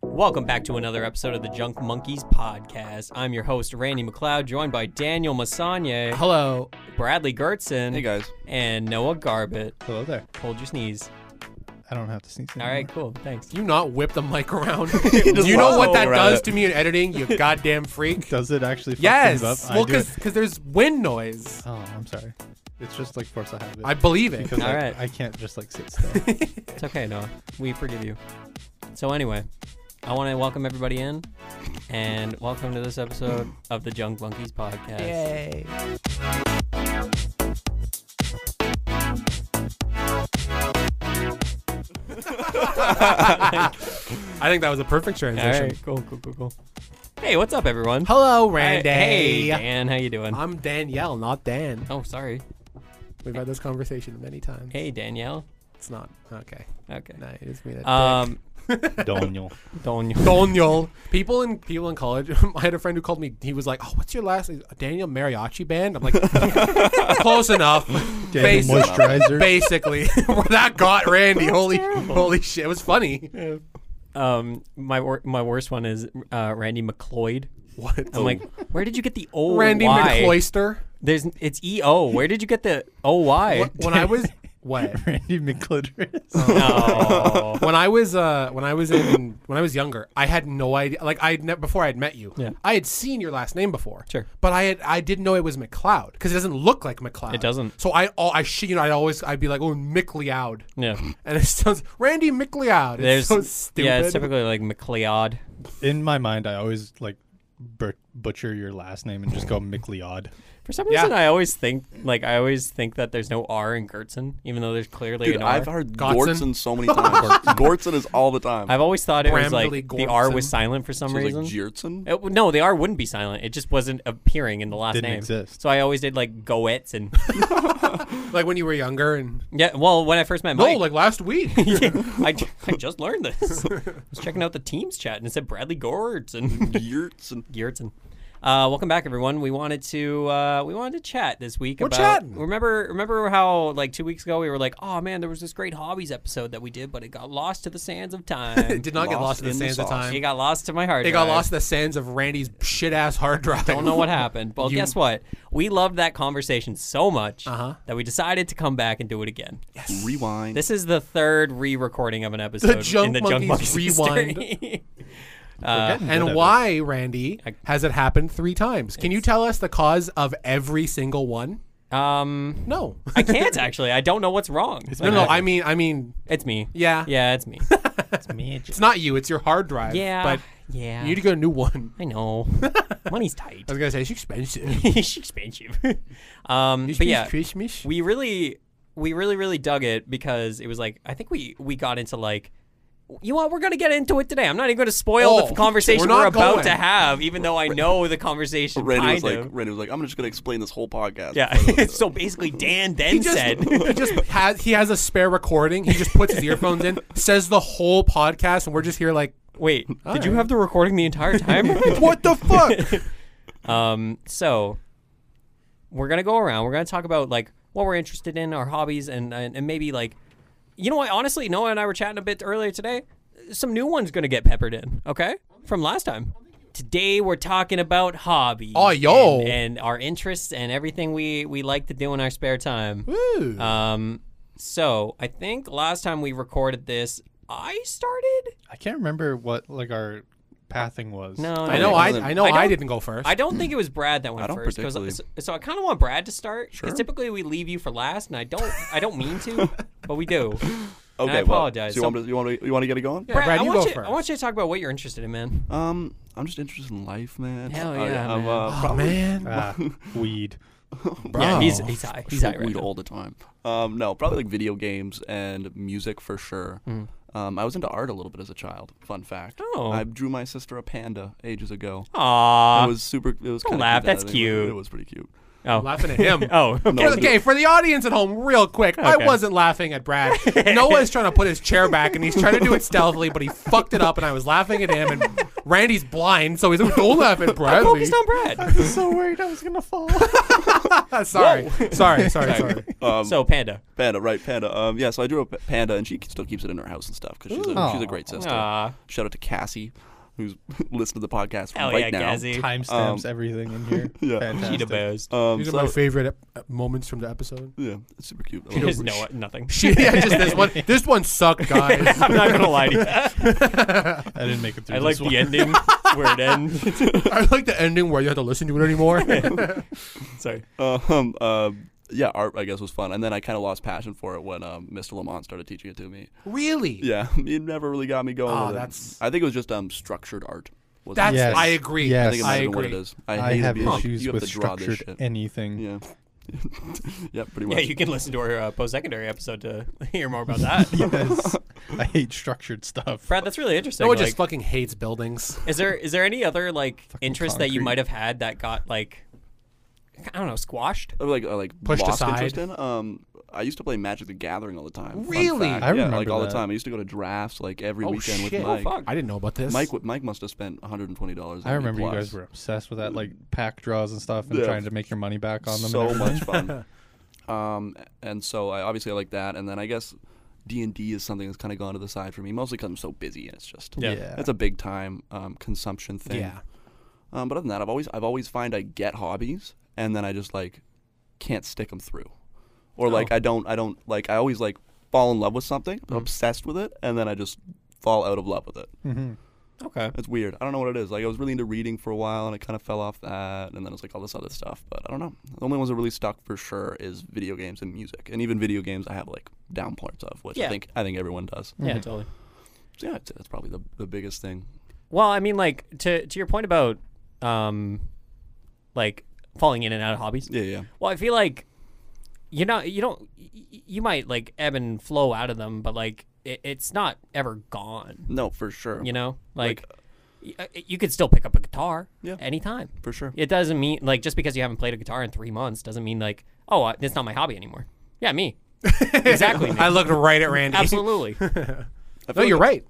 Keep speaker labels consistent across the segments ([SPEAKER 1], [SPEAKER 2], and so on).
[SPEAKER 1] Welcome back to another episode of the Junk Monkeys podcast. I'm your host, Randy McLeod, joined by Daniel Masanye,
[SPEAKER 2] Hello.
[SPEAKER 1] Bradley Gertzen,
[SPEAKER 3] Hey guys.
[SPEAKER 1] and Noah Garbett.
[SPEAKER 2] Hello there.
[SPEAKER 1] Hold your sneeze.
[SPEAKER 2] I don't have to sneeze.
[SPEAKER 1] All right, cool. Thanks.
[SPEAKER 4] You not whip the mic around.
[SPEAKER 3] just
[SPEAKER 4] you know
[SPEAKER 3] walks
[SPEAKER 4] what that
[SPEAKER 3] around
[SPEAKER 4] does
[SPEAKER 3] it.
[SPEAKER 4] to me in editing, you goddamn freak.
[SPEAKER 2] Does it actually fuck
[SPEAKER 4] yes.
[SPEAKER 2] things up? I
[SPEAKER 4] Well,
[SPEAKER 2] do it-
[SPEAKER 4] because there's wind noise.
[SPEAKER 2] Oh, I'm sorry. It's just like force of habit.
[SPEAKER 4] I believe it.
[SPEAKER 2] because
[SPEAKER 1] All
[SPEAKER 2] I,
[SPEAKER 1] right.
[SPEAKER 2] I can't just like sit still.
[SPEAKER 1] It's okay, Noah. We forgive you. So, anyway, I want to welcome everybody in and welcome to this episode of the Junk Monkeys podcast.
[SPEAKER 4] Yay. I think that was a perfect
[SPEAKER 1] All
[SPEAKER 4] transition.
[SPEAKER 1] right, cool, cool, cool, cool. Hey, what's up, everyone?
[SPEAKER 4] Hello,
[SPEAKER 1] Hey,
[SPEAKER 4] Randy.
[SPEAKER 1] Hey, Dan, how you doing?
[SPEAKER 4] I'm Danielle, not Dan.
[SPEAKER 1] oh, sorry.
[SPEAKER 4] We've had this conversation many times.
[SPEAKER 1] Hey, Danielle.
[SPEAKER 4] It's not. Okay.
[SPEAKER 1] Okay.
[SPEAKER 4] No, it is me that.
[SPEAKER 1] Um,
[SPEAKER 3] Daniel.
[SPEAKER 1] Daniel.
[SPEAKER 4] Daniel. People in people in college. I had a friend who called me. He was like, "Oh, what's your last name? Daniel Mariachi Band?" I'm like, "Close enough."
[SPEAKER 2] Daniel
[SPEAKER 4] Basi-
[SPEAKER 2] moisturizer.
[SPEAKER 4] basically, that got Randy. Holy, holy shit! It was funny.
[SPEAKER 1] Um, my wor- my worst one is uh, Randy McLeod.
[SPEAKER 4] What?
[SPEAKER 1] I'm like, where did you get the O?
[SPEAKER 4] Randy
[SPEAKER 1] Y?
[SPEAKER 4] McCloyster.
[SPEAKER 1] There's it's E O. Where did you get the O Y?
[SPEAKER 4] Wh- When I was what?
[SPEAKER 2] Randy McClidris.
[SPEAKER 1] Oh. No.
[SPEAKER 4] When I was uh, when I was in when I was younger, I had no idea. Like I ne- before I had met you,
[SPEAKER 1] Yeah.
[SPEAKER 4] I had seen your last name before,
[SPEAKER 1] Sure.
[SPEAKER 4] But I had I didn't know it was McLeod because it doesn't look like McLeod.
[SPEAKER 1] It doesn't.
[SPEAKER 4] So I all I sh- you know I'd always I'd be like oh McLeod,
[SPEAKER 1] yeah.
[SPEAKER 4] and it sounds Randy McLeod. It's
[SPEAKER 1] There's
[SPEAKER 4] so stupid.
[SPEAKER 1] yeah. It's typically like McLeod.
[SPEAKER 2] In my mind, I always like bur- butcher your last name and just go McLeod.
[SPEAKER 1] For some
[SPEAKER 4] Yeah.
[SPEAKER 1] reason, I always think like I always think that there's no R in Gertzen, even though there's clearly
[SPEAKER 3] Dude,
[SPEAKER 1] an R.
[SPEAKER 3] I've heard
[SPEAKER 4] Godson.
[SPEAKER 3] Gortson so many times. Gortson is all the time.
[SPEAKER 1] I've always thought it was like
[SPEAKER 4] Bramley
[SPEAKER 1] the R
[SPEAKER 4] Gortzen.
[SPEAKER 1] was silent for some
[SPEAKER 3] so it's
[SPEAKER 1] reason.
[SPEAKER 3] like Jertson.
[SPEAKER 1] It w- no, the R wouldn't be silent. It just wasn't appearing in the last
[SPEAKER 2] Didn't
[SPEAKER 1] name.
[SPEAKER 2] exist.
[SPEAKER 1] So I always did like Goetz and
[SPEAKER 4] like when you were younger and
[SPEAKER 1] yeah. Well, when I first met
[SPEAKER 4] no
[SPEAKER 1] Mike,
[SPEAKER 4] like last week.
[SPEAKER 1] I, ju- I just learned this. I was checking out the teams chat and it said Bradley Gords and
[SPEAKER 3] Jertson.
[SPEAKER 1] Geertsen. Uh, welcome back, everyone. We wanted to uh, we wanted to chat this week. about,
[SPEAKER 4] chatting.
[SPEAKER 1] Remember, remember how like two weeks ago we were like, oh man, there was this great hobbies episode that we did, but it got lost to the sands of time.
[SPEAKER 4] It did not get
[SPEAKER 3] Lost
[SPEAKER 4] lost in the
[SPEAKER 3] in the
[SPEAKER 4] sands of
[SPEAKER 3] sauce.
[SPEAKER 4] time.
[SPEAKER 1] It got lost to my heart.
[SPEAKER 4] It got
[SPEAKER 1] drive.
[SPEAKER 4] lost in the sands of Randy's shit ass hard drive.
[SPEAKER 1] Don't know what happened. Well,
[SPEAKER 4] You-
[SPEAKER 1] guess what? We loved that conversation so much
[SPEAKER 4] Uh-huh.
[SPEAKER 1] that we decided to come back and do it again.
[SPEAKER 3] Rewind.
[SPEAKER 1] This is the third re-recording of an episode in
[SPEAKER 4] Junk
[SPEAKER 1] the Junk Monkeys
[SPEAKER 4] Monkeys rewind.
[SPEAKER 1] history.
[SPEAKER 2] We're getting good at
[SPEAKER 4] And
[SPEAKER 2] it.
[SPEAKER 4] why, Randy,
[SPEAKER 1] I-
[SPEAKER 4] has it happened three times? Can you tell us the cause of every single one?
[SPEAKER 1] um,
[SPEAKER 4] No.
[SPEAKER 1] I can't actually. I don't know what's wrong.
[SPEAKER 4] no, no. I mean, I mean,
[SPEAKER 1] it's me.
[SPEAKER 4] yeah,
[SPEAKER 1] Yeah, it's me.
[SPEAKER 4] It's not you. It's your hard drive.
[SPEAKER 1] Yeah,
[SPEAKER 4] but
[SPEAKER 1] yeah.
[SPEAKER 4] you need to get a new one.
[SPEAKER 1] I know. Money's tight.
[SPEAKER 4] I was gonna say it's expensive.
[SPEAKER 1] it's expensive. um, but yeah,
[SPEAKER 4] Christmas.
[SPEAKER 1] we really, we really, really dug it because it was like I think we we got into like. You know what? We're gonna get into it today. I'm not even gonna spoil
[SPEAKER 4] Oh,
[SPEAKER 1] the conversation
[SPEAKER 4] we're not
[SPEAKER 1] about
[SPEAKER 4] going.
[SPEAKER 1] to have, even though I know the conversation.
[SPEAKER 3] Randy was
[SPEAKER 1] kind
[SPEAKER 3] like,
[SPEAKER 1] of.
[SPEAKER 3] Randy was like, I'm just gonna explain this whole podcast.
[SPEAKER 1] yeah. so basically, Dan then
[SPEAKER 4] He just,
[SPEAKER 1] said,
[SPEAKER 4] he just has he has a spare recording. He just puts his earphones in, says the whole podcast, and we're just here like,
[SPEAKER 1] "Wait, did you have the recording the entire time?"
[SPEAKER 4] what the fuck?
[SPEAKER 1] Um, so we're gonna go around. We're gonna talk about like what we're interested in, our hobbies, and and, and maybe like, you know what? Honestly, Noah and I were chatting a bit earlier today. Some new ones gonna get peppered in, okay? From last time. Today we're talking about hobbies.
[SPEAKER 4] Oh, yo.
[SPEAKER 1] And, and our interests and everything we we like to do in our spare time.
[SPEAKER 4] Ooh.
[SPEAKER 1] Um, so I think last time we recorded this, I started.
[SPEAKER 2] I can't remember what like our pathing was.
[SPEAKER 1] No,
[SPEAKER 4] I know. I, I know.
[SPEAKER 1] I
[SPEAKER 4] I,
[SPEAKER 1] don't-
[SPEAKER 4] didn't go first.
[SPEAKER 1] I don't think it was Brad that went
[SPEAKER 3] I don't
[SPEAKER 1] first. 'cause-
[SPEAKER 3] particularly.
[SPEAKER 1] So, so I kind of want Brad to start because typically we leave you for last, and I don't, I don't mean to, but we do.
[SPEAKER 3] Okay.
[SPEAKER 1] I
[SPEAKER 3] well,
[SPEAKER 1] apologize.
[SPEAKER 3] so you, want me to, you want to you want to get it going?
[SPEAKER 4] Yeah, Brad,
[SPEAKER 1] I,
[SPEAKER 4] you
[SPEAKER 1] want
[SPEAKER 4] go
[SPEAKER 1] you, I
[SPEAKER 4] first.
[SPEAKER 1] want you to talk about what you're interested in, man.
[SPEAKER 3] Um, I'm just interested in life, man.
[SPEAKER 1] Hell
[SPEAKER 3] I,
[SPEAKER 1] yeah,
[SPEAKER 3] I'm,
[SPEAKER 1] man.
[SPEAKER 3] Uh,
[SPEAKER 4] Oh
[SPEAKER 3] probably
[SPEAKER 4] man,
[SPEAKER 2] Ah, weed.
[SPEAKER 4] bro.
[SPEAKER 1] Yeah, he's he's high. He's high
[SPEAKER 3] smoke
[SPEAKER 1] right
[SPEAKER 3] weed
[SPEAKER 1] now.
[SPEAKER 3] all the time. Um, no, probably like video games and music for sure. Um, I was into art a little bit as a child. Fun fact.
[SPEAKER 1] Hmm. Oh.
[SPEAKER 3] I drew my sister a panda ages ago.
[SPEAKER 1] Aw.
[SPEAKER 3] it was super. It was
[SPEAKER 1] don't
[SPEAKER 3] kind
[SPEAKER 1] laugh,
[SPEAKER 3] Cute that
[SPEAKER 1] that's
[SPEAKER 3] I think. It was-
[SPEAKER 1] cute.
[SPEAKER 3] It was pretty cute.
[SPEAKER 1] oh.
[SPEAKER 4] laughing at him.
[SPEAKER 1] Oh. Okay.
[SPEAKER 4] For the- Okay, for the audience at home, real quick, I
[SPEAKER 1] Okay.
[SPEAKER 4] wasn't laughing at Brad. Noah's trying to put his chair back, and he's trying to do it stealthily, but he fucked it up, and I was laughing at him. And Randy's blind, so he's like, "Don't laugh at Brad."
[SPEAKER 1] Focused on Brad.
[SPEAKER 2] so worried I was gonna fall.
[SPEAKER 4] sorry. sorry, sorry, sorry.
[SPEAKER 3] Um,
[SPEAKER 1] So panda.
[SPEAKER 3] Panda, right? Panda. Um, yeah. So I drew a p- panda, and she still keeps it in her house and stuff because she's a,
[SPEAKER 2] Ooh.
[SPEAKER 3] she's a great sister.
[SPEAKER 1] Aw.
[SPEAKER 3] Shout out to Cassie, who's listening to the podcast
[SPEAKER 1] Hell
[SPEAKER 3] right
[SPEAKER 1] yeah,
[SPEAKER 3] now.
[SPEAKER 1] Gazzy.
[SPEAKER 2] Timestamps everything in here.
[SPEAKER 3] yeah.
[SPEAKER 1] Cheetah
[SPEAKER 2] Fantastic.
[SPEAKER 1] bows.
[SPEAKER 3] Um,
[SPEAKER 4] These are
[SPEAKER 3] so
[SPEAKER 4] my
[SPEAKER 3] that-
[SPEAKER 4] favorite uh, moments from the episode.
[SPEAKER 3] yeah, it's super cute. I love
[SPEAKER 1] There's
[SPEAKER 3] it.
[SPEAKER 1] no nothing.
[SPEAKER 4] yeah, just this one. This one sucked, guys.
[SPEAKER 1] I'm not gonna lie to you.
[SPEAKER 2] I didn't make it through.
[SPEAKER 1] I like
[SPEAKER 2] this one.
[SPEAKER 1] the ending where it ends.
[SPEAKER 4] I like the ending where you have to listen to it anymore.
[SPEAKER 1] Sorry.
[SPEAKER 3] Uh, um, um, yeah, art I guess was fun, and then I kind of lost passion for it when um, Mr. Lamont started teaching it to me.
[SPEAKER 4] really?
[SPEAKER 3] Yeah, it never really got me going.
[SPEAKER 4] Ah,
[SPEAKER 3] with it.
[SPEAKER 4] that's-
[SPEAKER 3] I think it was just um, structured art. Was
[SPEAKER 4] That's.
[SPEAKER 2] Yes.
[SPEAKER 4] I agree.
[SPEAKER 2] Yes.
[SPEAKER 3] I think it might
[SPEAKER 4] I
[SPEAKER 3] have been what it
[SPEAKER 4] agree.
[SPEAKER 3] is. I,
[SPEAKER 2] I
[SPEAKER 3] hate it
[SPEAKER 2] have
[SPEAKER 3] being like,
[SPEAKER 2] issues
[SPEAKER 3] you have to
[SPEAKER 2] with
[SPEAKER 3] draw this
[SPEAKER 2] structured
[SPEAKER 3] shit.
[SPEAKER 2] anything.
[SPEAKER 3] Yeah. yeah, pretty much.
[SPEAKER 1] Yeah, you can listen to our uh, post-secondary episode to hear more about that.
[SPEAKER 2] Yes. I hate structured stuff.
[SPEAKER 1] Brad, that's really interesting.
[SPEAKER 4] No one
[SPEAKER 1] like,
[SPEAKER 4] just fucking hates buildings.
[SPEAKER 1] is there is there any other like interest that you
[SPEAKER 2] concrete.
[SPEAKER 1] might have had that got like I don't know squashed?
[SPEAKER 3] Or, like uh, like
[SPEAKER 4] Pushed
[SPEAKER 3] lost interest
[SPEAKER 4] aside.
[SPEAKER 3] in. Um, I used to play Magic the Gathering all the time. Fun
[SPEAKER 4] Really?
[SPEAKER 3] fact.
[SPEAKER 2] I
[SPEAKER 3] yeah,
[SPEAKER 2] remember
[SPEAKER 3] like all the
[SPEAKER 2] that.
[SPEAKER 3] time. I used to go to drafts like every
[SPEAKER 4] Oh,
[SPEAKER 3] weekend
[SPEAKER 4] shit.
[SPEAKER 3] with
[SPEAKER 4] Oh,
[SPEAKER 3] Mike.
[SPEAKER 1] fuck.
[SPEAKER 4] I didn't know about this.
[SPEAKER 3] Mike, w- Mike must have spent 120 dollars.
[SPEAKER 2] I remember you guys were obsessed with that, like pack draws and stuff, and
[SPEAKER 3] Mm. Yeah.
[SPEAKER 2] trying to make your money back on them.
[SPEAKER 3] so
[SPEAKER 2] and
[SPEAKER 3] much
[SPEAKER 2] everything.
[SPEAKER 3] fun. Um, and so I obviously I like that, and then I guess D and D is something that's kind of gone to the side for me, mostly because I'm so busy and it's just
[SPEAKER 1] Yeah.
[SPEAKER 3] that's a big time um, consumption thing.
[SPEAKER 4] Yeah.
[SPEAKER 3] Um, but other than that, I've always I've always find I get hobbies and then I just like can't stick them through,
[SPEAKER 1] Oh.
[SPEAKER 3] or like I don't I don't like I always like fall in love with something,
[SPEAKER 1] Mm-hmm.
[SPEAKER 3] I'm obsessed with it, and then I just fall out of love with it.
[SPEAKER 2] Mhm.
[SPEAKER 1] Okay.
[SPEAKER 3] It's weird. I don't know what it is. Like I was really into reading for a while and I kind of fell off that, and then it's like all this other stuff. But I don't know. The only ones that really stuck for sure is video games and music, and even video games I have like down parts of, which
[SPEAKER 1] Yeah.
[SPEAKER 3] I think I think everyone does.
[SPEAKER 1] Yeah, totally.
[SPEAKER 3] So yeah, I'd say that's probably the the biggest thing.
[SPEAKER 1] Well, I mean, like to to your point about um, like falling in and out of hobbies.
[SPEAKER 3] Yeah, yeah.
[SPEAKER 1] Well, I feel like you're not you don't y- y- you might like ebb and flow out of them, but like it, it's not ever gone.
[SPEAKER 3] No, for sure.
[SPEAKER 1] You know, like,
[SPEAKER 3] Like-
[SPEAKER 1] y- uh, you could still pick up a guitar
[SPEAKER 3] Yeah.
[SPEAKER 1] anytime.
[SPEAKER 3] for sure.
[SPEAKER 1] It doesn't mean like just because you haven't played a guitar in three months doesn't mean like oh uh, it's not my hobby anymore. Yeah, me. exactly. me.
[SPEAKER 4] I looked right at Randy.
[SPEAKER 1] Absolutely.
[SPEAKER 3] I
[SPEAKER 4] No,
[SPEAKER 3] feel
[SPEAKER 4] you're
[SPEAKER 3] like-
[SPEAKER 4] right.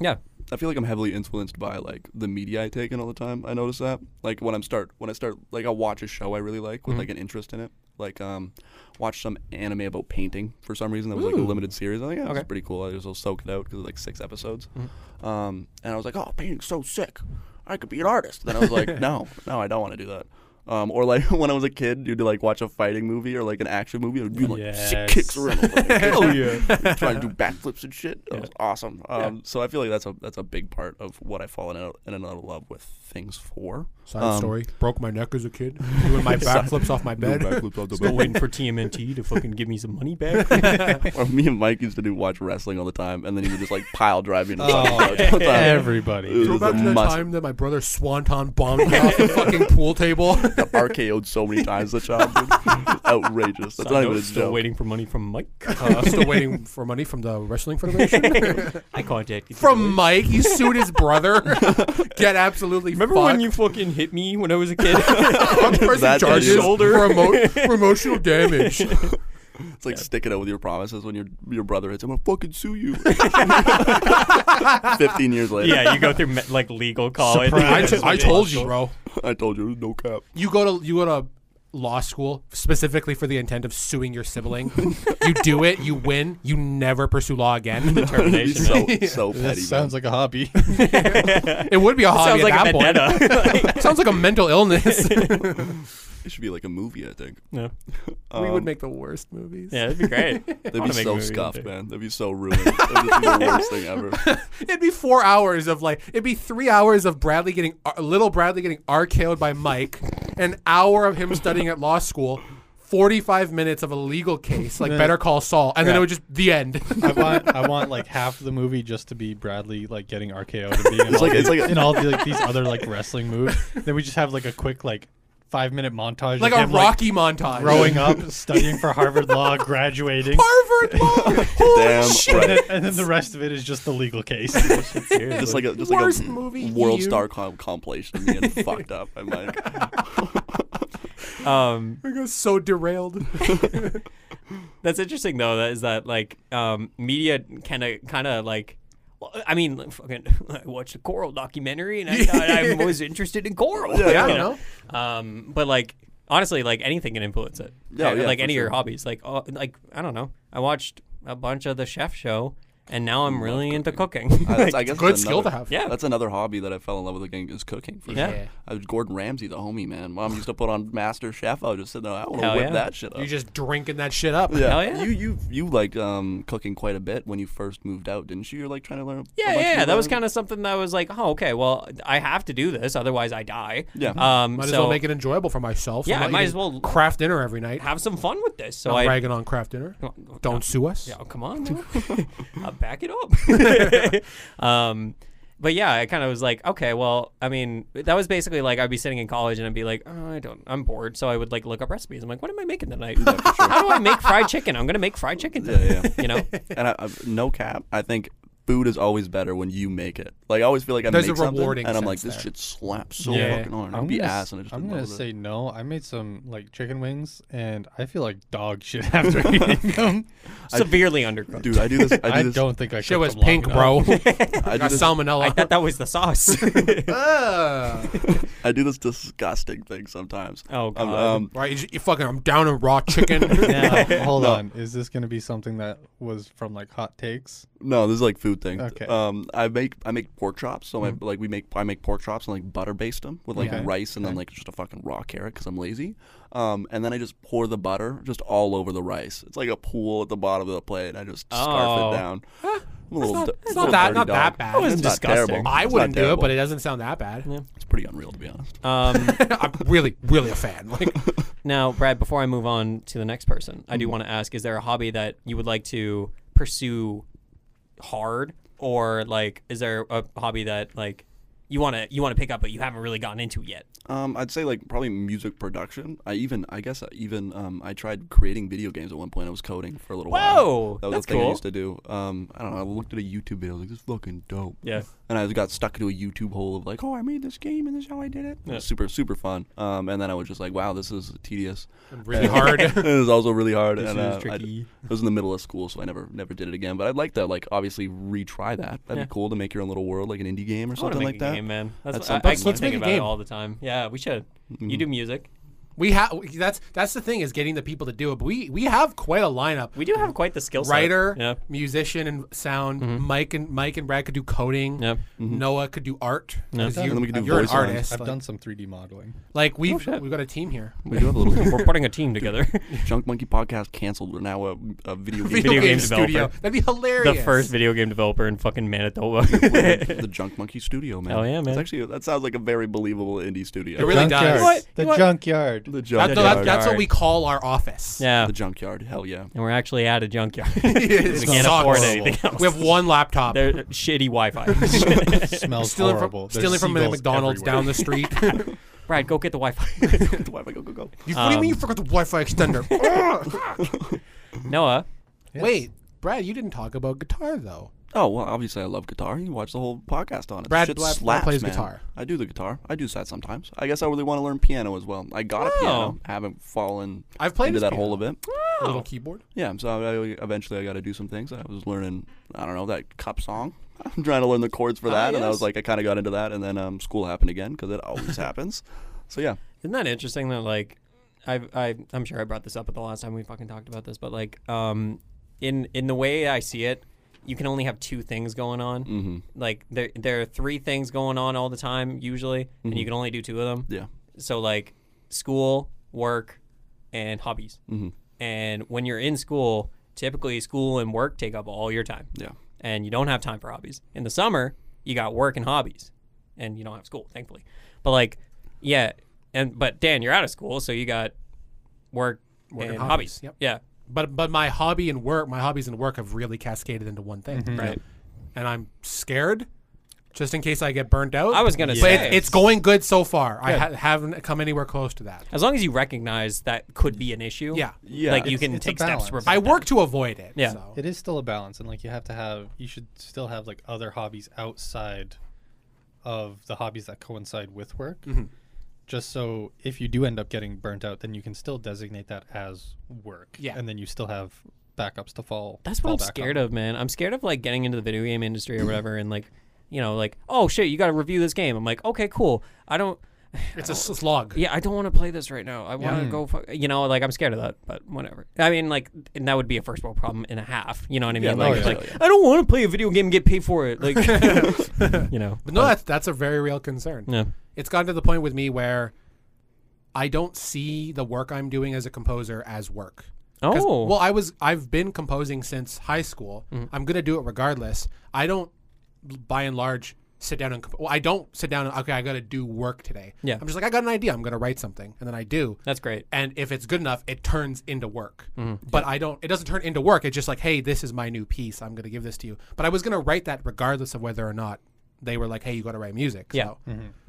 [SPEAKER 1] Yeah.
[SPEAKER 3] I feel like I'm heavily influenced by like the media I take in all the time. I notice that. Like when I'm start when I start like I'll watch a show I really like with like an interest in it. Like um watch some anime about painting for some reason that was like a limited series. I think yeah, it was pretty cool. I just will soak it out because like six episodes. Um and I was like, "Oh, painting's so sick. I could be an artist." Then I was like, "No, no, I don't want to do that." Um, or like when I was a kid, you'd like watch a fighting movie or like an action movie, and you'd like sick kicks around, like, oh yeah, trying to do backflips and shit. That was awesome. Um, So I feel like that's a that's a big part of what I've fallen out in and out of love with things for.
[SPEAKER 4] Side
[SPEAKER 3] Um,
[SPEAKER 4] story. Broke my neck as a kid. Doing my backflips off my bed.
[SPEAKER 1] Still waiting for TMNT to fucking give me some money back.
[SPEAKER 3] Or me and Mike used to do watch wrestling all the time, and then he would just like pile drive me. into the
[SPEAKER 2] Oh,
[SPEAKER 3] side of the couch all the time. It
[SPEAKER 2] Everybody.
[SPEAKER 3] was
[SPEAKER 4] Go back
[SPEAKER 3] a
[SPEAKER 4] to that
[SPEAKER 3] must-
[SPEAKER 4] time that my brother Swanton bombed me off the fucking pool table.
[SPEAKER 3] RKO'd so many times the child. dude. Outrageous. That's not even a
[SPEAKER 1] still
[SPEAKER 3] joke.
[SPEAKER 1] waiting for money from Mike.
[SPEAKER 4] I'm Uh, still waiting for money from the Wrestling Federation.
[SPEAKER 1] I contacted
[SPEAKER 4] from Mike, he sued his brother. Get absolutely
[SPEAKER 1] Remember
[SPEAKER 4] fucked.
[SPEAKER 1] when you fucking hit me when I was a kid?
[SPEAKER 4] One person
[SPEAKER 3] That
[SPEAKER 4] charges
[SPEAKER 3] is-
[SPEAKER 4] shoulder for, emo- for emotional damage.
[SPEAKER 3] It's like sticking out with your promises when your your brother hits. I'm gonna fucking sue you. Fifteen years later,
[SPEAKER 1] yeah, you go through me- like legal college.
[SPEAKER 4] I, t- I told you, bro.
[SPEAKER 3] I told you, no cap.
[SPEAKER 4] You go to you go to law school specifically for the intent of suing your sibling. you do it, you win, you never pursue law again.
[SPEAKER 1] Termination.
[SPEAKER 3] so so
[SPEAKER 2] That
[SPEAKER 3] petty.
[SPEAKER 2] sounds like a hobby.
[SPEAKER 4] It would be a hobby
[SPEAKER 1] Sounds
[SPEAKER 4] at
[SPEAKER 1] like a
[SPEAKER 4] that point.
[SPEAKER 1] vendetta.
[SPEAKER 4] Sounds like a mental illness.
[SPEAKER 3] it should be like a movie. I think
[SPEAKER 1] yeah.
[SPEAKER 4] we would make the worst movies.
[SPEAKER 1] yeah, that'd be great.
[SPEAKER 3] they'd be
[SPEAKER 1] wanna make a
[SPEAKER 3] so
[SPEAKER 1] movie one
[SPEAKER 3] scuffed,
[SPEAKER 1] day.
[SPEAKER 3] man. They'd be so ruined. That'd just be the worst thing ever.
[SPEAKER 4] It'd be four hours of like it'd be three hours of Bradley getting uh, little Bradley getting RKO'd by Mike, an hour of him studying at law school, forty five minutes of a legal case like Better Call Saul, and then it
[SPEAKER 2] Yeah.
[SPEAKER 4] would just the end.
[SPEAKER 2] I want, I want like half the movie just to be Bradley like getting RKO to be in, all,
[SPEAKER 3] like-
[SPEAKER 2] these,
[SPEAKER 3] it's like a-
[SPEAKER 2] in all the, like, these other like wrestling moves. Then we just have like a quick like five minute montage,
[SPEAKER 4] like
[SPEAKER 2] of
[SPEAKER 4] a
[SPEAKER 2] him,
[SPEAKER 4] Rocky montage.
[SPEAKER 2] growing up, studying for Harvard law, graduating,
[SPEAKER 4] Harvard Law. Holy
[SPEAKER 3] Damn
[SPEAKER 4] shit.
[SPEAKER 2] and then,
[SPEAKER 3] right.
[SPEAKER 2] and then the rest of it is just the legal case.
[SPEAKER 3] Just like a just
[SPEAKER 4] Worst
[SPEAKER 3] like a
[SPEAKER 4] movie
[SPEAKER 3] world
[SPEAKER 4] you-
[SPEAKER 3] star com- compilation being fucked up. I'm like,
[SPEAKER 1] Um,
[SPEAKER 4] I got so derailed.
[SPEAKER 1] That's interesting though. That is that like um, media kind of kind of like. well, I mean, like, fucking. I watched a coral documentary, and I, I, I was interested in coral.
[SPEAKER 4] Yeah,
[SPEAKER 1] you
[SPEAKER 4] I know.
[SPEAKER 1] Um, but like, honestly, like anything can influence it.
[SPEAKER 3] Yeah,
[SPEAKER 1] Uh,
[SPEAKER 3] yeah,
[SPEAKER 1] like
[SPEAKER 3] for
[SPEAKER 1] any of your
[SPEAKER 3] sure.
[SPEAKER 1] hobbies. Like, oh, like I don't know. I watched a bunch of the chef show, and now I'm really into cooking.
[SPEAKER 3] I, that's, I guess
[SPEAKER 4] Good
[SPEAKER 3] that's
[SPEAKER 4] skill to
[SPEAKER 3] another-
[SPEAKER 4] have.
[SPEAKER 1] Yeah.
[SPEAKER 3] That's another hobby that I fell in love with again is cooking. For
[SPEAKER 1] Yeah.
[SPEAKER 3] sure. I was Gordon Ramsay, the homie man. Mom used to put on Master Chef. I was just sitting there. I want to
[SPEAKER 1] Hell
[SPEAKER 3] whip
[SPEAKER 1] yeah.
[SPEAKER 3] that shit up.
[SPEAKER 4] You just drinking that shit up.
[SPEAKER 3] yeah.
[SPEAKER 1] Hell yeah.
[SPEAKER 3] You you you liked um, cooking quite a bit when you first moved out, didn't you? You're like trying to learn.
[SPEAKER 1] Yeah, yeah, that was kind of something that was like, oh, okay, well, I have to do this, otherwise I die.
[SPEAKER 3] Yeah.
[SPEAKER 1] Um,
[SPEAKER 4] Might
[SPEAKER 1] so
[SPEAKER 4] as well make it enjoyable for myself.
[SPEAKER 1] Yeah,
[SPEAKER 4] I'm
[SPEAKER 1] I
[SPEAKER 4] not
[SPEAKER 1] might as
[SPEAKER 4] eating
[SPEAKER 1] well-
[SPEAKER 4] craft dinner every night.
[SPEAKER 1] have some fun with this. So
[SPEAKER 4] Not
[SPEAKER 1] I
[SPEAKER 4] ragging on craft dinner. Don't sue us.
[SPEAKER 1] Yeah, oh, come on, man. uh, back it up. um, but yeah, I kind of was like, okay, well, I mean, that was basically like I'd be sitting in college and I'd be like, oh, I don't, I'm bored, so I would like look up recipes. I'm like, what am I making tonight? How do I make fried chicken? I'm gonna make fried chicken.
[SPEAKER 3] Yeah,
[SPEAKER 1] Tonight.
[SPEAKER 3] yeah.
[SPEAKER 1] You know,
[SPEAKER 3] and I, I, no cap. I think food is always better when you make it. Like I always feel like I
[SPEAKER 4] There's
[SPEAKER 3] make
[SPEAKER 4] a
[SPEAKER 3] something,
[SPEAKER 4] rewarding
[SPEAKER 3] and I'm like,
[SPEAKER 4] sense
[SPEAKER 3] this
[SPEAKER 4] there.
[SPEAKER 3] shit slaps so
[SPEAKER 2] Yeah.
[SPEAKER 3] fucking hard.
[SPEAKER 2] I'm
[SPEAKER 3] I'd be
[SPEAKER 2] gonna
[SPEAKER 3] ass,
[SPEAKER 2] s-
[SPEAKER 3] and I just
[SPEAKER 2] I'm
[SPEAKER 3] love
[SPEAKER 2] gonna
[SPEAKER 3] it.
[SPEAKER 2] say no. I made some like chicken wings, and I feel like dog shit after eating them.
[SPEAKER 1] severely undercooked.
[SPEAKER 3] dude, I do this.
[SPEAKER 2] I,
[SPEAKER 3] I do this.
[SPEAKER 2] don't think I
[SPEAKER 4] Shit was
[SPEAKER 2] cooked them long
[SPEAKER 4] pink,
[SPEAKER 2] enough.
[SPEAKER 4] bro.
[SPEAKER 3] I do
[SPEAKER 4] Got
[SPEAKER 3] this
[SPEAKER 1] I
[SPEAKER 4] salmonella.
[SPEAKER 1] thought that was the sauce.
[SPEAKER 4] Ugh.
[SPEAKER 3] I do this disgusting thing sometimes.
[SPEAKER 1] Oh,
[SPEAKER 3] Um,
[SPEAKER 1] God.
[SPEAKER 3] um,
[SPEAKER 4] right, you, just- you fucking. I'm down in raw chicken.
[SPEAKER 2] Uh, hold
[SPEAKER 3] No.
[SPEAKER 2] on. Is this gonna be something that was from like hot takes?
[SPEAKER 3] no, this is like food thing.
[SPEAKER 2] Okay. Mm-hmm.
[SPEAKER 3] Um, I make I make pork chops. So I like we make I make pork chops and like butter baste them with like
[SPEAKER 2] Okay.
[SPEAKER 3] rice and then
[SPEAKER 2] Okay.
[SPEAKER 3] like just a fucking raw carrot because I'm lazy. Um, and then I just pour the butter just all over the rice. It's like a pool at the bottom of the plate. and I just scarf
[SPEAKER 1] Oh.
[SPEAKER 3] it down. I'm a little,
[SPEAKER 4] not-
[SPEAKER 3] di-
[SPEAKER 4] it's
[SPEAKER 3] a
[SPEAKER 4] not
[SPEAKER 3] little
[SPEAKER 4] that-
[SPEAKER 3] dirty
[SPEAKER 4] not that
[SPEAKER 3] dog.
[SPEAKER 4] bad. That
[SPEAKER 1] was
[SPEAKER 3] It's not
[SPEAKER 1] disgusting.
[SPEAKER 3] terrible.
[SPEAKER 4] I
[SPEAKER 3] It's
[SPEAKER 4] wouldn't
[SPEAKER 3] not
[SPEAKER 4] do it,
[SPEAKER 3] terrible.
[SPEAKER 4] but it doesn't sound that bad.
[SPEAKER 3] it's pretty unreal to be honest.
[SPEAKER 1] um,
[SPEAKER 4] I'm really, really a fan. Like,
[SPEAKER 1] Now, Brad, before I move on to the next person, I do
[SPEAKER 3] Mm-hmm.
[SPEAKER 1] want to ask: Is there a hobby that you would like to pursue hard, or like, is there a hobby that like you want to you want to pick up but you haven't really gotten into yet?
[SPEAKER 3] Um, I'd say like probably music production. I even I guess I even um, I tried creating video games at one point. I was coding for a little
[SPEAKER 1] Whoa,
[SPEAKER 3] while. That was
[SPEAKER 1] that's
[SPEAKER 3] the thing
[SPEAKER 1] cool.
[SPEAKER 3] I used to do. Um, I don't know. I looked at a YouTube video. I was like, this is fucking dope.
[SPEAKER 1] Yeah.
[SPEAKER 3] And I got stuck into a YouTube hole of like, oh, I made this game and this is how I did it. It was super super fun. Um, and then I was just like, wow, this is tedious.
[SPEAKER 4] really hard.
[SPEAKER 3] it was also really hard.
[SPEAKER 2] This
[SPEAKER 3] and,
[SPEAKER 2] is
[SPEAKER 3] uh, I-
[SPEAKER 2] tricky.
[SPEAKER 3] it was in the middle of school, so I never never did it again. But I'd like to like obviously retry that. That'd
[SPEAKER 1] Yeah.
[SPEAKER 3] be cool to make your own little world, like an indie game or
[SPEAKER 1] I want to
[SPEAKER 3] something
[SPEAKER 1] make
[SPEAKER 3] like
[SPEAKER 1] a
[SPEAKER 3] that.
[SPEAKER 1] game, man. That's,
[SPEAKER 3] That's
[SPEAKER 1] what-
[SPEAKER 3] something.
[SPEAKER 1] I, I keep
[SPEAKER 4] Let's make
[SPEAKER 1] thinking
[SPEAKER 4] a
[SPEAKER 1] about it
[SPEAKER 4] game.
[SPEAKER 1] all the time. Yeah, we should.
[SPEAKER 3] Mm-hmm.
[SPEAKER 1] You do music.
[SPEAKER 4] we have. That's that's the thing is getting the people to do it. But we we have quite a lineup.
[SPEAKER 1] We do have quite the skill set.
[SPEAKER 4] Writer,
[SPEAKER 1] Yeah. Mm-hmm.
[SPEAKER 4] musician, and sound. Mike and Mike and Brad could do coding.
[SPEAKER 1] Yeah. Mm-hmm.
[SPEAKER 4] Noah could do art. 'cause
[SPEAKER 3] And then we could do
[SPEAKER 4] you're an
[SPEAKER 3] voice lines.
[SPEAKER 4] artist.
[SPEAKER 2] I've
[SPEAKER 4] like,
[SPEAKER 2] done some 3D modeling.
[SPEAKER 4] like,
[SPEAKER 1] Oh,
[SPEAKER 4] we've we've got a team here.
[SPEAKER 3] We do have a little game.
[SPEAKER 1] We're putting a team together.
[SPEAKER 3] Junk Monkey Podcast canceled. We're now a, a video game.
[SPEAKER 1] Video game
[SPEAKER 4] game studio.
[SPEAKER 1] developer.
[SPEAKER 4] That'd be hilarious.
[SPEAKER 1] the first video game developer in fucking Manitoba.
[SPEAKER 3] the, the Junk Monkey Studio, man.
[SPEAKER 1] Hell yeah, man.
[SPEAKER 3] It's actually that sounds like a very believable indie studio.
[SPEAKER 4] Oh, It really does.
[SPEAKER 2] junkyard.
[SPEAKER 1] What?
[SPEAKER 2] The
[SPEAKER 1] What?
[SPEAKER 2] junkyard.
[SPEAKER 3] the
[SPEAKER 4] That-
[SPEAKER 3] junkyard.
[SPEAKER 4] no, that- that's what
[SPEAKER 1] Junkyard.
[SPEAKER 4] we call our office.
[SPEAKER 1] yeah.
[SPEAKER 3] the junkyard. Hell yeah.
[SPEAKER 1] And we're actually at a junkyard.
[SPEAKER 4] It
[SPEAKER 1] we can't
[SPEAKER 4] sucks.
[SPEAKER 1] afford anything else.
[SPEAKER 4] We have one laptop.
[SPEAKER 1] They're shitty Wi-Fi.
[SPEAKER 2] smells
[SPEAKER 4] stealing
[SPEAKER 2] horrible.
[SPEAKER 4] from, stealing from the McDonald's down the street.
[SPEAKER 1] Brad, go get the Wi-Fi.
[SPEAKER 3] Why go go go?
[SPEAKER 4] You- what do you
[SPEAKER 1] Um,
[SPEAKER 4] mean you forgot the Wi-Fi extender?
[SPEAKER 1] Noah,
[SPEAKER 4] Wait, Brad, you didn't talk about guitar though.
[SPEAKER 3] Oh well, obviously I love guitar. You watch the whole podcast on it.
[SPEAKER 4] Brad
[SPEAKER 3] Shit
[SPEAKER 4] Blatt
[SPEAKER 3] slaps,
[SPEAKER 4] plays
[SPEAKER 3] man.
[SPEAKER 4] guitar.
[SPEAKER 3] I do the guitar. I do that sometimes. I guess I really want to learn piano as well. I got a
[SPEAKER 1] Oh.
[SPEAKER 3] piano. I haven't fallen
[SPEAKER 4] I've played
[SPEAKER 3] into
[SPEAKER 4] his
[SPEAKER 3] that
[SPEAKER 4] piano.
[SPEAKER 3] hole a bit.
[SPEAKER 4] A little keyboard.
[SPEAKER 3] Yeah, so I, I- eventually I got to do some things. I was learning, I don't know, that cup song. I'm trying to learn the chords for that, and I
[SPEAKER 1] yes.
[SPEAKER 3] was like, I kind of got into that, and then um, school happened again because it always happens. So yeah,
[SPEAKER 1] isn't that interesting that like I I I'm sure I brought this up at the last time we fucking talked about this, but like um in in the way I see it, you can only have two things going on. Mm-hmm. Like there there are three things going on all the time usually, and you can only do two of them.
[SPEAKER 3] yeah,
[SPEAKER 1] So like school, work, and hobbies. Mm-hmm. And when you're in school, typically school and work take up all your time.
[SPEAKER 3] yeah.
[SPEAKER 1] and you don't have time for hobbies. In the summer, you got work and hobbies, and you don't have school, thankfully. But like, yeah, and but Dan, you're out of school, so you got work, and,
[SPEAKER 4] and
[SPEAKER 1] hobbies.
[SPEAKER 4] hobbies, yep.
[SPEAKER 1] Yeah,
[SPEAKER 4] But but my hobby and work, my hobbies and work have really cascaded into one thing.
[SPEAKER 1] right.
[SPEAKER 4] And I'm scared, just in case I get burnt out.
[SPEAKER 1] I was gonna
[SPEAKER 4] But
[SPEAKER 1] say
[SPEAKER 4] it, it's going good so far. I ha- haven't come anywhere close to that.
[SPEAKER 1] as long as you recognize that could be an issue.
[SPEAKER 4] Yeah.
[SPEAKER 3] Yeah,
[SPEAKER 1] like you
[SPEAKER 2] it's-
[SPEAKER 1] can
[SPEAKER 2] it's a
[SPEAKER 1] take steps.
[SPEAKER 2] balance.
[SPEAKER 1] to prevent
[SPEAKER 4] I
[SPEAKER 1] that.
[SPEAKER 4] work to avoid it.
[SPEAKER 1] Yeah.
[SPEAKER 4] So.
[SPEAKER 2] It is still a balance, and like you have to have, you should still have like other hobbies outside of the hobbies that coincide with work. Just so if you do end up getting burnt out, then you can still designate that as work.
[SPEAKER 4] Yeah.
[SPEAKER 2] and then you still have backups to fall.
[SPEAKER 1] That's what I'm scared of, man. I'm scared of like getting into the video game industry or whatever, and like, you know, like, oh shit, you got to review this game. I'm like, okay, cool. I don't.
[SPEAKER 4] It's a slog.
[SPEAKER 1] yeah, I don't want to play this right now. I want to go, fu- you know, like I'm scared of that, but whatever. I mean, like, and that would be a first world problem in a half. You know what I mean?
[SPEAKER 3] Yeah,
[SPEAKER 1] like,
[SPEAKER 2] oh,
[SPEAKER 1] it's
[SPEAKER 2] yeah.
[SPEAKER 1] like I don't want to play a video game and get paid for it. Like, you know,
[SPEAKER 4] But no, that's that's a very real concern.
[SPEAKER 1] yeah,
[SPEAKER 4] It's gotten to the point with me where I don't see the work I'm doing as a composer as work. 'Cause-
[SPEAKER 1] oh, Mm-hmm.
[SPEAKER 4] Well, I was I've been composing since high school. I'm gonna do it regardless. I don't, by and large, sit down and comp- well, I don't sit down and okay, I gotta do work today.
[SPEAKER 1] Yeah.
[SPEAKER 4] I'm just like I got an idea. I'm gonna write something, and then I do.
[SPEAKER 1] that's great.
[SPEAKER 4] and if it's good enough, it turns into work.
[SPEAKER 1] Mm-hmm.
[SPEAKER 4] But I don't. It doesn't turn into work. It's just like, hey, this is my new piece. I'm gonna give this to you. But I was gonna write that regardless of whether or not they were like, hey, you gotta write music.
[SPEAKER 1] Yeah.
[SPEAKER 4] So-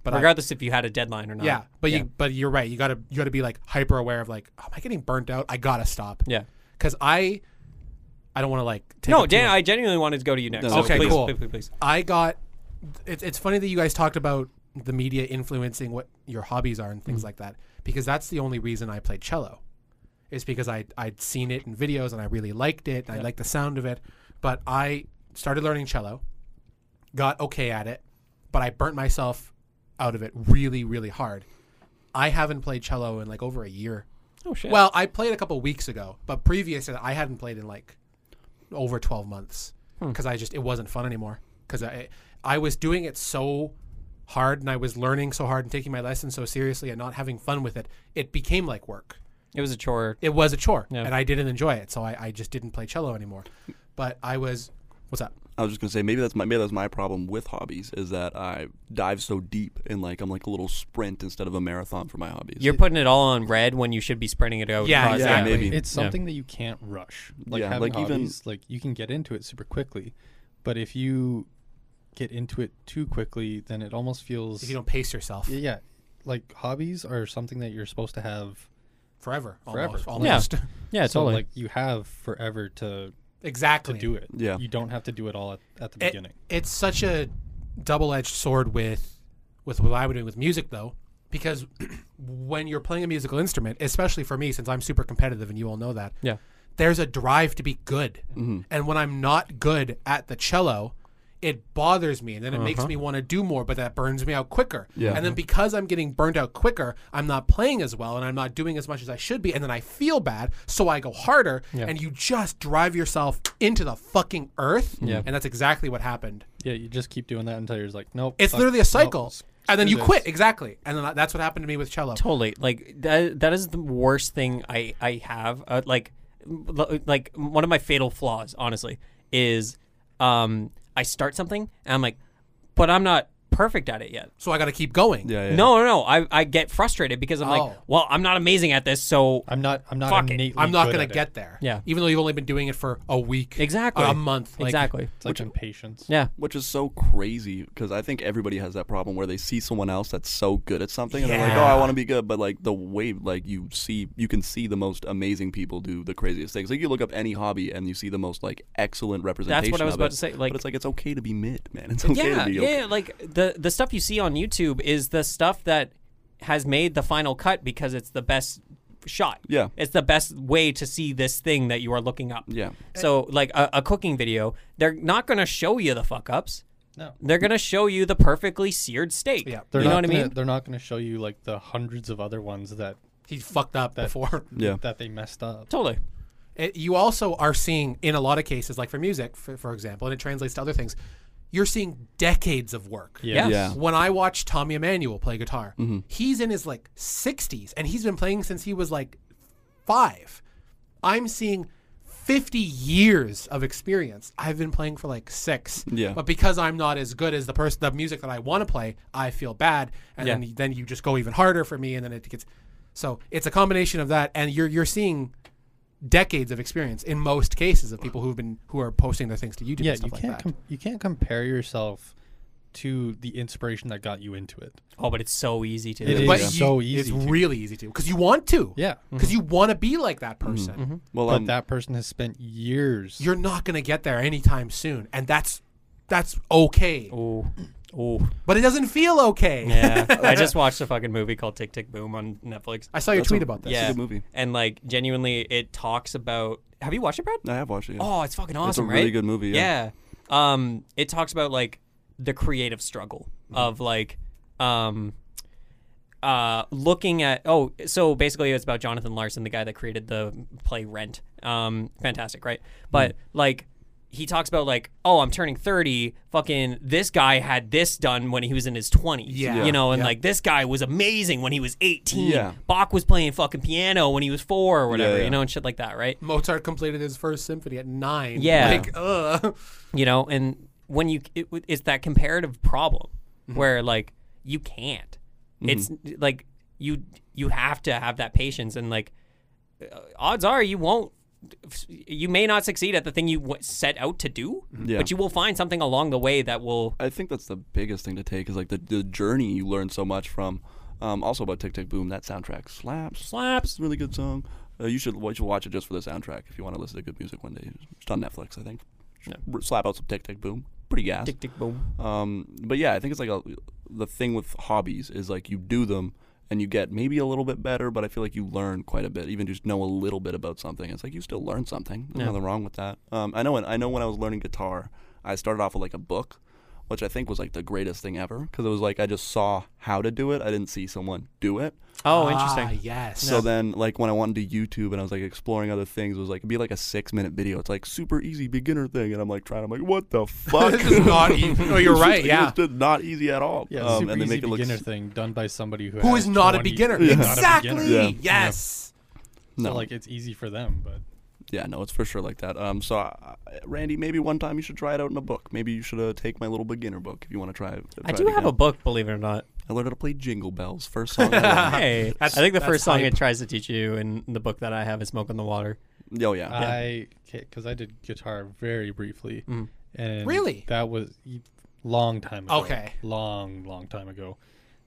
[SPEAKER 4] But I-
[SPEAKER 1] Regardless if you had a deadline or not.
[SPEAKER 4] yeah, but you but you're right. You gotta you gotta be like hyper aware of like, oh, am I getting burnt out? I gotta stop.
[SPEAKER 1] yeah.
[SPEAKER 4] Because I, I don't want to like. Take
[SPEAKER 1] No,
[SPEAKER 4] up too
[SPEAKER 1] Dan,
[SPEAKER 4] much-
[SPEAKER 1] I genuinely wanted to go to you next.
[SPEAKER 3] No,
[SPEAKER 1] so
[SPEAKER 3] okay,
[SPEAKER 1] please,
[SPEAKER 4] cool.
[SPEAKER 1] Please, please, please.
[SPEAKER 4] I got. It's it's funny that you guys talked about the media influencing what your hobbies are and things like that because that's the only reason I played cello, is because I I'd seen it in videos and I really liked it. And I liked the sound of it, but I started learning cello, got okay at it, but I burnt myself out of it really really hard. I haven't played cello in like over a year.
[SPEAKER 1] Oh shit.
[SPEAKER 4] Well, I played a couple weeks ago, but previous to that, I hadn't played in like over 12 months because I just it wasn't fun anymore because I I was doing it so hard and I was learning so hard and taking my lessons so seriously and not having fun with it. It became like work.
[SPEAKER 1] it was a chore.
[SPEAKER 4] It was a chore, and I didn't enjoy it, so I, I just didn't play cello anymore. But I was what's up?
[SPEAKER 3] I was just gonna say maybe that's my maybe that's my problem with hobbies is that I dive so deep and like I'm like a little sprint instead of a marathon for my hobbies.
[SPEAKER 1] You're putting it all on red when you should be spreading it out.
[SPEAKER 4] Yeah,
[SPEAKER 1] across
[SPEAKER 3] yeah,
[SPEAKER 1] everything.
[SPEAKER 3] maybe.
[SPEAKER 2] It's something that you can't rush. Like
[SPEAKER 3] Yeah,
[SPEAKER 2] having
[SPEAKER 3] like even-
[SPEAKER 2] hobbies, like you can get into it super quickly, but if you get into it too quickly, then it almost feels
[SPEAKER 4] If you don't pace yourself
[SPEAKER 2] Y- yeah, like hobbies are something that you're supposed to have.
[SPEAKER 4] forever,
[SPEAKER 2] Forever.
[SPEAKER 4] almost,
[SPEAKER 2] Yeah.
[SPEAKER 4] almost.
[SPEAKER 1] Yeah,
[SPEAKER 2] so
[SPEAKER 1] totally.
[SPEAKER 2] like you have forever to to
[SPEAKER 4] exactly.
[SPEAKER 2] do it.
[SPEAKER 3] Yeah.
[SPEAKER 2] you don't have to do it all at, at the
[SPEAKER 4] it-
[SPEAKER 2] beginning.
[SPEAKER 4] it's such a double-edged sword with with what I would do with music though, because when you're playing a musical instrument, especially for me, since I'm super competitive and you all know that,
[SPEAKER 1] yeah.
[SPEAKER 4] there's a drive to be good. And when I'm not good at the cello, it bothers me and then it makes me want to do more, but that burns me out quicker.
[SPEAKER 3] Yeah.
[SPEAKER 4] And then because I'm getting burned out quicker, I'm not playing as well and I'm not doing as much as I should be. And then I feel bad, so I go harder. And you just drive yourself into the fucking earth.
[SPEAKER 1] Yeah.
[SPEAKER 4] And that's exactly what happened.
[SPEAKER 2] Yeah, you just keep doing that until you're just like, nope.
[SPEAKER 4] It's
[SPEAKER 2] fuck,
[SPEAKER 4] literally a
[SPEAKER 2] nope,
[SPEAKER 4] cycle.
[SPEAKER 2] s-
[SPEAKER 4] and then
[SPEAKER 2] screw
[SPEAKER 4] you
[SPEAKER 2] this.
[SPEAKER 4] quit. Exactly. And then that's what happened to me with cello.
[SPEAKER 1] Totally. Like that. That is the worst thing I I have. Uh, like l- like one of my fatal flaws, honestly, is um I start something and I'm like, but I'm not perfect at it yet.
[SPEAKER 4] So I got to keep going.
[SPEAKER 3] yeah, yeah.
[SPEAKER 1] No, no, no. I, I get frustrated because I'm like,
[SPEAKER 4] Oh.
[SPEAKER 1] well, I'm not amazing at this, so
[SPEAKER 2] I'm not. I'm not
[SPEAKER 1] Fuck it.
[SPEAKER 2] innately.
[SPEAKER 4] I'm not
[SPEAKER 2] good
[SPEAKER 4] going
[SPEAKER 2] at
[SPEAKER 4] to
[SPEAKER 2] it.
[SPEAKER 4] get there.
[SPEAKER 1] Yeah.
[SPEAKER 4] Even though you've only been doing it for a week.
[SPEAKER 1] exactly
[SPEAKER 4] A month. Like,
[SPEAKER 1] exactly.
[SPEAKER 2] It's like impatience.
[SPEAKER 1] Yeah.
[SPEAKER 3] which is so crazy because I think everybody has that problem where they see someone else that's so good at something and they're like, "Oh, I
[SPEAKER 4] Yeah.
[SPEAKER 3] want to be good," but like the way like you see, you can see the most amazing people do the craziest things. Like you look up any hobby and you see the most like excellent representation.
[SPEAKER 1] I was
[SPEAKER 3] of
[SPEAKER 1] about
[SPEAKER 3] it.
[SPEAKER 1] to say, like-
[SPEAKER 3] but it's like it's okay to be mid, man. It's okay
[SPEAKER 1] yeah,
[SPEAKER 3] to be.
[SPEAKER 1] yeah.
[SPEAKER 3] Okay.
[SPEAKER 1] Like the the stuff you see on YouTube is the stuff that has made the final cut because it's the best shot.
[SPEAKER 3] Yeah.
[SPEAKER 1] it's the best way to see this thing that you are looking up.
[SPEAKER 3] Yeah.
[SPEAKER 1] So like a, a cooking video, they're not gonna show you the fuck ups.
[SPEAKER 2] No.
[SPEAKER 1] They're gonna show you the perfectly seared steak.
[SPEAKER 4] Yeah.
[SPEAKER 2] They're
[SPEAKER 1] you know
[SPEAKER 2] not
[SPEAKER 1] what I
[SPEAKER 2] gonna,
[SPEAKER 1] mean?
[SPEAKER 2] They're not going to show you like the hundreds of other ones that
[SPEAKER 4] he fucked up before.
[SPEAKER 3] Yeah.
[SPEAKER 2] that they messed up.
[SPEAKER 1] Totally.
[SPEAKER 4] It, you also are seeing in a lot of cases, like for music, for, for example, and it translates to other things. You're seeing decades of work.
[SPEAKER 1] Yeah.
[SPEAKER 3] Yeah. Mm-hmm.
[SPEAKER 4] When I watch Tommy Emmanuel play guitar, he's in his like 60s and he's been playing since he was like five. I'm seeing 50 years of experience. I've been playing for like six.
[SPEAKER 3] Yeah.
[SPEAKER 4] But because I'm not as good as the person, the music that I want to play, I feel bad, and
[SPEAKER 1] Yeah.
[SPEAKER 4] then then you just go even harder for me, and then it gets. So it's a combination of that, and you're you're seeing decades of experience in most cases of people who've been who are posting their things to YouTube.
[SPEAKER 2] Yeah,
[SPEAKER 4] and
[SPEAKER 2] you
[SPEAKER 4] stuff
[SPEAKER 2] can't
[SPEAKER 4] like that.
[SPEAKER 2] com- you can't compare yourself to the inspiration that got you into it.
[SPEAKER 1] Oh, but it's so easy to.
[SPEAKER 2] It
[SPEAKER 1] do.
[SPEAKER 2] is.
[SPEAKER 4] but
[SPEAKER 2] Yeah.
[SPEAKER 4] you-
[SPEAKER 2] so easy
[SPEAKER 4] It's
[SPEAKER 2] to.
[SPEAKER 4] really easy to because you want to.
[SPEAKER 2] Yeah,
[SPEAKER 4] Because you want to be like
[SPEAKER 1] Mm-hmm.
[SPEAKER 4] that person.
[SPEAKER 3] Well,
[SPEAKER 2] but
[SPEAKER 3] um,
[SPEAKER 2] that person has spent years.
[SPEAKER 4] You're not gonna get there anytime soon, and that's that's okay.
[SPEAKER 1] Oh, oh,
[SPEAKER 4] But it doesn't feel okay.
[SPEAKER 1] yeah. I just watched a fucking movie called Tick Tick Boom on Netflix.
[SPEAKER 4] I saw your
[SPEAKER 3] That's
[SPEAKER 4] tweet
[SPEAKER 3] a-
[SPEAKER 4] about this.
[SPEAKER 1] yeah,
[SPEAKER 3] good movie.
[SPEAKER 1] And like genuinely, it talks about. Have you watched it, Brad?
[SPEAKER 3] I have watched it. yeah.
[SPEAKER 1] Oh, it's fucking awesome,
[SPEAKER 3] It's a
[SPEAKER 1] right?
[SPEAKER 3] really good movie, yeah.
[SPEAKER 1] Yeah. Um, it
[SPEAKER 3] Mm-hmm.
[SPEAKER 1] talks about like the creative struggle of like, um, uh, looking at oh, so basically it's about Jonathan Larson, the guy that created the play Rent. Um, fantastic, right? But
[SPEAKER 3] Mm.
[SPEAKER 1] like he talks about like oh, I'm turning 30. Fucking this guy had this done when he was in his 20s.
[SPEAKER 4] Yeah.
[SPEAKER 1] you know, and
[SPEAKER 4] Yeah.
[SPEAKER 1] like this guy was amazing when he was 18.
[SPEAKER 3] Yeah.
[SPEAKER 1] Bach was playing fucking piano when he was four or whatever.
[SPEAKER 3] yeah.
[SPEAKER 1] You know, and shit like that, right?
[SPEAKER 4] Mozart completed his first symphony at nine.
[SPEAKER 1] Yeah.
[SPEAKER 4] Like, ugh.
[SPEAKER 1] you know and when you it, w- it's that comparative problem
[SPEAKER 4] Mm-hmm.
[SPEAKER 1] where like you can't it's like you you have to have that patience and like uh, odds are you won't you may not succeed at the thing you w- set out to do
[SPEAKER 4] Mm-hmm.
[SPEAKER 3] Yeah.
[SPEAKER 1] but you will find something along the way that will
[SPEAKER 3] I think that's the biggest thing to take is like the, the journey you learn so much from. Um, also about Tick Tick Boom, that soundtrack slaps. It's
[SPEAKER 1] slaps
[SPEAKER 3] a really good song. Uh, you should you should watch it just for the soundtrack if you want to listen to good music one day. It's on Netflix, I think. Just r- Slap out some Tick Tick Boom, pretty gas.
[SPEAKER 1] tick tick boom
[SPEAKER 3] Um, but yeah, I think it's like a, the thing with hobbies is like you do them and you get maybe a little bit better, but I feel like you learn quite a bit. Even just know a little bit about something, it's like you still learn something. There's
[SPEAKER 1] Yeah.
[SPEAKER 3] nothing wrong with that. Um, I know. When, I know when I was learning guitar, I started off with like a book, which I think was like the greatest thing ever because it was like I just saw how to do it. I didn't see someone do it.
[SPEAKER 1] oh
[SPEAKER 4] Ah,
[SPEAKER 1] interesting
[SPEAKER 4] yes.
[SPEAKER 3] So then, like when I went to YouTube and I was like exploring other things, it was like it'd be like a six minute video. It's like super easy beginner thing, and I'm like trying. I'm like, what the fuck?
[SPEAKER 4] this is not easy. No, you're
[SPEAKER 3] It's
[SPEAKER 4] right.
[SPEAKER 3] just-
[SPEAKER 4] Yeah.
[SPEAKER 3] it's just not easy at all.
[SPEAKER 2] Yeah,
[SPEAKER 3] Um,
[SPEAKER 2] super
[SPEAKER 3] and they
[SPEAKER 2] easy
[SPEAKER 3] make it look
[SPEAKER 2] beginner
[SPEAKER 3] s-
[SPEAKER 2] thing done by somebody who,
[SPEAKER 4] Who
[SPEAKER 2] has
[SPEAKER 4] is not
[SPEAKER 2] 20
[SPEAKER 4] a beginner?
[SPEAKER 2] who's not a
[SPEAKER 4] Exactly.
[SPEAKER 2] beginner.
[SPEAKER 3] Yeah.
[SPEAKER 4] Yes.
[SPEAKER 3] No,
[SPEAKER 2] So like it's easy for them, but
[SPEAKER 3] yeah, no, it's for sure like that. Um, so I, I- Randy, maybe one time you should try it out in a book. Maybe you should uh, take my little beginner book if you want to try. it-
[SPEAKER 1] i
[SPEAKER 3] try
[SPEAKER 1] do
[SPEAKER 3] it
[SPEAKER 1] have a
[SPEAKER 3] again.
[SPEAKER 1] book believe it or not
[SPEAKER 3] I learned how to play Jingle Bells. First song. I learned.
[SPEAKER 1] hey i
[SPEAKER 4] Uh-huh. That's-
[SPEAKER 1] think the
[SPEAKER 4] that's
[SPEAKER 1] first song
[SPEAKER 4] hype.
[SPEAKER 1] it tries to teach you in the book that i have is smoke on the water
[SPEAKER 3] oh yeah.
[SPEAKER 2] I because I did guitar very briefly, and
[SPEAKER 4] Mm-hmm. Really?
[SPEAKER 2] that was y- long time ago.
[SPEAKER 4] Okay.
[SPEAKER 2] long long time ago,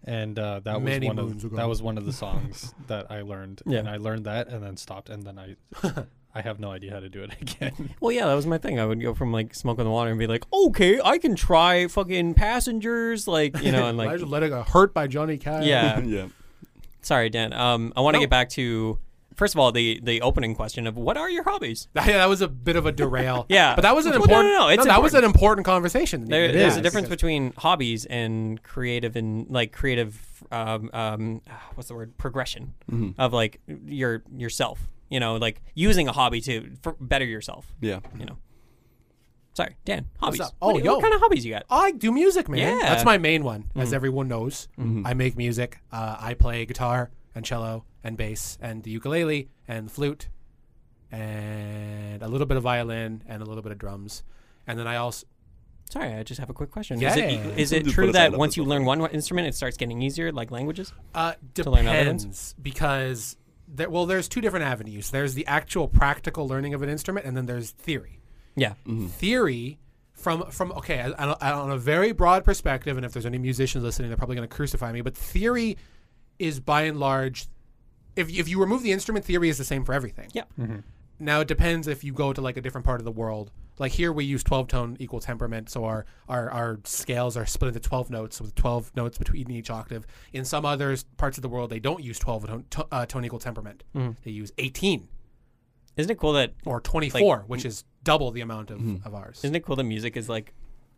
[SPEAKER 2] and uh, that
[SPEAKER 4] Many
[SPEAKER 2] was one
[SPEAKER 4] moons
[SPEAKER 2] of
[SPEAKER 4] ago.
[SPEAKER 2] that was one of the songs that I learned,
[SPEAKER 1] Yeah.
[SPEAKER 2] and I learned that and then stopped, and then I I have no idea how to do it again.
[SPEAKER 1] Well, yeah, that was my thing. I would go from like smoke on the water and be like, okay, I can try fucking passengers, like you know, and like,
[SPEAKER 4] Elijah Letting got hurt by Johnny Cash.
[SPEAKER 1] yeah.
[SPEAKER 3] yeah.
[SPEAKER 1] Sorry, Dan. Um, I want to
[SPEAKER 4] No.
[SPEAKER 1] get back to first of all the the opening question of what are your hobbies?
[SPEAKER 4] Yeah, that was a bit of a derail.
[SPEAKER 1] Yeah.
[SPEAKER 4] but that was an
[SPEAKER 1] Well, no,
[SPEAKER 4] important.
[SPEAKER 1] no, no, it's
[SPEAKER 4] that was an important conversation. that
[SPEAKER 1] There,
[SPEAKER 4] needed to
[SPEAKER 1] there's
[SPEAKER 4] be
[SPEAKER 1] a
[SPEAKER 4] had,
[SPEAKER 1] difference
[SPEAKER 4] because-
[SPEAKER 1] between hobbies and creative and like creative, um, um, what's the word? Progression
[SPEAKER 4] Mm-hmm.
[SPEAKER 1] of like your yourself. You know, like using a hobby to for better yourself.
[SPEAKER 3] Yeah.
[SPEAKER 1] You know. Sorry, Dan. Hobbies.
[SPEAKER 4] up?
[SPEAKER 1] What
[SPEAKER 4] Oh,
[SPEAKER 1] do you- what
[SPEAKER 4] yo.
[SPEAKER 1] kind of hobbies you got?
[SPEAKER 4] I do music, man.
[SPEAKER 1] Yeah.
[SPEAKER 4] That's my main one, as everyone knows. I make music. Uh, I play guitar and cello and bass and the ukulele and flute and a little bit of violin and a little bit of drums. And then I also
[SPEAKER 1] Sorry, I just have a quick question.
[SPEAKER 4] Yeah.
[SPEAKER 1] Is it, e- is it
[SPEAKER 3] Just put
[SPEAKER 1] true
[SPEAKER 3] us out
[SPEAKER 1] that
[SPEAKER 3] of
[SPEAKER 1] once
[SPEAKER 3] the
[SPEAKER 1] you learn one instrument, it starts getting easier, like languages?
[SPEAKER 4] Uh,
[SPEAKER 1] learn other ones?
[SPEAKER 4] depends because there, well, there's two different avenues. There's the actual practical learning of an instrument, and then there's theory.
[SPEAKER 1] Yeah.
[SPEAKER 4] Theory from from okay, I- I- I- on a very broad perspective, and if there's any musicians listening, they're probably going to crucify me. But theory is by and large, if if you remove the instrument, theory is the same for everything.
[SPEAKER 1] Yeah.
[SPEAKER 4] Now it depends if you go to like a different part of the world. Like here, we use twelve tone equal temperament, so our our, our scales are split into twelve notes with twelve notes between each octave. In some other s- parts of the world, they don't use twelve tone, to, uh, tone equal temperament. They use eighteen
[SPEAKER 1] Isn't it cool that
[SPEAKER 4] or twenty four, which is double the amount of, of ours.
[SPEAKER 1] isn't it cool that music is like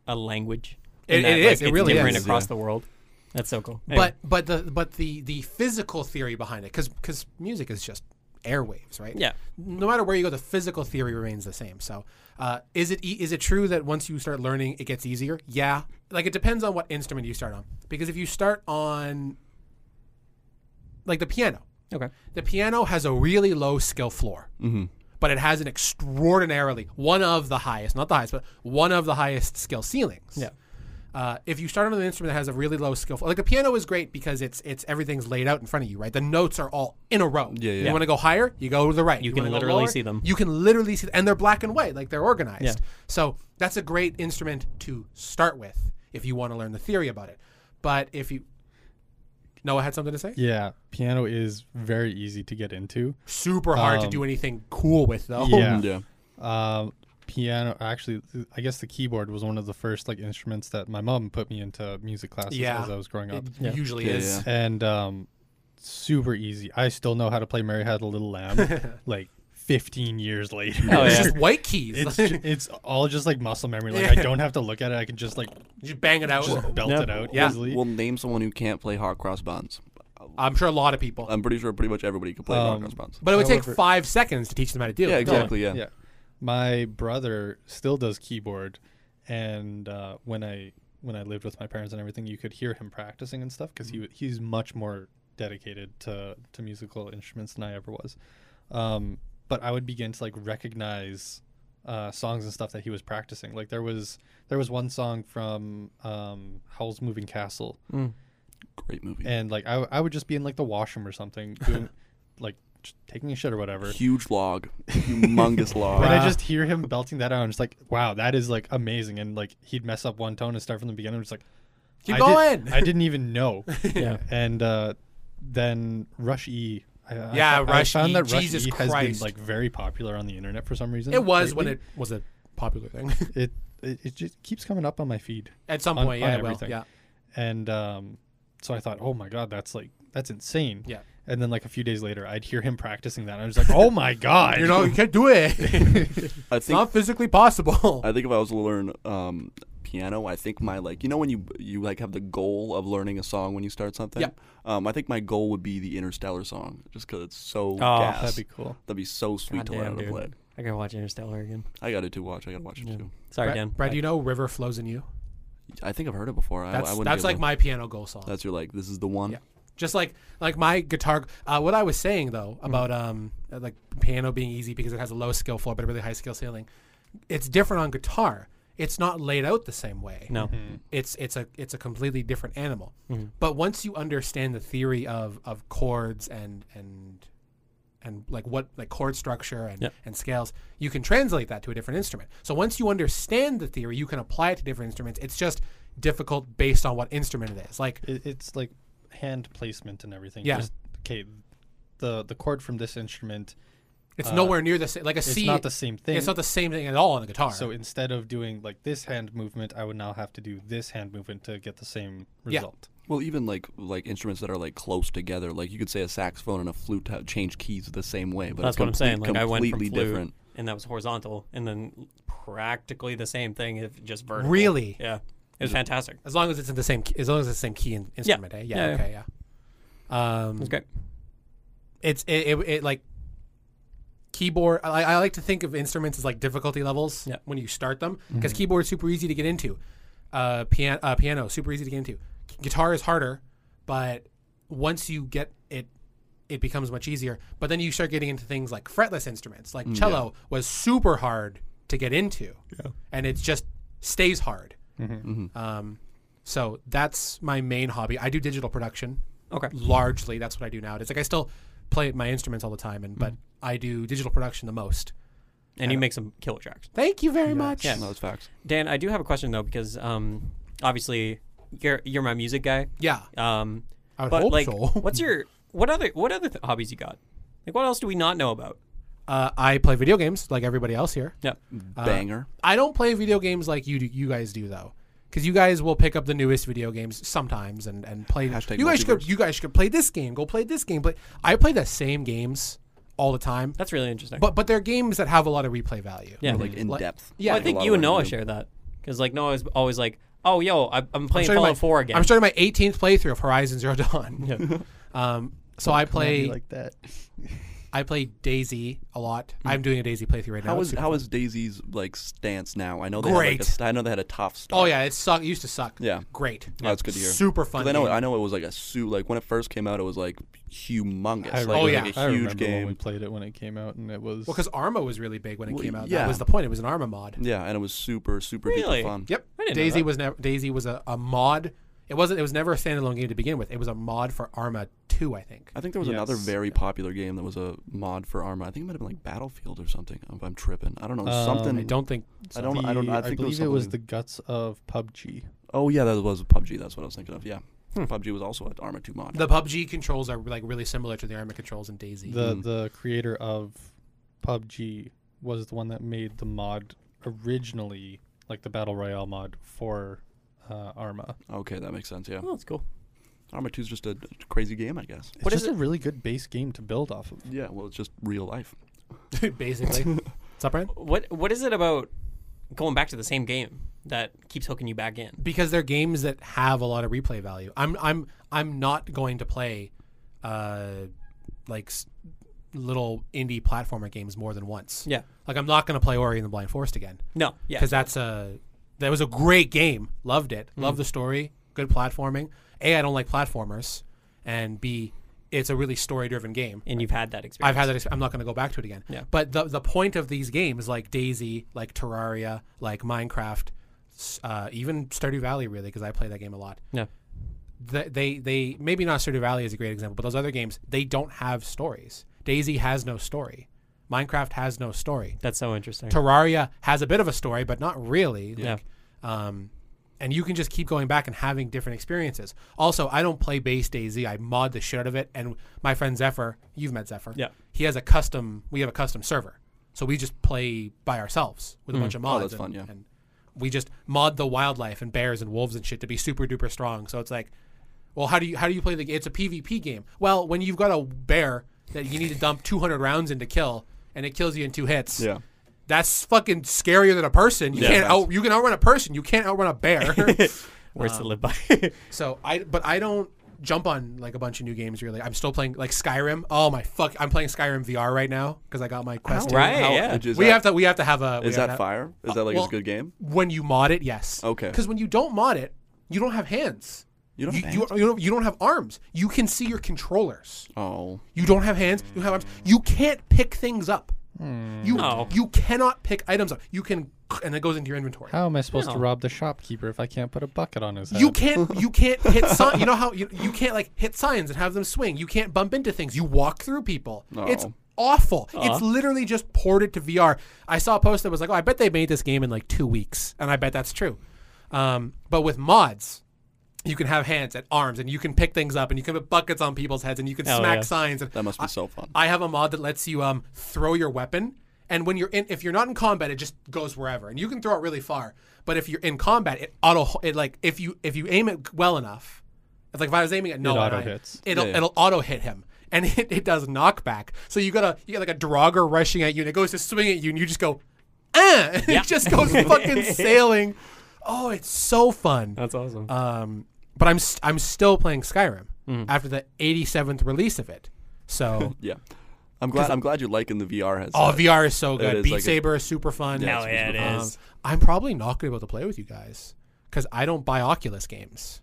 [SPEAKER 1] a language?
[SPEAKER 4] It-
[SPEAKER 1] in that,
[SPEAKER 4] it
[SPEAKER 1] like,
[SPEAKER 4] is, it
[SPEAKER 1] it's
[SPEAKER 4] really
[SPEAKER 1] different
[SPEAKER 4] is,
[SPEAKER 1] across
[SPEAKER 3] yeah.
[SPEAKER 1] the world. That's so cool. Anyway,
[SPEAKER 4] But but the but the the physical theory behind it, because because music is just airwaves, right?
[SPEAKER 1] yeah.
[SPEAKER 4] no matter where you go, the physical theory remains the same. So, uh, is it e- is it true that once you start learning, it gets easier? Yeah, like it depends on what instrument you start on. Because if you start on, like the piano,
[SPEAKER 1] Okay.
[SPEAKER 4] the piano has a really low skill floor, but it has an extraordinarily one of the highest, not the highest, but one of the highest skill ceilings.
[SPEAKER 1] Yeah.
[SPEAKER 4] Uh, if you start on an instrument that has a really low skill floor, like the piano is great because it's it's everything's laid out in front of you, right? The notes are all in a row.
[SPEAKER 3] Yeah, yeah.
[SPEAKER 4] You want to go higher, you go to the right. You,
[SPEAKER 1] can
[SPEAKER 4] wanna go
[SPEAKER 1] literally
[SPEAKER 4] lower,
[SPEAKER 1] see them.
[SPEAKER 4] You can literally see, and they're black and white, like they're organized.
[SPEAKER 1] Yeah.
[SPEAKER 4] So that's a great instrument to start with if you want to learn the theory about it. But if you, Noah had something to say.
[SPEAKER 2] yeah, piano is very easy to get into.
[SPEAKER 4] super hard to do anything cool with though.
[SPEAKER 2] Yeah.
[SPEAKER 3] Yeah.
[SPEAKER 2] Um, piano. Actually, th- I guess the keyboard was one of the first like instruments that my mom put me into music classes
[SPEAKER 4] Yeah.
[SPEAKER 2] as I was growing
[SPEAKER 4] It
[SPEAKER 2] up,
[SPEAKER 4] usually
[SPEAKER 3] Yeah,
[SPEAKER 4] is.
[SPEAKER 3] yeah.
[SPEAKER 2] and um, super easy. I still know how to play "Mary Had a Little Lamb" like 15 years later.
[SPEAKER 1] Oh,
[SPEAKER 4] It's
[SPEAKER 1] yeah.
[SPEAKER 4] just white keys.
[SPEAKER 2] It's
[SPEAKER 4] Like,
[SPEAKER 2] ju- it's all just like muscle memory. Like I don't have to look at it. I can just like
[SPEAKER 4] you just bang it out.
[SPEAKER 2] just belt
[SPEAKER 1] Oh, Yeah.
[SPEAKER 2] it out
[SPEAKER 4] Yeah.
[SPEAKER 2] easily.
[SPEAKER 3] Well, name someone who can't play hot cross buns.
[SPEAKER 4] I'm sure a lot of people.
[SPEAKER 3] I'm pretty sure pretty much everybody could play
[SPEAKER 2] Um,
[SPEAKER 3] rock on spawns.
[SPEAKER 4] but it would take
[SPEAKER 2] however-
[SPEAKER 4] five seconds to teach them how to do it.
[SPEAKER 3] Yeah,
[SPEAKER 4] No.
[SPEAKER 3] exactly. Yeah.
[SPEAKER 2] yeah. My brother still does keyboard, and uh, when I when I lived with my parents and everything, you could hear him practicing and stuff because he wa- he's much more dedicated to to musical instruments than I ever was. Um, but I would begin to like recognize uh, songs and stuff that he was practicing. Like there was there was one song from um, Howl's Moving Castle
[SPEAKER 3] Great movie.
[SPEAKER 2] and like I, w- I would just be in like the washroom or something doing like just taking a shit or whatever
[SPEAKER 3] Huge log. Humongous log.
[SPEAKER 2] and i just hear him belting that out i'm just like wow that is like amazing and like he'd mess up one tone and start from the beginning i'm just like
[SPEAKER 4] Keep
[SPEAKER 2] I
[SPEAKER 4] going.
[SPEAKER 2] did, i didn't even know
[SPEAKER 5] Yeah.
[SPEAKER 2] and uh then rush e I, I
[SPEAKER 4] Yeah,
[SPEAKER 2] fo- I
[SPEAKER 4] Rush
[SPEAKER 2] found
[SPEAKER 4] E,
[SPEAKER 2] that Rush
[SPEAKER 4] Jesus
[SPEAKER 2] E has been
[SPEAKER 4] Christ.
[SPEAKER 2] like very popular on the internet for some reason.
[SPEAKER 4] It was when
[SPEAKER 2] lately.
[SPEAKER 4] it was a popular thing.
[SPEAKER 2] it, it it just keeps coming up on my feed.
[SPEAKER 4] At some
[SPEAKER 2] On-
[SPEAKER 4] point,
[SPEAKER 2] on
[SPEAKER 4] yeah, it will.
[SPEAKER 2] everything.
[SPEAKER 4] Yeah.
[SPEAKER 2] and um, so I thought, oh my god, that's like that's insane.
[SPEAKER 4] Yeah.
[SPEAKER 2] And then like a few days later, I'd hear him practicing that, and I was like, oh my god,
[SPEAKER 4] You know, you can't do it. it's
[SPEAKER 3] I think
[SPEAKER 4] not physically possible.
[SPEAKER 3] I think if I was to learn um, piano, I think my like you know when you you like have the goal of learning a song when you start something.
[SPEAKER 4] Yep.
[SPEAKER 3] Um, I think my goal would be the Interstellar song, just because it's so oh,
[SPEAKER 2] that'd be cool.
[SPEAKER 3] That'd be so sweet to learn
[SPEAKER 1] Goddamn,
[SPEAKER 3] how to
[SPEAKER 1] dude.
[SPEAKER 3] play.
[SPEAKER 1] I gotta watch Interstellar again.
[SPEAKER 3] I got it to watch. I got to watch it too.
[SPEAKER 1] Sorry, Dan.
[SPEAKER 4] Brad, Brad, do you know River Flows in You?
[SPEAKER 3] I think I've heard it before. I, I
[SPEAKER 4] That's
[SPEAKER 3] wouldn't
[SPEAKER 4] that's
[SPEAKER 3] give
[SPEAKER 4] like
[SPEAKER 3] a-
[SPEAKER 4] my piano goal song.
[SPEAKER 3] That's your like. This is the one.
[SPEAKER 4] Yeah. Just like like my guitar. Uh, what I was saying though about um uh, like piano being easy because it has a low skill floor but a really high skill ceiling. It's different on guitar. It's not laid out the same way.
[SPEAKER 1] No.
[SPEAKER 4] It's it's a it's a completely different animal. But once you understand the theory of of chords and and and like what like chord structure and,
[SPEAKER 1] Yep.
[SPEAKER 4] and scales you can translate that to a different instrument so once you understand the theory you can apply it to different instruments it's just difficult based on what instrument it is like
[SPEAKER 2] It, it's like hand placement and everything.
[SPEAKER 4] Yeah.
[SPEAKER 2] Just, okay, the the chord from this instrument,
[SPEAKER 4] It's
[SPEAKER 2] Uh,
[SPEAKER 4] nowhere near the same. Like a
[SPEAKER 2] it's
[SPEAKER 4] C.
[SPEAKER 2] not the same thing.
[SPEAKER 4] It's not the same thing at all on the guitar.
[SPEAKER 2] so instead of doing like this hand movement, I would now have to do this hand movement to get the same
[SPEAKER 4] Yeah.
[SPEAKER 2] result.
[SPEAKER 3] Well, even like like instruments that are like close together, like you could say a saxophone and a flute ha- change keys the same way, but
[SPEAKER 1] That's
[SPEAKER 3] it's
[SPEAKER 1] what I'm saying.
[SPEAKER 3] complete-
[SPEAKER 1] Like I went from
[SPEAKER 3] completely
[SPEAKER 1] flute,
[SPEAKER 3] different.
[SPEAKER 1] and that was horizontal, and then practically the same thing, if just vertical.
[SPEAKER 4] Really?
[SPEAKER 1] Yeah. It was fantastic.
[SPEAKER 4] as long as it's in the same, key, as long as it's the same key and instrument, eh? Yeah.
[SPEAKER 1] Yeah, yeah.
[SPEAKER 4] okay. Yeah. Um,
[SPEAKER 1] It was great.
[SPEAKER 4] it's it, it, it like keyboard. I, I like to think of instruments as like difficulty levels
[SPEAKER 1] Yeah.
[SPEAKER 4] when you start them because keyboard's super easy to get into. Uh, pian- uh, piano super easy to get into. Gu- Guitar is harder, but once you get it, it becomes much easier. But then you start getting into things like fretless instruments, like cello was super hard to get into, and it just stays hard. Um, so that's my main hobby. I do digital production
[SPEAKER 1] Okay.
[SPEAKER 4] largely that's what I do now. It's like I still play my instruments all the time, and but I do digital production the most.
[SPEAKER 1] And you make some killer tracks.
[SPEAKER 4] Thank you very much.
[SPEAKER 1] Yeah.
[SPEAKER 3] No, it's facts.
[SPEAKER 1] Dan, I do have a question though, because um, obviously you're you're my music guy.
[SPEAKER 4] Yeah.
[SPEAKER 1] Um,
[SPEAKER 4] I would
[SPEAKER 1] but
[SPEAKER 4] hope
[SPEAKER 1] like,
[SPEAKER 4] so.
[SPEAKER 1] what's your what other what other th- hobbies you got? Like, what else do we not know about?
[SPEAKER 4] Uh, I play video games like everybody else here.
[SPEAKER 1] Yeah.
[SPEAKER 3] Banger.
[SPEAKER 4] I don't play video games like you do, you guys do though, because you guys will pick up the newest video games sometimes and and play.
[SPEAKER 3] Hashtag
[SPEAKER 4] you guys could
[SPEAKER 3] multiverse.
[SPEAKER 4] you guys could play this game. Go play this game. Play. I play the same games all the time,
[SPEAKER 1] That's really interesting.
[SPEAKER 4] but but they're games that have a lot of replay value.
[SPEAKER 1] yeah.
[SPEAKER 3] Like in
[SPEAKER 4] Like-
[SPEAKER 3] depth.
[SPEAKER 4] yeah,
[SPEAKER 1] Well,
[SPEAKER 3] Like
[SPEAKER 1] I
[SPEAKER 3] a
[SPEAKER 1] think
[SPEAKER 3] lot
[SPEAKER 1] you
[SPEAKER 3] of
[SPEAKER 1] and
[SPEAKER 3] what
[SPEAKER 1] Noah
[SPEAKER 3] do.
[SPEAKER 1] share that because like Noah's always like, "Oh, yo, I- I'm playing
[SPEAKER 4] starting
[SPEAKER 1] Fallout
[SPEAKER 4] my-
[SPEAKER 1] 4 again."
[SPEAKER 4] I'm starting my 18th playthrough of Horizon Zero Dawn. um, so I play
[SPEAKER 2] like that.
[SPEAKER 4] I play Daisy a lot. I'm doing a Daisy playthrough right now.
[SPEAKER 3] Mm. How
[SPEAKER 4] It's
[SPEAKER 3] is
[SPEAKER 4] super
[SPEAKER 3] how
[SPEAKER 4] fun.
[SPEAKER 3] is Daisy's like stance now? I know they had, like,
[SPEAKER 4] Great.
[SPEAKER 3] a st- I know they had a tough start.
[SPEAKER 4] Oh yeah, it sucked. It used to suck.
[SPEAKER 3] Yeah.
[SPEAKER 4] Great.
[SPEAKER 3] Oh, that's good to hear.
[SPEAKER 4] Super fun.
[SPEAKER 3] 'Cause I know
[SPEAKER 4] game.
[SPEAKER 3] I know it was like a suit. Like when it first came out, it was like humongous.
[SPEAKER 2] I
[SPEAKER 3] like,
[SPEAKER 2] remember-
[SPEAKER 4] Oh, yeah.
[SPEAKER 3] like
[SPEAKER 2] I
[SPEAKER 3] a huge
[SPEAKER 2] remember when we
[SPEAKER 3] game.
[SPEAKER 2] played it when it came out, and it was
[SPEAKER 4] Well, because Arma was really big when it
[SPEAKER 3] Well,
[SPEAKER 4] came out.
[SPEAKER 3] yeah.
[SPEAKER 4] That was the point. It was an Arma mod.
[SPEAKER 3] Yeah, and it was super super
[SPEAKER 1] Really?
[SPEAKER 3] duper fun.
[SPEAKER 4] Yep.
[SPEAKER 1] I didn't know
[SPEAKER 4] Daisy
[SPEAKER 1] that.
[SPEAKER 4] was never Daisy was a, a mod. It wasn't. It was never a standalone game to begin with. It was a mod for Arma Two, I think.
[SPEAKER 3] I think there was another
[SPEAKER 2] Yes.
[SPEAKER 3] very popular game that was a mod for Arma. I think it might have been like Battlefield or something. I'm, I'm tripping. I don't know
[SPEAKER 2] Um,
[SPEAKER 3] something.
[SPEAKER 4] I don't think.
[SPEAKER 3] I don't. I don't.
[SPEAKER 2] The-
[SPEAKER 3] I think
[SPEAKER 2] believe
[SPEAKER 3] it was.
[SPEAKER 2] the guts of PUBG.
[SPEAKER 3] oh yeah, that was PUBG. That's what I was thinking of. Yeah, PUBG was also an Arma 2 mod.
[SPEAKER 4] The PUBG controls are like really similar to the Arma controls in Daisy.
[SPEAKER 2] The
[SPEAKER 3] Mm-hmm.
[SPEAKER 2] the creator of PUBG was the one that made the mod originally, like the battle royale mod for uh, Arma.
[SPEAKER 3] okay, that makes sense. Yeah,
[SPEAKER 1] Oh, that's cool.
[SPEAKER 3] Arma 2 is just a crazy game, I guess.
[SPEAKER 2] It's
[SPEAKER 1] What is
[SPEAKER 2] just a really good base game to build off of.
[SPEAKER 3] Yeah, well, it's just real life.
[SPEAKER 4] basically. What's up, Brian?
[SPEAKER 1] What what is it about going back to the same game that keeps hooking you back in?
[SPEAKER 4] because they're games that have a lot of replay value. I'm I'm I'm not going to play uh, like s- little indie platformer games more than once.
[SPEAKER 1] Yeah.
[SPEAKER 4] Like I'm not gonna play Ori and the Blind Forest again
[SPEAKER 1] No. Yeah.
[SPEAKER 4] because that's a that was a great game. Loved it. Loved
[SPEAKER 1] Mm.
[SPEAKER 4] the story. Good platforming. A, I don't like platformers, and B, it's a really story-driven game.
[SPEAKER 1] And you've had that experience.
[SPEAKER 4] I've had that. Exp- I'm not going to go back to it again.
[SPEAKER 1] Yeah.
[SPEAKER 4] But the the point of these games, like Daisy, like Terraria, like Minecraft, s- uh, even Stardew Valley, really, because I play that game a lot.
[SPEAKER 1] Yeah.
[SPEAKER 4] Th- they they maybe not Stardew Valley is a great example, but those other games they don't have stories. Daisy has no story. Minecraft has no story.
[SPEAKER 1] That's so interesting.
[SPEAKER 4] Terraria has a bit of a story, but not really.
[SPEAKER 1] Yeah.
[SPEAKER 4] Like, um, and you can just keep going back and having different experiences. Also, I don't play base Daisy. I mod the shit out of it. And my friend Zephyr, you've met Zephyr.
[SPEAKER 1] Yeah.
[SPEAKER 4] He has a custom. We have a custom server, so we just play by ourselves with
[SPEAKER 1] Hmm.
[SPEAKER 4] a bunch of mods.
[SPEAKER 3] Oh, that's
[SPEAKER 4] and,
[SPEAKER 3] fun, yeah.
[SPEAKER 4] And we just mod the wildlife and bears and wolves and shit to be super duper strong. So it's like, well, how do you how do you play the? It's a PvP game. Well, when you've got a bear that you need to dump 200 rounds in to kill, and it kills you in two hits
[SPEAKER 3] Yeah.
[SPEAKER 4] that's fucking scarier than a person. You
[SPEAKER 3] Yeah,
[SPEAKER 4] can't
[SPEAKER 3] that's-
[SPEAKER 4] out, you can outrun a person. You can't outrun a bear.
[SPEAKER 1] Words to live by.
[SPEAKER 4] so I but I don't jump on like a bunch of new games really. I'm still playing like Skyrim. Oh my fuck! I'm playing Skyrim VR right now because I got my quest.
[SPEAKER 1] right.
[SPEAKER 3] How-
[SPEAKER 1] yeah.
[SPEAKER 3] which is
[SPEAKER 4] We
[SPEAKER 3] that,
[SPEAKER 4] have to we have to have a. we
[SPEAKER 3] Is
[SPEAKER 4] have
[SPEAKER 3] that
[SPEAKER 4] to-
[SPEAKER 3] fire? Is that like
[SPEAKER 4] well-
[SPEAKER 3] it's a good game?
[SPEAKER 4] When you mod it, yes.
[SPEAKER 3] Okay.
[SPEAKER 4] Because when you don't mod it, you don't have hands.
[SPEAKER 3] You don't
[SPEAKER 4] You,
[SPEAKER 3] have
[SPEAKER 4] you,
[SPEAKER 3] hands?
[SPEAKER 4] you don't, you don't have arms. You can see your controllers.
[SPEAKER 3] Oh,
[SPEAKER 4] You don't have hands. You don't have arms. You can't pick things up. You
[SPEAKER 1] No.
[SPEAKER 4] you cannot pick items up. You can, and it goes into your inventory.
[SPEAKER 2] How am I supposed
[SPEAKER 1] No.
[SPEAKER 2] to rob the shopkeeper if I can't put a bucket on his head?
[SPEAKER 4] You can't you can't hit sign. You know how you, you can't like hit signs and have them swing. You can't bump into things. You walk through people. It's
[SPEAKER 3] Oh.
[SPEAKER 4] awful. It's literally just ported to VR. I saw a post that was like, "Oh, I bet they made this game in like two weeks," and I bet that's true. Um, but with mods, you can have hands and arms, and you can pick things up, and you can put buckets on people's heads, and you can
[SPEAKER 1] Hell
[SPEAKER 4] smack
[SPEAKER 1] yeah.
[SPEAKER 4] signs. And
[SPEAKER 3] that must be so fun.
[SPEAKER 4] I have a mod that lets you um throw your weapon, and when you're in, if you're not in combat, it just goes wherever, and you can throw it really far. But if you're in combat, it auto it like if you if you aim it well enough, it's like if I was aiming at no,
[SPEAKER 2] auto
[SPEAKER 4] and I-
[SPEAKER 2] hits.
[SPEAKER 4] It'll
[SPEAKER 3] Yeah, yeah.
[SPEAKER 4] it'll auto hit him. And it, it does knockback. So you got a you got like a Draugr rushing at you, and it goes to swing at you, and you just go, eh, and
[SPEAKER 1] Yeah.
[SPEAKER 4] it just goes fucking sailing. Oh, it's so fun.
[SPEAKER 1] That's awesome.
[SPEAKER 4] Um, but I'm st- I'm still playing Skyrim after the 87th release of it. So
[SPEAKER 3] Yeah, I'm glad. I'm glad you're liking the VR headset.
[SPEAKER 4] oh, VR is so good.
[SPEAKER 3] is
[SPEAKER 4] Beat
[SPEAKER 3] like a-
[SPEAKER 4] Saber is super fun.
[SPEAKER 1] Hell yeah, it
[SPEAKER 4] Um,
[SPEAKER 1] is.
[SPEAKER 4] I'm probably not going to be able to play with you guys because I don't buy Oculus games.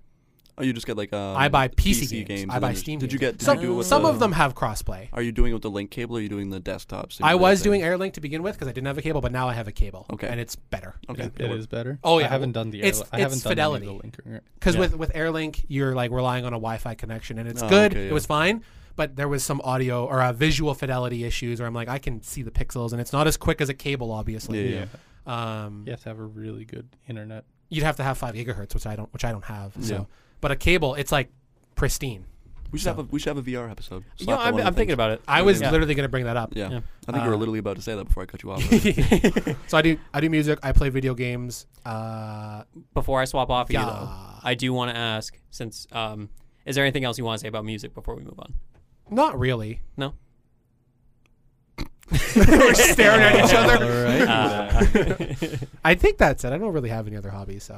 [SPEAKER 3] Oh, you just get like um,
[SPEAKER 4] I buy PC, games.
[SPEAKER 3] and
[SPEAKER 4] I
[SPEAKER 3] then
[SPEAKER 4] buy
[SPEAKER 3] there's-
[SPEAKER 4] Steam.
[SPEAKER 3] Did you
[SPEAKER 4] games.
[SPEAKER 3] get? Did
[SPEAKER 4] some?
[SPEAKER 3] you do it with
[SPEAKER 4] some
[SPEAKER 3] the,
[SPEAKER 4] of them have crossplay.
[SPEAKER 3] Are you doing it with the link cable? or Are Oh, you doing the desktop?
[SPEAKER 4] I
[SPEAKER 3] singular
[SPEAKER 4] was
[SPEAKER 3] thing?
[SPEAKER 4] doing AirLink to begin with because I didn't have a cable, but now I have a cable.
[SPEAKER 3] Okay.
[SPEAKER 4] and it's better.
[SPEAKER 3] Okay.
[SPEAKER 2] It is better.
[SPEAKER 4] Oh, yeah,
[SPEAKER 2] I haven't done the.
[SPEAKER 4] it's-
[SPEAKER 2] airli- I
[SPEAKER 4] it's
[SPEAKER 2] haven't
[SPEAKER 4] fidelity.
[SPEAKER 2] done any of the linker.
[SPEAKER 4] Because
[SPEAKER 2] Yeah.
[SPEAKER 4] with with AirLink, you're like relying on a Wi-Fi connection, and it's
[SPEAKER 3] Oh,
[SPEAKER 4] good.
[SPEAKER 3] okay,
[SPEAKER 4] It
[SPEAKER 3] yeah.
[SPEAKER 4] was fine, but there was some audio or uh, visual fidelity issues where I'm like, I can see the pixels, and it's not as quick as a cable, obviously.
[SPEAKER 3] Yeah.
[SPEAKER 4] Um,
[SPEAKER 2] You have to have a really good internet.
[SPEAKER 4] You'd have to have five gigahertz, which I don't, which I don't have.
[SPEAKER 3] Yeah.
[SPEAKER 4] So, but a cable, it's like pristine.
[SPEAKER 3] We should have a we should have a VR episode.
[SPEAKER 1] You know,
[SPEAKER 3] Slap that
[SPEAKER 1] I'm,
[SPEAKER 3] one on
[SPEAKER 1] I'm
[SPEAKER 3] the
[SPEAKER 1] thinking
[SPEAKER 3] thing.
[SPEAKER 1] about it.
[SPEAKER 4] I was
[SPEAKER 1] Yeah.
[SPEAKER 4] literally going to bring that up.
[SPEAKER 3] Yeah.
[SPEAKER 1] Yeah.
[SPEAKER 3] I think
[SPEAKER 4] Uh,
[SPEAKER 3] you were literally about to say that before I cut you off.
[SPEAKER 4] So I do, I do music. I play video games. Uh,
[SPEAKER 1] Before I swap off of you, though,
[SPEAKER 4] Yeah.
[SPEAKER 1] I do want to ask since, um, is there anything else you want to say about music before we move on?
[SPEAKER 4] not really.
[SPEAKER 1] No?
[SPEAKER 4] We're staring at each other.
[SPEAKER 2] All right.
[SPEAKER 1] Uh,
[SPEAKER 4] I think that's it. I don't really have any other hobbies. So,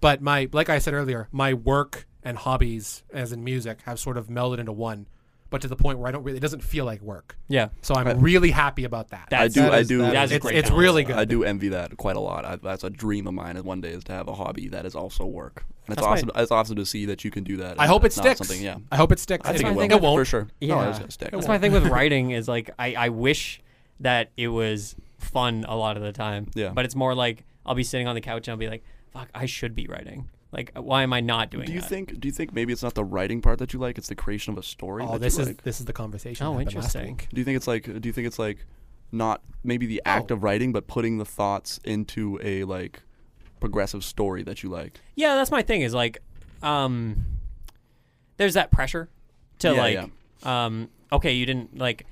[SPEAKER 4] but my like I said earlier, my work and hobbies, as in music, have sort of melded into one, but to the point where I don't really it doesn't feel like work.
[SPEAKER 1] yeah.
[SPEAKER 4] So I'm
[SPEAKER 3] Right.
[SPEAKER 4] really happy about that.
[SPEAKER 1] That's,
[SPEAKER 3] do- I
[SPEAKER 2] is-
[SPEAKER 3] do-
[SPEAKER 2] that
[SPEAKER 1] That's
[SPEAKER 2] is-
[SPEAKER 1] a
[SPEAKER 4] it's
[SPEAKER 1] great
[SPEAKER 4] it's
[SPEAKER 1] balance.
[SPEAKER 4] really good.
[SPEAKER 3] I do envy that quite a lot. I, that's a dream of mine. is One day is to have a hobby that is also work. And it's
[SPEAKER 1] That's
[SPEAKER 3] awesome.
[SPEAKER 1] right.
[SPEAKER 3] It's awesome to see that you can do that.
[SPEAKER 4] I
[SPEAKER 3] and
[SPEAKER 4] hope it
[SPEAKER 3] it's not
[SPEAKER 4] sticks.
[SPEAKER 3] Something, yeah.
[SPEAKER 4] I hope it sticks.
[SPEAKER 3] I think it
[SPEAKER 1] my
[SPEAKER 3] will
[SPEAKER 1] thing
[SPEAKER 4] It won't.
[SPEAKER 3] for sure. No,
[SPEAKER 1] Yeah.
[SPEAKER 3] it's Oh, gonna stick.
[SPEAKER 1] That's my thing with writing is like I, I wish that it was fun a lot of the time.
[SPEAKER 3] Yeah.
[SPEAKER 1] But it's more like I'll be sitting on the couch and I'll be like, fuck, I should be writing. Like, why am I not doing
[SPEAKER 3] Do you
[SPEAKER 1] that?
[SPEAKER 3] think? Do you think maybe it's not the writing part that you like? It's the creation of a story.
[SPEAKER 4] Oh,
[SPEAKER 3] that
[SPEAKER 4] this
[SPEAKER 3] you
[SPEAKER 4] is
[SPEAKER 3] like?
[SPEAKER 4] this is the conversation.
[SPEAKER 1] Oh,
[SPEAKER 4] that happened last
[SPEAKER 1] interesting.
[SPEAKER 4] week.
[SPEAKER 3] Do you think it's like? Do you think it's like, not maybe
[SPEAKER 4] Oh.
[SPEAKER 3] the act of writing, but putting the thoughts into a like, progressive story that you like?
[SPEAKER 1] yeah, that's my thing is like, um, there's that pressure to
[SPEAKER 3] Yeah,
[SPEAKER 1] like, um, okay, you didn't like,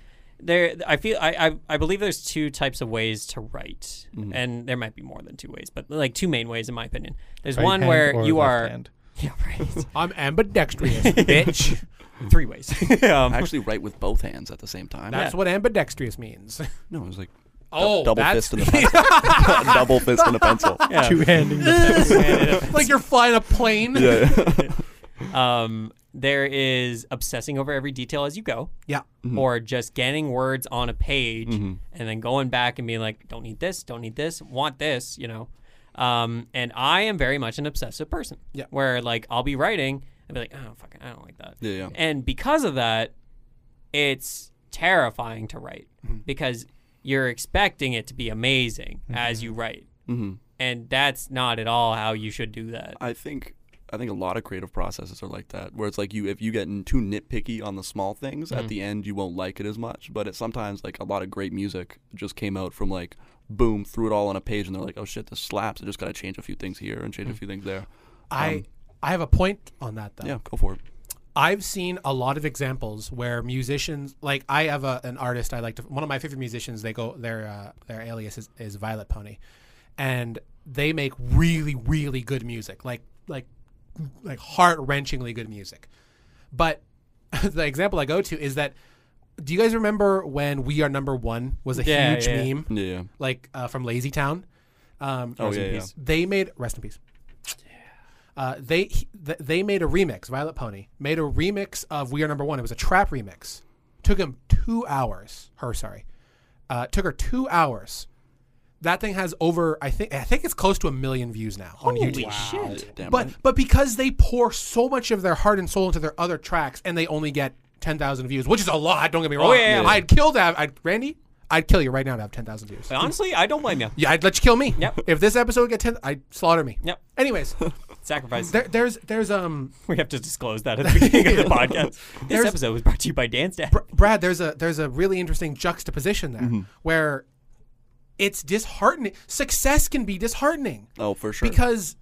[SPEAKER 1] there, I feel, I, I, I believe there's two types of ways to write.
[SPEAKER 3] Mm-hmm.
[SPEAKER 1] And there might be more than two ways, but like two main ways, in my opinion. There's
[SPEAKER 2] Right
[SPEAKER 1] one
[SPEAKER 2] hand
[SPEAKER 1] where
[SPEAKER 2] or
[SPEAKER 1] you
[SPEAKER 2] left
[SPEAKER 1] are,
[SPEAKER 2] hand?
[SPEAKER 1] yeah, right.
[SPEAKER 4] I'm ambidextrous, bitch.
[SPEAKER 1] Three ways. um,
[SPEAKER 3] I actually write with both hands at the same time.
[SPEAKER 4] That's what ambidextrous means.
[SPEAKER 3] no, it's like du-
[SPEAKER 4] Oh,
[SPEAKER 3] double
[SPEAKER 4] that's
[SPEAKER 3] fist and a pencil. double fist and a pencil.
[SPEAKER 4] Ah.
[SPEAKER 1] yeah.
[SPEAKER 2] two handing.
[SPEAKER 4] like you're flying a plane.
[SPEAKER 3] Yeah.
[SPEAKER 1] Um, There is obsessing over every detail as you go,
[SPEAKER 4] Yeah.
[SPEAKER 3] Mm-hmm.
[SPEAKER 1] or just getting words on a page and then going back and being like, don't need this, don't need this, want this, you know. Um, and I am very much an obsessive person.
[SPEAKER 4] Yeah.
[SPEAKER 1] Where like I'll be writing and be like, oh fucking, I don't like that.
[SPEAKER 3] Yeah, yeah.
[SPEAKER 1] And because of that, it's terrifying to write
[SPEAKER 3] Mm-hmm.
[SPEAKER 1] because you're expecting it to be amazing as you write.
[SPEAKER 3] Mhm.
[SPEAKER 1] And that's not at all how you should do that.
[SPEAKER 3] I think I think a lot of creative processes are like that, where it's like you if you get n- too nitpicky on the small things, at the end you won't like it as much. But it's sometimes like a lot of great music just came out from like boom, threw it all on a page, and they're like, oh shit, this slaps. I just gotta change a few things here and change a few things there.
[SPEAKER 4] I I have a point on that though.
[SPEAKER 3] Yeah, go for it.
[SPEAKER 4] I've seen a lot of examples where musicians, like I have a, an artist I like to, one of my favorite musicians, they go, their, uh, their alias is, is Violet Pony. And they make really, really good music, like, like, like heart wrenchingly good music. But the example I go to is that, do you guys remember when We Are Number One was a
[SPEAKER 1] Yeah,
[SPEAKER 4] huge
[SPEAKER 1] yeah.
[SPEAKER 4] meme,
[SPEAKER 3] Yeah. yeah.
[SPEAKER 4] like uh, from Lazy Town? Um,
[SPEAKER 3] Oh yeah, yeah.
[SPEAKER 1] peace.
[SPEAKER 4] they made rest in peace. Uh, they he- th- they made a remix. Violet Pony made a remix of "We Are Number One." It was a trap remix. Took him two hours. Her sorry, uh, took her two hours. That thing has over I think I think it's close to a million views now on YouTube.
[SPEAKER 1] shit.
[SPEAKER 3] Damn
[SPEAKER 4] But
[SPEAKER 3] right.
[SPEAKER 4] but because they pour so much of their heart and soul into their other tracks, and they only get ten thousand views, which is a lot. Don't get me wrong.
[SPEAKER 1] Oh, yeah, yeah.
[SPEAKER 4] I'd kill to have I'd, Randy. I'd kill you right now to have ten thousand views.
[SPEAKER 1] But honestly, I don't blame you.
[SPEAKER 4] Yeah, I'd let you kill me.
[SPEAKER 1] Yep.
[SPEAKER 4] If this episode get ten, I'd slaughter me.
[SPEAKER 1] Yep.
[SPEAKER 4] Anyways,
[SPEAKER 1] Sacrifice.
[SPEAKER 4] there, there's there's um
[SPEAKER 1] we have to disclose that at the beginning of the podcast. This
[SPEAKER 4] There's-
[SPEAKER 1] episode was brought to you by Dan's dad.
[SPEAKER 4] Br- Brad, there's a there's a really interesting juxtaposition there where it's disheartening. Success can be disheartening
[SPEAKER 3] oh for sure.
[SPEAKER 4] because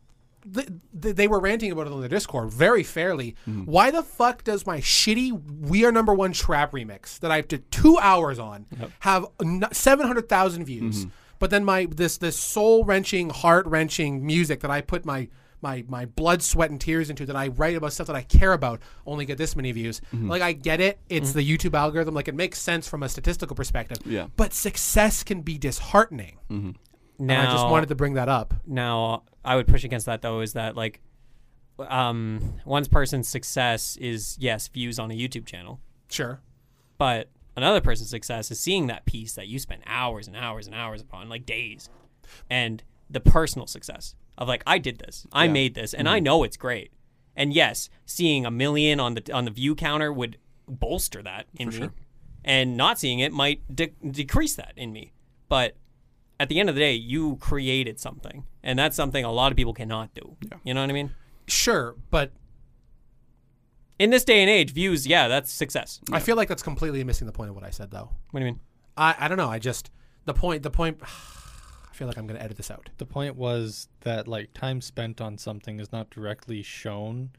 [SPEAKER 4] th- th- they were ranting about it on the Discord very fairly.
[SPEAKER 3] Mm-hmm.
[SPEAKER 4] Why the fuck does my shitty "We Are Number One" trap remix that I did two hours on have seven hundred thousand views,
[SPEAKER 3] Mm-hmm.
[SPEAKER 4] but then my this this soul wrenching, heart wrenching music that I put my my my blood, sweat, and tears into that I write about stuff that I care about only get this many views.
[SPEAKER 3] Mm-hmm.
[SPEAKER 4] Like I get it, it's the YouTube algorithm. Like it makes sense from a statistical perspective.
[SPEAKER 3] Yeah.
[SPEAKER 4] But success can be disheartening.
[SPEAKER 1] Now,
[SPEAKER 4] And I just wanted to bring that up.
[SPEAKER 1] now I would push against that though is that like um one person's success is yes views on a YouTube channel
[SPEAKER 4] Sure.
[SPEAKER 1] but another person's success is seeing that piece that you spent hours and hours and hours upon like days and the personal success of like I did this I made this and I know it's great and yes seeing a million on the on the view counter would bolster that in me and not seeing it might de- decrease that in me but at the end of the day, you created something, and that's something a lot of people cannot do. You know what I mean?
[SPEAKER 4] Sure, but
[SPEAKER 1] In this day and age, views, yeah, that's success.
[SPEAKER 4] I feel like that's completely missing the point of what I said, though.
[SPEAKER 1] What do you mean?
[SPEAKER 4] I, I don't know. I just the point. The point. I feel like I'm gonna edit this out.
[SPEAKER 2] The point was that like time spent on something is not directly shown,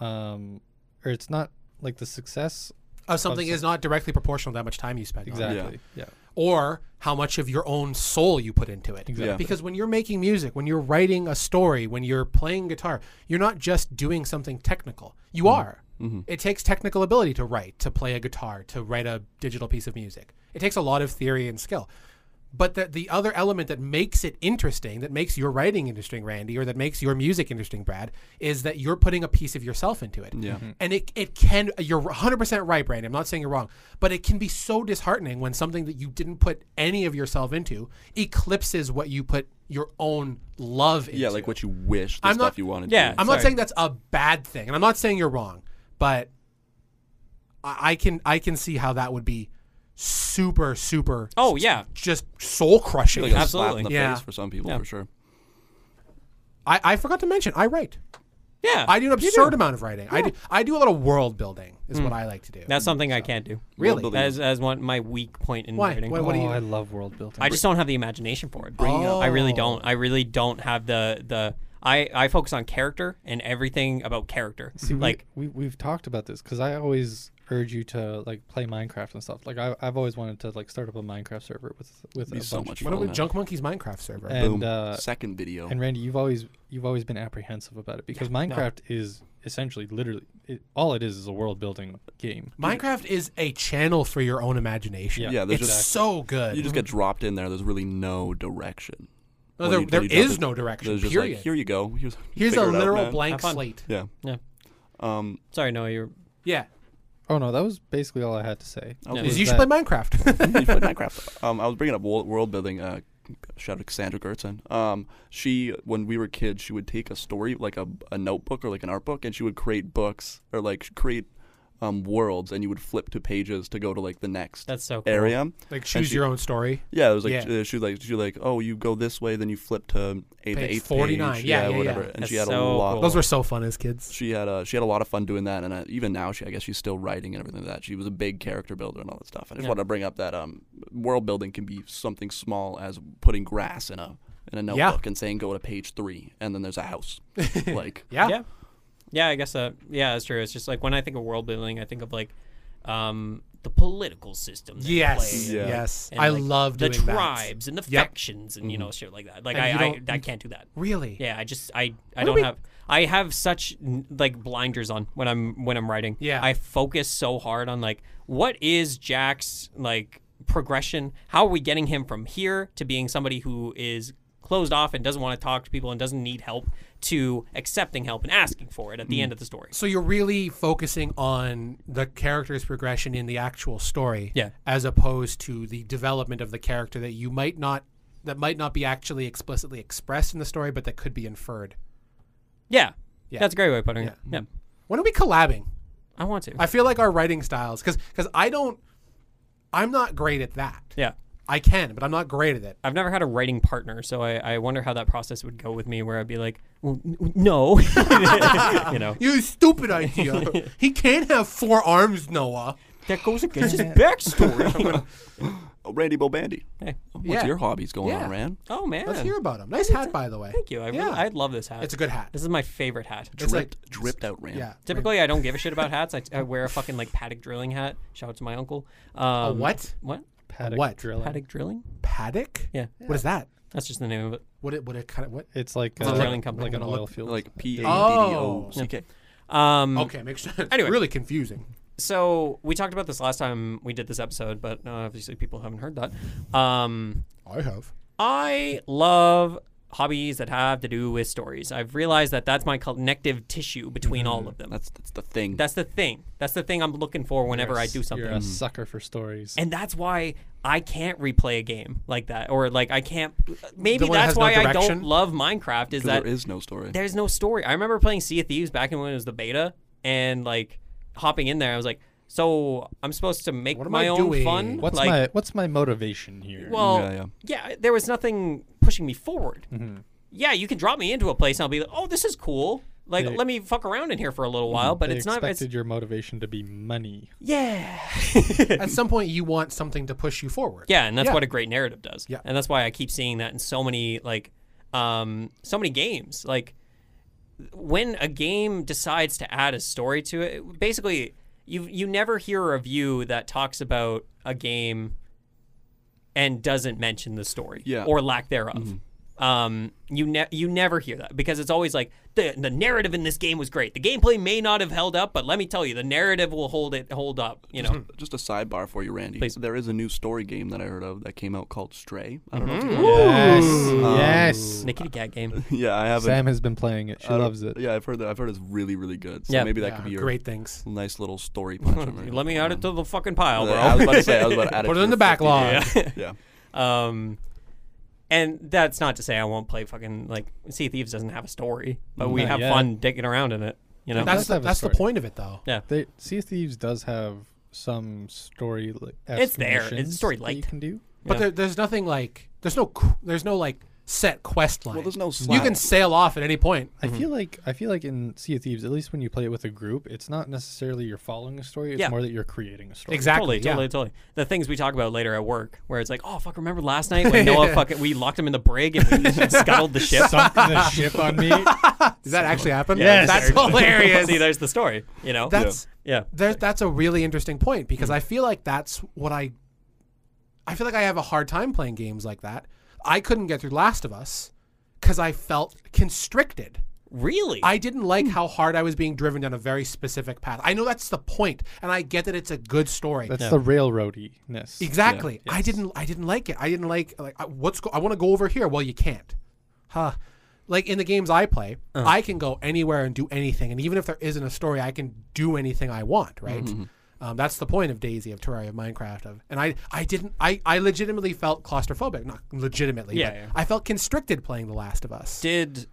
[SPEAKER 2] um, or it's not like the success
[SPEAKER 4] Oh, something is not directly proportional to how much time you spend, on it,
[SPEAKER 2] exactly. Yeah,
[SPEAKER 4] or how much of your own soul you put into it.
[SPEAKER 2] Exactly. Yeah.
[SPEAKER 4] Because when you're making music, when you're writing a story, when you're playing guitar, you're not just doing something technical. You are. It takes technical ability to write, to play a guitar, to write a digital piece of music. It takes a lot of theory and skill. But the, the other element that makes it interesting, that makes your writing interesting, Randy, or that makes your music interesting, Brad, is that you're putting a piece of yourself into it.
[SPEAKER 3] Yeah.
[SPEAKER 4] Mm. And it, it can, you're 100% right, Randy. I'm not saying you're wrong, but it can be so disheartening when something that you didn't put any of yourself into eclipses what you put your own love into.
[SPEAKER 3] yeah, like what you wish, the
[SPEAKER 4] I'm
[SPEAKER 3] stuff
[SPEAKER 4] not-
[SPEAKER 3] you wanted.
[SPEAKER 1] Yeah.
[SPEAKER 3] to.
[SPEAKER 4] I'm
[SPEAKER 1] Sorry.
[SPEAKER 4] not saying that's a bad thing, and I'm not saying you're wrong, but I, I can I can see how that would be super super
[SPEAKER 1] Oh, yeah.
[SPEAKER 4] just soul
[SPEAKER 3] I
[SPEAKER 4] crushing.
[SPEAKER 3] feel like a slap
[SPEAKER 1] Absolutely.
[SPEAKER 3] in the
[SPEAKER 4] Yeah.
[SPEAKER 3] face for some people
[SPEAKER 1] Yeah.
[SPEAKER 3] for sure.
[SPEAKER 4] I, I forgot to mention I write.
[SPEAKER 1] Yeah.
[SPEAKER 4] I do an absurd amount of writing. I do I do a lot of world building is what I like to do.
[SPEAKER 1] That's something I can't do.
[SPEAKER 4] Really?
[SPEAKER 1] That is, that is one, my weak point in
[SPEAKER 4] Why?
[SPEAKER 1] writing.
[SPEAKER 4] Why- What do
[SPEAKER 2] oh,
[SPEAKER 4] you-
[SPEAKER 2] I love world building.
[SPEAKER 1] I just don't have the imagination for it.
[SPEAKER 4] Bring up- Oh.
[SPEAKER 1] I really don't. I really don't have the, the I, I focus on character and everything about character.
[SPEAKER 2] See, we-
[SPEAKER 1] like,
[SPEAKER 2] we, we've talked about this because I always urge you to like play Minecraft and stuff. Like I, I've always wanted to like start up a Minecraft server with with
[SPEAKER 3] Be
[SPEAKER 2] a
[SPEAKER 3] so
[SPEAKER 2] bunch of
[SPEAKER 3] much
[SPEAKER 4] Why
[SPEAKER 3] fun.
[SPEAKER 2] people.
[SPEAKER 4] don't we
[SPEAKER 3] Oh,
[SPEAKER 4] Junk Monkey's Minecraft server?
[SPEAKER 2] and
[SPEAKER 3] Boom.
[SPEAKER 2] uh,
[SPEAKER 3] Second video.
[SPEAKER 2] and Randy, you've always you've always been apprehensive about it because Minecraft is essentially literally it, all it is is a world building game.
[SPEAKER 4] Minecraft is a channel for your own imagination.
[SPEAKER 2] Yeah.
[SPEAKER 3] yeah,
[SPEAKER 4] It's
[SPEAKER 3] there's just
[SPEAKER 4] so good.
[SPEAKER 3] you just get dropped in there. There's really no direction.
[SPEAKER 4] No,
[SPEAKER 3] When
[SPEAKER 4] there-
[SPEAKER 3] you- when
[SPEAKER 4] there
[SPEAKER 3] you drop
[SPEAKER 4] is
[SPEAKER 3] it,
[SPEAKER 4] no direction,
[SPEAKER 3] There's just
[SPEAKER 4] period.
[SPEAKER 3] like, here you go. Here's,
[SPEAKER 4] Here's a
[SPEAKER 3] figure it out,
[SPEAKER 4] literal
[SPEAKER 3] man.
[SPEAKER 4] blank
[SPEAKER 1] Have fun.
[SPEAKER 4] slate.
[SPEAKER 3] Yeah.
[SPEAKER 1] yeah.
[SPEAKER 3] Um,
[SPEAKER 1] Sorry, no, you're
[SPEAKER 4] Yeah.
[SPEAKER 2] Oh no, that was basically all I had to say.
[SPEAKER 3] I was
[SPEAKER 1] No.
[SPEAKER 3] gonna
[SPEAKER 1] Is
[SPEAKER 4] Is
[SPEAKER 2] Was
[SPEAKER 4] you should
[SPEAKER 2] that-
[SPEAKER 4] play Minecraft.
[SPEAKER 3] you played Minecraft. Um, I was bringing up world, world building. Uh, shout out to Cassandra Gertzen. Um, she, when we were kids, she would take a story, like a, a notebook or like an art book, and she would create books or like create um, worlds, and you would flip to pages to go to like the next
[SPEAKER 1] that's so cool.
[SPEAKER 3] area.
[SPEAKER 4] like
[SPEAKER 3] And
[SPEAKER 4] choose
[SPEAKER 3] she-
[SPEAKER 4] your own story.
[SPEAKER 3] Yeah, it was like
[SPEAKER 4] Yeah.
[SPEAKER 3] uh, she was like she was like oh you go this way, then you flip to eight, the
[SPEAKER 4] Page
[SPEAKER 3] eighth
[SPEAKER 4] 49.
[SPEAKER 3] page,
[SPEAKER 4] Yeah, yeah, yeah.
[SPEAKER 3] whatever. And she had
[SPEAKER 1] That's
[SPEAKER 3] a
[SPEAKER 1] so
[SPEAKER 3] lot.
[SPEAKER 1] cool.
[SPEAKER 4] Those were so fun as kids.
[SPEAKER 3] She had uh, she had a lot of fun doing that, and uh, even now she I guess she's still writing and everything like that. She was a big character builder and all that stuff. I just
[SPEAKER 1] Yeah.
[SPEAKER 3] want to bring up that um, world building can be something small as putting grass in a in a
[SPEAKER 4] Yeah.
[SPEAKER 3] notebook and saying go to page three, and then there's a house. like
[SPEAKER 4] Yeah.
[SPEAKER 1] Yeah. Yeah, I guess uh yeah, that's true. It's just like when I think of world building, I think of like um the political system. that
[SPEAKER 4] Yes.
[SPEAKER 1] play
[SPEAKER 3] Yeah.
[SPEAKER 4] Yes.
[SPEAKER 1] and,
[SPEAKER 4] I
[SPEAKER 1] like,
[SPEAKER 4] love
[SPEAKER 1] the
[SPEAKER 4] doing that.
[SPEAKER 1] tribes and the
[SPEAKER 4] Yep. Mm-hmm.
[SPEAKER 1] factions and you know shit like that. Like
[SPEAKER 4] And you
[SPEAKER 1] I, I
[SPEAKER 4] don't-
[SPEAKER 1] I can't do that.
[SPEAKER 4] Really?
[SPEAKER 1] Yeah, I just I I
[SPEAKER 4] do
[SPEAKER 1] don't
[SPEAKER 4] we-
[SPEAKER 1] have I have such n- like blinders on when I'm when I'm writing.
[SPEAKER 4] Yeah.
[SPEAKER 1] I focus so hard on like what is Jack's like progression? How are we getting him from here to being somebody who is closed off and doesn't want to talk to people and doesn't need help to accepting help and asking for it at the
[SPEAKER 4] Mm.
[SPEAKER 1] end of the story.
[SPEAKER 4] So you're really focusing on the character's progression in the actual story,
[SPEAKER 1] Yeah.
[SPEAKER 4] as opposed to the development of the character that you might not that might not be actually explicitly expressed in the story, but that could be inferred.
[SPEAKER 1] Yeah.
[SPEAKER 4] Yeah.
[SPEAKER 1] That's a great way of putting it. Yeah.
[SPEAKER 4] When are we collabing?
[SPEAKER 1] I want to.
[SPEAKER 4] I feel like our writing styles, because because I don't, I'm not great at that.
[SPEAKER 1] yeah.
[SPEAKER 4] I can, but I'm not great at it.
[SPEAKER 1] I've never had a writing partner, so I, I wonder how that process would go with me, where I'd be like, well, n- n- no, you know,
[SPEAKER 4] You stupid idea. he can't have four arms, Noah.
[SPEAKER 1] that goes against his backstory.
[SPEAKER 3] oh, Randy Bobandy,
[SPEAKER 1] Hey.
[SPEAKER 3] what's
[SPEAKER 4] Yeah.
[SPEAKER 3] your hobbies going
[SPEAKER 4] Yeah.
[SPEAKER 3] on, Ran?
[SPEAKER 1] oh man,
[SPEAKER 4] Let's hear about him. Nice hat, by the way.
[SPEAKER 1] Thank you. I really, I love this hat.
[SPEAKER 4] It's a good hat.
[SPEAKER 1] This is my favorite hat.
[SPEAKER 4] It's like-
[SPEAKER 3] dripped dripped out Ran.
[SPEAKER 4] Yeah.
[SPEAKER 1] Typically, I don't give a shit about hats. I, I wear a fucking like paddock drilling hat. Shout out to my uncle. Um, a
[SPEAKER 4] what?
[SPEAKER 1] What?
[SPEAKER 2] Paddock
[SPEAKER 4] What?
[SPEAKER 2] drilling.
[SPEAKER 1] Paddock drilling?
[SPEAKER 4] Paddock.
[SPEAKER 1] Yeah,
[SPEAKER 4] What is that?
[SPEAKER 1] that's just the name of it.
[SPEAKER 4] What it? What it? Kind of what?
[SPEAKER 2] It's like
[SPEAKER 1] It's a
[SPEAKER 2] uh,
[SPEAKER 1] drilling company.
[SPEAKER 2] like an
[SPEAKER 1] I'm
[SPEAKER 4] gonna
[SPEAKER 2] oil field.
[SPEAKER 3] Like P A D D
[SPEAKER 4] Oh.
[SPEAKER 3] O C K.
[SPEAKER 1] Um,
[SPEAKER 4] Okay, make sure. It's
[SPEAKER 1] Anyway.
[SPEAKER 4] really confusing.
[SPEAKER 1] So we talked about this last time we did this episode, but uh, obviously people haven't heard that. Um,
[SPEAKER 4] I have.
[SPEAKER 1] I love hobbies that have to do with stories. I've realized that that's my connective tissue between
[SPEAKER 4] Mm-hmm.
[SPEAKER 1] all of them.
[SPEAKER 3] That's that's the thing.
[SPEAKER 1] That's the thing. That's the thing I'm looking for whenever I do something. Mm.
[SPEAKER 2] You're a sucker for stories.
[SPEAKER 1] And that's why I can't replay a game like that or like I can't maybe
[SPEAKER 4] one that
[SPEAKER 1] that's
[SPEAKER 4] has no
[SPEAKER 1] why I don't
[SPEAKER 4] direction?
[SPEAKER 1] love Minecraft is
[SPEAKER 3] 'Cause
[SPEAKER 1] that
[SPEAKER 3] there is no story.
[SPEAKER 1] there's no story. I remember playing Sea of Thieves back when it was the beta and like hopping in there I was like so I'm supposed to make
[SPEAKER 4] What am
[SPEAKER 1] my
[SPEAKER 4] I
[SPEAKER 1] own
[SPEAKER 4] doing?
[SPEAKER 1] fun
[SPEAKER 2] what's
[SPEAKER 1] like
[SPEAKER 2] my what's my motivation here?
[SPEAKER 1] Well, yeah,
[SPEAKER 3] Yeah,
[SPEAKER 1] there was nothing pushing me forward.
[SPEAKER 4] Mm-hmm.
[SPEAKER 1] Yeah, you can drop me into a place and I'll be like, oh, this is cool. Like,
[SPEAKER 2] They-
[SPEAKER 1] let me fuck around in here for a little
[SPEAKER 4] Mm-hmm.
[SPEAKER 1] while, but
[SPEAKER 2] they
[SPEAKER 1] it's not.
[SPEAKER 2] expected
[SPEAKER 1] It's,
[SPEAKER 2] your motivation to be money.
[SPEAKER 1] yeah.
[SPEAKER 4] At some point, you want something to push you forward.
[SPEAKER 1] yeah, and that's
[SPEAKER 4] Yeah.
[SPEAKER 1] what a great narrative does.
[SPEAKER 4] Yeah.
[SPEAKER 1] And that's why I keep seeing that in so many, like, um, so many games. Like, when a game decides to add a story to it, basically, you you never hear a review that talks about a game and doesn't mention the story
[SPEAKER 3] Yeah.
[SPEAKER 1] or lack thereof. Um, you ne- you never hear that because it's always like the the narrative in this game was great. The gameplay may not have held up, but let me tell you, the narrative will hold it hold up. You know,
[SPEAKER 3] just a sidebar for you, Randy.
[SPEAKER 1] Please.
[SPEAKER 3] There is a new story game that I heard of that came out called Stray. I don't know if you
[SPEAKER 2] Mm-hmm. Yes, yes.
[SPEAKER 1] Nikita Gat game.
[SPEAKER 3] Yeah, I haven't.
[SPEAKER 2] Sam has been playing it. She
[SPEAKER 3] I don't-
[SPEAKER 2] loves it.
[SPEAKER 3] Yeah, I've heard that. I've heard it's really, really good. So
[SPEAKER 1] Yeah.
[SPEAKER 3] maybe that
[SPEAKER 4] Yeah,
[SPEAKER 3] could be your
[SPEAKER 4] great things.
[SPEAKER 3] nice little story punch.
[SPEAKER 1] Let me add it to the fucking pile, bro.
[SPEAKER 3] I was about to say. I was about to add it.
[SPEAKER 4] Put
[SPEAKER 3] to
[SPEAKER 4] it in the
[SPEAKER 3] your
[SPEAKER 4] backlog.
[SPEAKER 3] 50. Yeah.
[SPEAKER 1] Um, and that's not to say I won't play fucking like Sea of Thieves doesn't have a story, but we
[SPEAKER 2] Not
[SPEAKER 1] have
[SPEAKER 2] yet.
[SPEAKER 1] fun digging around in it. You know,
[SPEAKER 4] That's
[SPEAKER 2] does
[SPEAKER 4] the,
[SPEAKER 2] have a
[SPEAKER 4] that's the
[SPEAKER 2] story.
[SPEAKER 4] point of it, though.
[SPEAKER 1] yeah,
[SPEAKER 2] They, sea of Thieves does have some story. Like,
[SPEAKER 1] It's there. It's
[SPEAKER 2] missions
[SPEAKER 1] story
[SPEAKER 2] that
[SPEAKER 1] light.
[SPEAKER 2] You can do.
[SPEAKER 4] But
[SPEAKER 1] Yeah.
[SPEAKER 4] there, there's nothing like there's no qu- there's no like set quest line.
[SPEAKER 3] Well, there's no
[SPEAKER 4] you
[SPEAKER 3] slack.
[SPEAKER 4] can sail off at any point.
[SPEAKER 3] Mm-hmm.
[SPEAKER 2] I feel like I feel like in Sea of Thieves, at least when you play it with a group, it's not necessarily you're following a story. It's
[SPEAKER 1] Yeah.
[SPEAKER 2] more that you're creating a story.
[SPEAKER 4] Exactly.
[SPEAKER 1] totally, totally, totally. The things we talk about later at work, where it's like, oh fuck, remember last night when Noah fucking we locked him in the brig and we scuttled the ship.
[SPEAKER 2] Sunk the ship on me.
[SPEAKER 4] Yeah. Does that actually happen?
[SPEAKER 1] Yes.
[SPEAKER 4] That's hilarious.
[SPEAKER 1] See, there's the story. You know,
[SPEAKER 4] that's
[SPEAKER 1] yeah,
[SPEAKER 4] there, that's a really interesting point because
[SPEAKER 3] Hmm.
[SPEAKER 4] I feel like that's what I I feel like I have a hard time playing games like that. I couldn't get through Last of Us cuz I felt constricted.
[SPEAKER 1] really.
[SPEAKER 4] I didn't like
[SPEAKER 3] Hmm.
[SPEAKER 4] how hard I was being driven down a very specific path. I know that's the point and I get that it's a good story.
[SPEAKER 2] That's the railroadiness.
[SPEAKER 4] exactly. I didn't I didn't like it. I didn't like like I, what's go- I want to go over here. Well, you can't. Huh. like in the games I play,
[SPEAKER 1] Uh-huh.
[SPEAKER 4] I can go anywhere and do anything, and even if there isn't a story, I can do anything I want, right?
[SPEAKER 1] Mm-hmm.
[SPEAKER 4] Um, that's the point of Daisy, of Terraria, of Minecraft, of and I, I didn't, I, I legitimately felt claustrophobic, not legitimately,
[SPEAKER 1] Yeah,
[SPEAKER 4] but
[SPEAKER 1] yeah.
[SPEAKER 4] I felt constricted playing The Last of Us.
[SPEAKER 1] did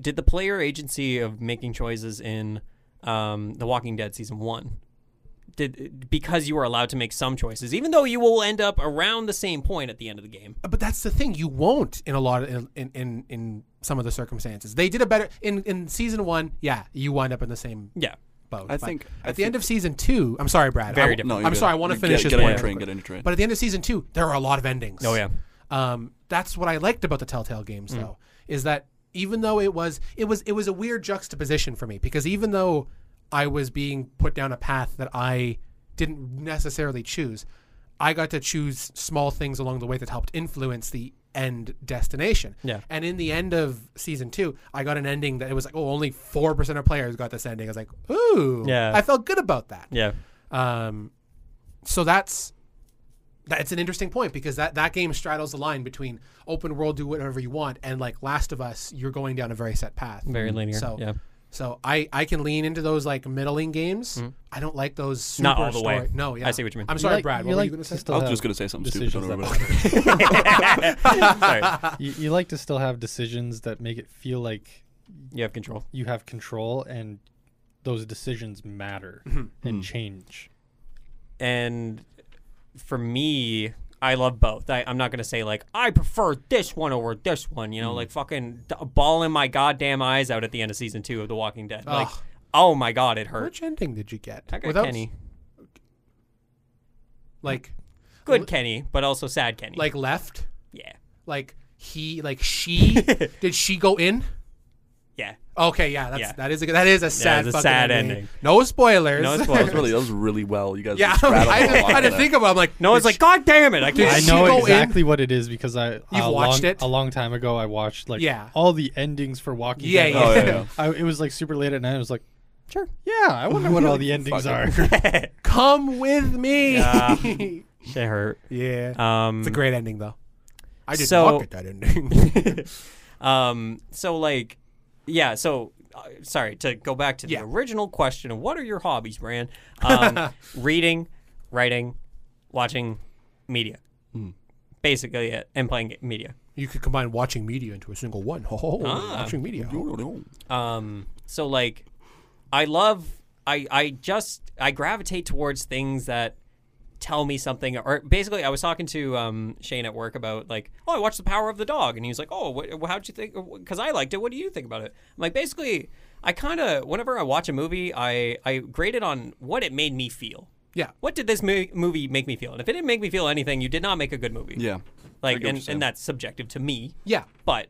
[SPEAKER 1] did the player agency of making choices in um, The Walking Dead season one? Did because you were allowed to make some choices, even though you will end up around the same point at the end of the game.
[SPEAKER 4] but that's the thing you won't in a lot of in in, in, in some of the circumstances they did a better in in season one yeah you wind up in the same
[SPEAKER 1] Yeah,
[SPEAKER 4] boat
[SPEAKER 3] I
[SPEAKER 4] but
[SPEAKER 3] think-
[SPEAKER 4] at
[SPEAKER 3] I
[SPEAKER 4] the end of season two i'm sorry brad
[SPEAKER 1] Very
[SPEAKER 4] I,
[SPEAKER 1] different. No,
[SPEAKER 4] i'm sorry i want to finish this
[SPEAKER 3] get, get on
[SPEAKER 4] point
[SPEAKER 3] your train. Get on your train.
[SPEAKER 4] but at the end of season two there are a lot of endings
[SPEAKER 1] Oh, yeah.
[SPEAKER 4] um, that's what i liked about the telltale
[SPEAKER 1] Mm.
[SPEAKER 4] games though is that even though it was it was it was a weird juxtaposition for me because even though i was being put down a path that i didn't necessarily choose i got to choose small things along the way that helped influence the end destination
[SPEAKER 1] Yeah.
[SPEAKER 4] and in the end of season two i got an ending that it was like oh only 4% of players got this ending i was like ooh
[SPEAKER 1] Yeah.
[SPEAKER 4] i felt good about that
[SPEAKER 1] yeah.
[SPEAKER 4] um, so that's that's an interesting point because that that game straddles the line between open world, do whatever you want, and like Last of Us, you're going down a very set path.
[SPEAKER 1] Very linear,
[SPEAKER 4] So
[SPEAKER 1] yeah.
[SPEAKER 4] So I, I can lean into those like middling games. I don't like those super
[SPEAKER 1] Mm-hmm. Not all the way.
[SPEAKER 4] story- No, yeah.
[SPEAKER 1] I see what you mean.
[SPEAKER 4] I'm
[SPEAKER 1] You
[SPEAKER 4] sorry,
[SPEAKER 2] like-
[SPEAKER 4] Brad.
[SPEAKER 2] you
[SPEAKER 4] What were
[SPEAKER 2] like
[SPEAKER 4] you going
[SPEAKER 2] to
[SPEAKER 4] to say?
[SPEAKER 2] still
[SPEAKER 3] I was
[SPEAKER 2] have
[SPEAKER 3] just gonna say something stupid. Don't
[SPEAKER 2] decisions
[SPEAKER 3] worry
[SPEAKER 2] that-
[SPEAKER 3] about it.
[SPEAKER 1] Sorry.
[SPEAKER 2] you, you like to still have decisions that make it feel like
[SPEAKER 1] You have control.
[SPEAKER 2] you have control and those decisions matter
[SPEAKER 3] Mm-hmm. Mm.
[SPEAKER 2] and change.
[SPEAKER 1] and for me i love both I, i'm not gonna say like i prefer this one over this one you know like fucking d- bawling my goddamn eyes out at the end of season two of the walking dead like
[SPEAKER 4] Ugh.
[SPEAKER 1] oh my god it hurt
[SPEAKER 4] Which ending did you get?
[SPEAKER 1] I got kenny
[SPEAKER 4] Like
[SPEAKER 1] good kenny but also sad kenny
[SPEAKER 4] like left?
[SPEAKER 1] yeah
[SPEAKER 4] Like he like she did she go in?
[SPEAKER 1] yeah
[SPEAKER 4] Okay, yeah, that's
[SPEAKER 1] Yeah.
[SPEAKER 4] that is a that is a sad
[SPEAKER 1] it's a
[SPEAKER 4] fucking
[SPEAKER 1] sad
[SPEAKER 4] ending.
[SPEAKER 1] ending.
[SPEAKER 4] No spoilers.
[SPEAKER 1] no
[SPEAKER 3] That was
[SPEAKER 1] spoilers
[SPEAKER 3] really, that was really well. You guys.
[SPEAKER 4] yeah,
[SPEAKER 3] just rattled
[SPEAKER 4] I
[SPEAKER 3] a
[SPEAKER 4] had to-
[SPEAKER 3] lot
[SPEAKER 4] I had to
[SPEAKER 3] there.
[SPEAKER 4] think about. it. I'm like,
[SPEAKER 1] no it's like god damn it i
[SPEAKER 4] Did
[SPEAKER 2] I
[SPEAKER 1] can't
[SPEAKER 4] she
[SPEAKER 2] know
[SPEAKER 4] go in?
[SPEAKER 2] exactly what it is because I you've
[SPEAKER 4] watched
[SPEAKER 2] long,
[SPEAKER 4] it?
[SPEAKER 2] a long time ago. I watched like
[SPEAKER 4] Yeah.
[SPEAKER 2] all the endings for Walking
[SPEAKER 4] Yeah,
[SPEAKER 2] Dead.
[SPEAKER 4] yeah.
[SPEAKER 3] Oh, yeah, yeah.
[SPEAKER 2] I, it was like super late at night. I was like,
[SPEAKER 1] sure
[SPEAKER 2] yeah, I wonder what all the endings are.
[SPEAKER 3] Fuck
[SPEAKER 4] Come with me.
[SPEAKER 1] Yeah.
[SPEAKER 4] Yeah.
[SPEAKER 1] shit hurt
[SPEAKER 4] it's
[SPEAKER 1] um
[SPEAKER 4] a great ending, though. I did
[SPEAKER 1] So-
[SPEAKER 4] not get that ending.
[SPEAKER 1] um so like yeah so uh, sorry to go back to the
[SPEAKER 4] Yeah.
[SPEAKER 1] original question of what are your hobbies Bran? um, reading writing watching media basically it and playing ga- media
[SPEAKER 4] you could combine watching media into a single one. Oh,
[SPEAKER 1] Ah.
[SPEAKER 4] watching media.
[SPEAKER 1] um so like i love i i just i gravitate towards things that tell me something or basically i was talking to um shane at work about like oh i watched the power of the dog and he was like oh what, how'd you think because i liked it what do you think about it i'm like basically i kind of whenever i watch a movie i i grade it on what it made me feel
[SPEAKER 4] Yeah.
[SPEAKER 1] what did this mo- movie make me feel and if it didn't make me feel anything you did not make a good movie
[SPEAKER 3] Yeah. I
[SPEAKER 1] like
[SPEAKER 3] get what you're
[SPEAKER 1] and,
[SPEAKER 3] saying.
[SPEAKER 1] and that's subjective to me
[SPEAKER 4] Yeah.
[SPEAKER 1] but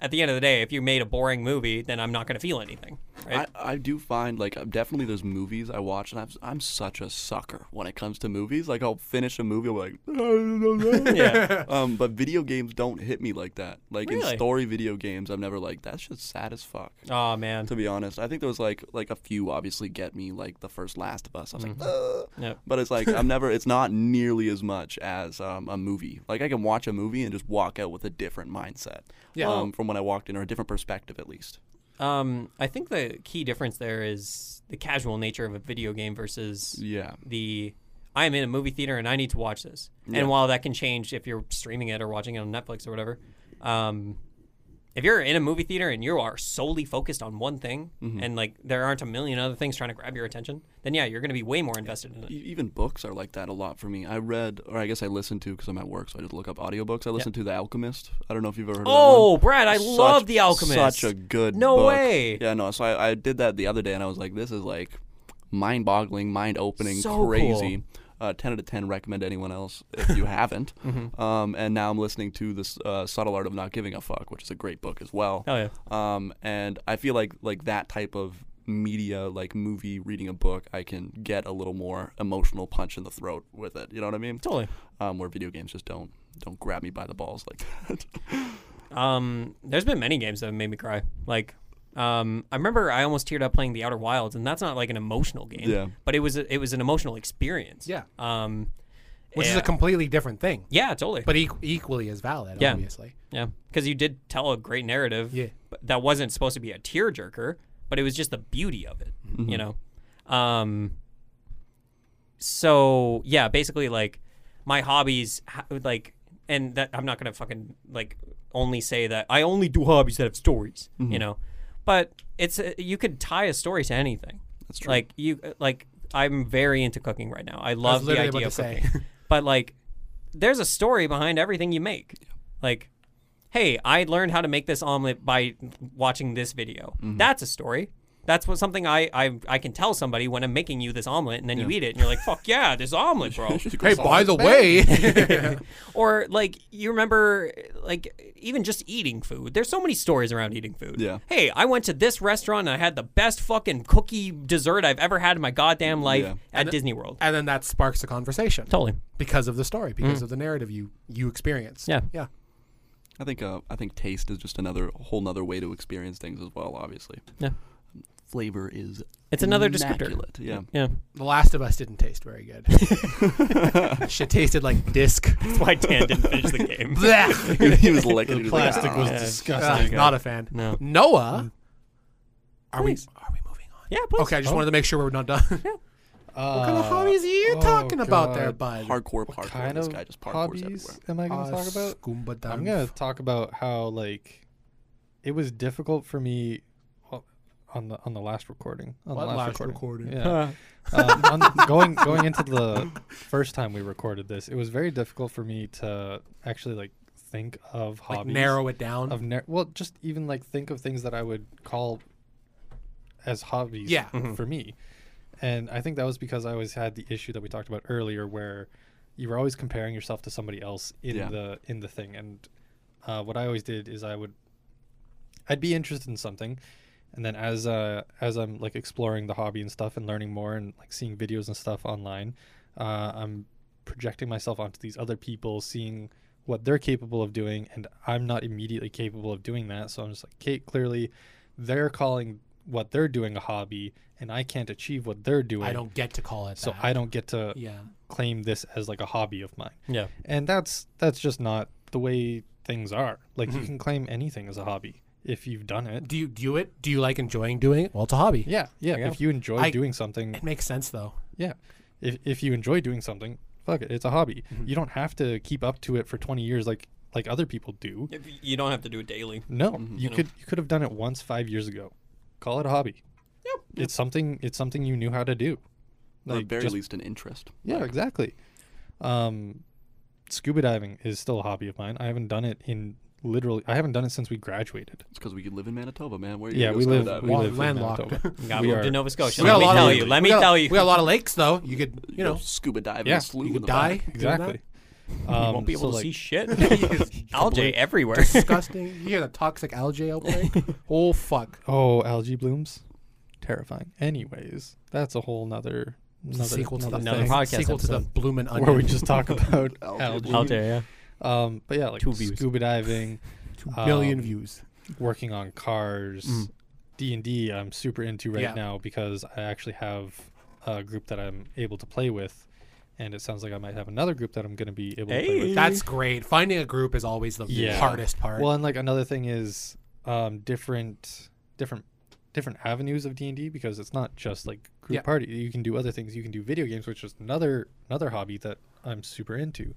[SPEAKER 1] at the end of the day, if you made a boring movie, then I'm not going to feel anything. Right?
[SPEAKER 3] I, I do find like I'm definitely there's movies I watch and I'm, I'm such a sucker when it comes to movies. Like I'll finish a movie, I'm like,
[SPEAKER 1] yeah.
[SPEAKER 3] um, but video games don't hit me like that. Like
[SPEAKER 1] Really?
[SPEAKER 3] in story video games, I'm never like that's just sad as fuck.
[SPEAKER 1] Oh man.
[SPEAKER 3] To be honest, I think there was like like a few obviously get me like the first Last of Us. I was like, "Ugh."
[SPEAKER 1] Yep.
[SPEAKER 3] but it's like I'm never. It's not nearly as much as um, a movie. Like I can watch a movie and just walk out with a different mindset.
[SPEAKER 4] Yeah.
[SPEAKER 3] Um, from when I walked in, or a different perspective at least.
[SPEAKER 1] Um, I think the key difference there is the casual nature of a video game versus
[SPEAKER 3] Yeah.
[SPEAKER 1] the I am in a movie theater and I need to watch this.
[SPEAKER 3] Yeah.
[SPEAKER 1] And while that can change if you're streaming it or watching it on Netflix or whatever, um, if you're in a movie theater and you are solely focused on one thing
[SPEAKER 3] Mm-hmm.
[SPEAKER 1] and like there aren't a million other things trying to grab your attention, then yeah, you're going to be way more invested in it.
[SPEAKER 3] E- even books are like that a lot for me. I read, or I guess I listened to, because I'm at work, so I just look up audiobooks. I listened to The Alchemist. I don't know if you've ever heard
[SPEAKER 1] Oh,
[SPEAKER 3] of that one.
[SPEAKER 1] Brad, I
[SPEAKER 3] Such-
[SPEAKER 1] love The Alchemist.
[SPEAKER 3] Such a good
[SPEAKER 1] No
[SPEAKER 3] book.
[SPEAKER 1] way.
[SPEAKER 3] Yeah, no, so I, I did that the other day, and I was like, this is like mind-boggling, mind-opening,
[SPEAKER 1] So
[SPEAKER 3] crazy. Uh, 10 out of 10 recommend to anyone else if you haven't.
[SPEAKER 1] Mm-hmm.
[SPEAKER 3] um, and now I'm listening to this uh, Subtle Art of Not Giving a Fuck, which is a great book as well.
[SPEAKER 1] Hell yeah.
[SPEAKER 3] Um, and I feel like like that type of media, like movie, reading a book, I can get a little more emotional punch in the throat with it. You know what I mean?
[SPEAKER 1] Totally.
[SPEAKER 3] Um, where video games just don't don't grab me by the balls like that.
[SPEAKER 1] Um, there's been many games that have made me cry. Like, um, I remember I almost teared up playing The Outer Wilds, and that's not like an emotional game.
[SPEAKER 3] Yeah.
[SPEAKER 1] But it was a, it was an emotional experience.
[SPEAKER 4] Yeah.
[SPEAKER 1] Um,
[SPEAKER 4] Which is
[SPEAKER 1] yeah.
[SPEAKER 4] a completely different thing,
[SPEAKER 1] yeah, totally.
[SPEAKER 4] but equ- equally as valid,
[SPEAKER 1] Yeah.
[SPEAKER 4] obviously.
[SPEAKER 1] yeah, because you did tell a great narrative.
[SPEAKER 4] Yeah.
[SPEAKER 1] b- that wasn't supposed to be a tearjerker, but it was just the beauty of it, you know. Um, so yeah, basically like my hobbies, ha- like, and that I'm not gonna fucking like only say that I only do hobbies that have stories, you know. But it's uh, you could tie a story to anything. That's
[SPEAKER 3] true.
[SPEAKER 1] Like you uh, like I'm very into cooking right now. I love the
[SPEAKER 4] literally
[SPEAKER 1] idea of
[SPEAKER 4] about to
[SPEAKER 1] cooking, but like there's a story behind everything you make. Like, hey, I learned how to make this omelet by watching this video.
[SPEAKER 3] Mm-hmm.
[SPEAKER 1] That's a story. That's what something I, I I can tell somebody when I'm making you this omelet, and then you eat it, and you're like, "Fuck yeah, this omelet, bro!"
[SPEAKER 4] Hey, by the way,
[SPEAKER 1] or like you remember, like even just eating food. There's so many stories around eating food.
[SPEAKER 3] Yeah.
[SPEAKER 1] Hey, I went to this restaurant and I had the best fucking cookie dessert I've ever had in my goddamn life
[SPEAKER 3] Yeah.
[SPEAKER 1] at Disney World.
[SPEAKER 4] and then that sparks the conversation
[SPEAKER 1] Totally.
[SPEAKER 4] because of the story, because of the narrative you you experience.
[SPEAKER 1] Mm. Yeah.
[SPEAKER 4] yeah.
[SPEAKER 3] I think uh, I think taste is just another a whole nother way to experience things as well. Obviously,
[SPEAKER 1] Yeah.
[SPEAKER 3] flavor is
[SPEAKER 1] It's another descriptor.
[SPEAKER 3] immaculate, Yeah,
[SPEAKER 1] Yeah.
[SPEAKER 4] The Last of Us didn't taste very good. Shit tasted like disc.
[SPEAKER 1] That's why Dan didn't finish the game.
[SPEAKER 4] Blech.
[SPEAKER 3] he was licking.
[SPEAKER 2] The
[SPEAKER 3] he was like,
[SPEAKER 2] plastic was
[SPEAKER 3] "Ah."
[SPEAKER 1] Yeah.
[SPEAKER 4] Ugh,
[SPEAKER 2] disgusting.
[SPEAKER 4] Uh, not a fan.
[SPEAKER 1] No.
[SPEAKER 4] Noah, Mm. are
[SPEAKER 1] Please.
[SPEAKER 4] we are we moving on?
[SPEAKER 1] Yeah, please.
[SPEAKER 4] Okay, I just wanted to make sure we we're not done. what kind of hobbies are you
[SPEAKER 2] oh,
[SPEAKER 4] talking about there,
[SPEAKER 2] God.
[SPEAKER 4] bud?
[SPEAKER 3] hardcore parkour.
[SPEAKER 2] kind
[SPEAKER 3] this
[SPEAKER 2] of
[SPEAKER 3] guy just parkours
[SPEAKER 2] hobbies
[SPEAKER 3] everywhere.
[SPEAKER 2] am I going to
[SPEAKER 4] Uh,
[SPEAKER 2] talk about?
[SPEAKER 4] scuba
[SPEAKER 2] I'm
[SPEAKER 4] dive.
[SPEAKER 2] gonna talk about how like it was difficult for me well, on the on the last recording. On
[SPEAKER 4] What
[SPEAKER 2] the
[SPEAKER 4] last recording?
[SPEAKER 1] Uh,
[SPEAKER 2] Yeah. um, on- going going into the first time we recorded this, it was very difficult for me to actually like think of
[SPEAKER 4] like
[SPEAKER 2] hobbies.
[SPEAKER 4] narrow it down.
[SPEAKER 2] of nar- well, just even like think of things that I would call as hobbies
[SPEAKER 4] Yeah.
[SPEAKER 2] for me. And I think that was because I always had the issue that we talked about earlier where you were always comparing yourself to somebody else in
[SPEAKER 3] Yeah.
[SPEAKER 2] the in the thing. And uh, what I always did is I would I'd be interested in something and then as uh as I'm like exploring the hobby and stuff and learning more and like seeing videos and stuff online, uh, I'm projecting myself onto these other people, seeing what they're capable of doing, and I'm not immediately capable of doing that. So I'm just like, okay, clearly, they're calling what they're doing a hobby, and I can't achieve what they're doing.
[SPEAKER 4] I don't get to call it.
[SPEAKER 2] So
[SPEAKER 4] that.
[SPEAKER 2] I don't get to
[SPEAKER 4] Yeah. Mm.
[SPEAKER 2] claim this as like a hobby of mine.
[SPEAKER 1] Yeah.
[SPEAKER 2] And that's that's just not the way things are. Like
[SPEAKER 4] Mm-hmm.
[SPEAKER 2] you can claim anything as a hobby if you've done it.
[SPEAKER 4] Do you do it? Do you like enjoying doing it? Well, it's a hobby.
[SPEAKER 2] Yeah, yeah.
[SPEAKER 1] you go.
[SPEAKER 2] If you enjoy
[SPEAKER 4] I-
[SPEAKER 2] doing something,
[SPEAKER 4] It makes sense though.
[SPEAKER 2] yeah. If if you enjoy doing something, fuck it, it's a hobby.
[SPEAKER 4] Mm-hmm.
[SPEAKER 2] You don't have to keep up to it for 20 years like like other people do.
[SPEAKER 1] If y- You don't have to do it daily.
[SPEAKER 2] No, you
[SPEAKER 4] Mm-hmm.
[SPEAKER 1] know.
[SPEAKER 2] could you could have done it once 5 years ago. Call it a hobby. It's something it's something you knew how to do.
[SPEAKER 3] Or
[SPEAKER 2] Like
[SPEAKER 3] at very
[SPEAKER 2] just-
[SPEAKER 3] least an interest.
[SPEAKER 2] Yeah, exactly. Um scuba diving is still a hobby of mine. I haven't done it in literally I haven't done it since we graduated.
[SPEAKER 3] It's because we could live in Manitoba, man. Where you
[SPEAKER 2] Yeah,
[SPEAKER 3] gonna
[SPEAKER 2] we
[SPEAKER 3] go
[SPEAKER 2] live,
[SPEAKER 3] skydiving?
[SPEAKER 2] Uh, we live in
[SPEAKER 4] landlocked.
[SPEAKER 2] Manitoba.
[SPEAKER 1] You gotta
[SPEAKER 2] We
[SPEAKER 1] move
[SPEAKER 2] are
[SPEAKER 1] to Nova Scotia.
[SPEAKER 2] so
[SPEAKER 1] Let me
[SPEAKER 4] lot of-
[SPEAKER 1] tell you. Let me
[SPEAKER 4] we got-
[SPEAKER 1] tell you.
[SPEAKER 4] We got a lot of lakes though. You could
[SPEAKER 3] You
[SPEAKER 4] you
[SPEAKER 3] know,
[SPEAKER 4] know
[SPEAKER 3] scuba dive.
[SPEAKER 2] Yeah, um,
[SPEAKER 3] and slew
[SPEAKER 4] you
[SPEAKER 3] in
[SPEAKER 4] could
[SPEAKER 3] the
[SPEAKER 4] die.
[SPEAKER 3] back.
[SPEAKER 4] doing
[SPEAKER 2] Exactly.
[SPEAKER 1] you won't be
[SPEAKER 2] so,
[SPEAKER 1] able to
[SPEAKER 2] like,
[SPEAKER 1] Um, see shit. Algae everywhere.
[SPEAKER 4] that. Disgusting. You hear the toxic algae outbreak? oh fuck.
[SPEAKER 2] Oh, algae blooms, terrifying. Anyways, that's a whole nother another
[SPEAKER 4] sequel to the
[SPEAKER 1] another
[SPEAKER 4] thing.
[SPEAKER 1] podcast
[SPEAKER 4] sequel to the
[SPEAKER 1] episode.
[SPEAKER 4] bloomin' onion.
[SPEAKER 2] where we just talk about
[SPEAKER 3] Algae
[SPEAKER 2] algae.
[SPEAKER 3] blooms.
[SPEAKER 1] Algae, yeah.
[SPEAKER 2] Um, but yeah, like
[SPEAKER 1] Two views.
[SPEAKER 2] scuba diving,
[SPEAKER 4] Two billion
[SPEAKER 2] um,
[SPEAKER 4] views.
[SPEAKER 2] working on
[SPEAKER 1] Mm.
[SPEAKER 2] cars, D and D. I'm super into right
[SPEAKER 4] Yeah.
[SPEAKER 2] now because I actually have a group that I'm able to play with, and it sounds like I might have another group that I'm going to be able to play
[SPEAKER 1] Hey.
[SPEAKER 2] with.
[SPEAKER 4] That's great. Finding a group is always the
[SPEAKER 2] Yeah.
[SPEAKER 4] hardest part.
[SPEAKER 2] Well, and like another thing is um, different, different, different avenues of D and D because it's not just like group
[SPEAKER 4] Yeah.
[SPEAKER 2] party. You can do other things. You can do video games, which is another another hobby that I'm super into.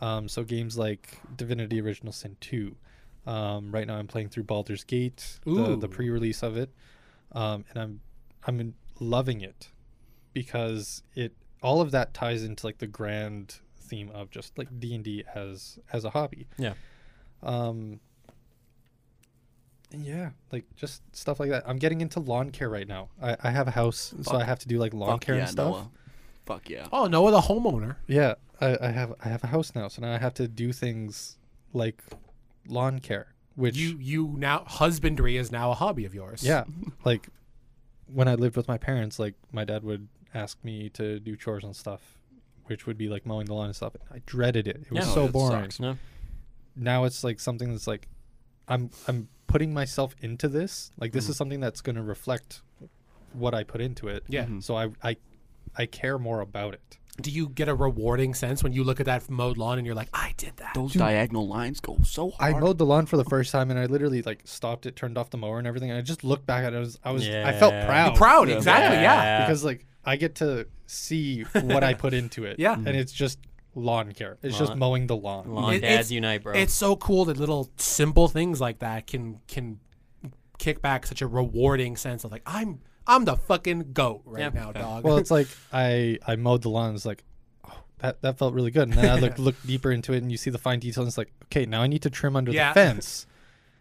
[SPEAKER 2] Um, so games like Divinity: Original Sin two. Um, right now, I'm playing through Baldur's Gate, the,
[SPEAKER 4] Ooh.
[SPEAKER 2] the pre-release of it, um, and I'm I'm in- loving it because it all of that ties into like the grand theme of just like D and D as as a hobby.
[SPEAKER 1] Yeah.
[SPEAKER 2] Um. Yeah, like just stuff like that. I'm getting into lawn care right now. I, I have a house, so I have to do like lawn
[SPEAKER 3] Fuck
[SPEAKER 2] care
[SPEAKER 3] yeah,
[SPEAKER 2] and stuff.
[SPEAKER 3] Noah. Fuck yeah.
[SPEAKER 4] oh Noah, the homeowner.
[SPEAKER 2] Yeah, I, I have I have a house now, so now I have to do things like lawn care, which
[SPEAKER 4] You you now husbandry is now a hobby of yours.
[SPEAKER 2] yeah, like when I lived with my parents, like my dad would ask me to do chores and stuff, which would be like mowing the lawn and stuff. And I dreaded it. It was
[SPEAKER 1] Yeah.
[SPEAKER 2] so
[SPEAKER 3] Oh, that
[SPEAKER 2] boring.
[SPEAKER 3] sucks.
[SPEAKER 1] No.
[SPEAKER 2] Now it's like something that's like I'm I'm putting myself into this. Like this is something that's going to reflect what I put into it.
[SPEAKER 4] Yeah.
[SPEAKER 2] So I I I care more about it.
[SPEAKER 4] do you get a rewarding sense when you look at that mowed lawn and you're like, I did that?
[SPEAKER 3] Those diagonal lines go so
[SPEAKER 2] I
[SPEAKER 3] hard.
[SPEAKER 2] mowed the lawn for the first time, and I literally like stopped it, turned off the mower and everything, and I just looked back at it. I was, I was, I felt
[SPEAKER 1] Yeah.
[SPEAKER 2] proud.
[SPEAKER 4] Proud, exactly, yeah.
[SPEAKER 1] Yeah.
[SPEAKER 2] because like I get to see what I put into it.
[SPEAKER 4] Yeah.
[SPEAKER 2] and it's just lawn care. It's just mowing the lawn.
[SPEAKER 1] Lawn
[SPEAKER 4] It-
[SPEAKER 1] dads
[SPEAKER 4] it's-
[SPEAKER 1] unite, bro.
[SPEAKER 4] It's so cool that little simple things like that can can kick back such a rewarding sense of like I'm I'm the fucking goat right
[SPEAKER 1] Yeah.
[SPEAKER 4] now, dog.
[SPEAKER 2] Well, it's like I I mowed the lawn. It's like oh, that that felt really good. And then I look look deeper into it, and you see the fine details. And it's like okay, now I need to trim under
[SPEAKER 4] Yeah.
[SPEAKER 2] the fence.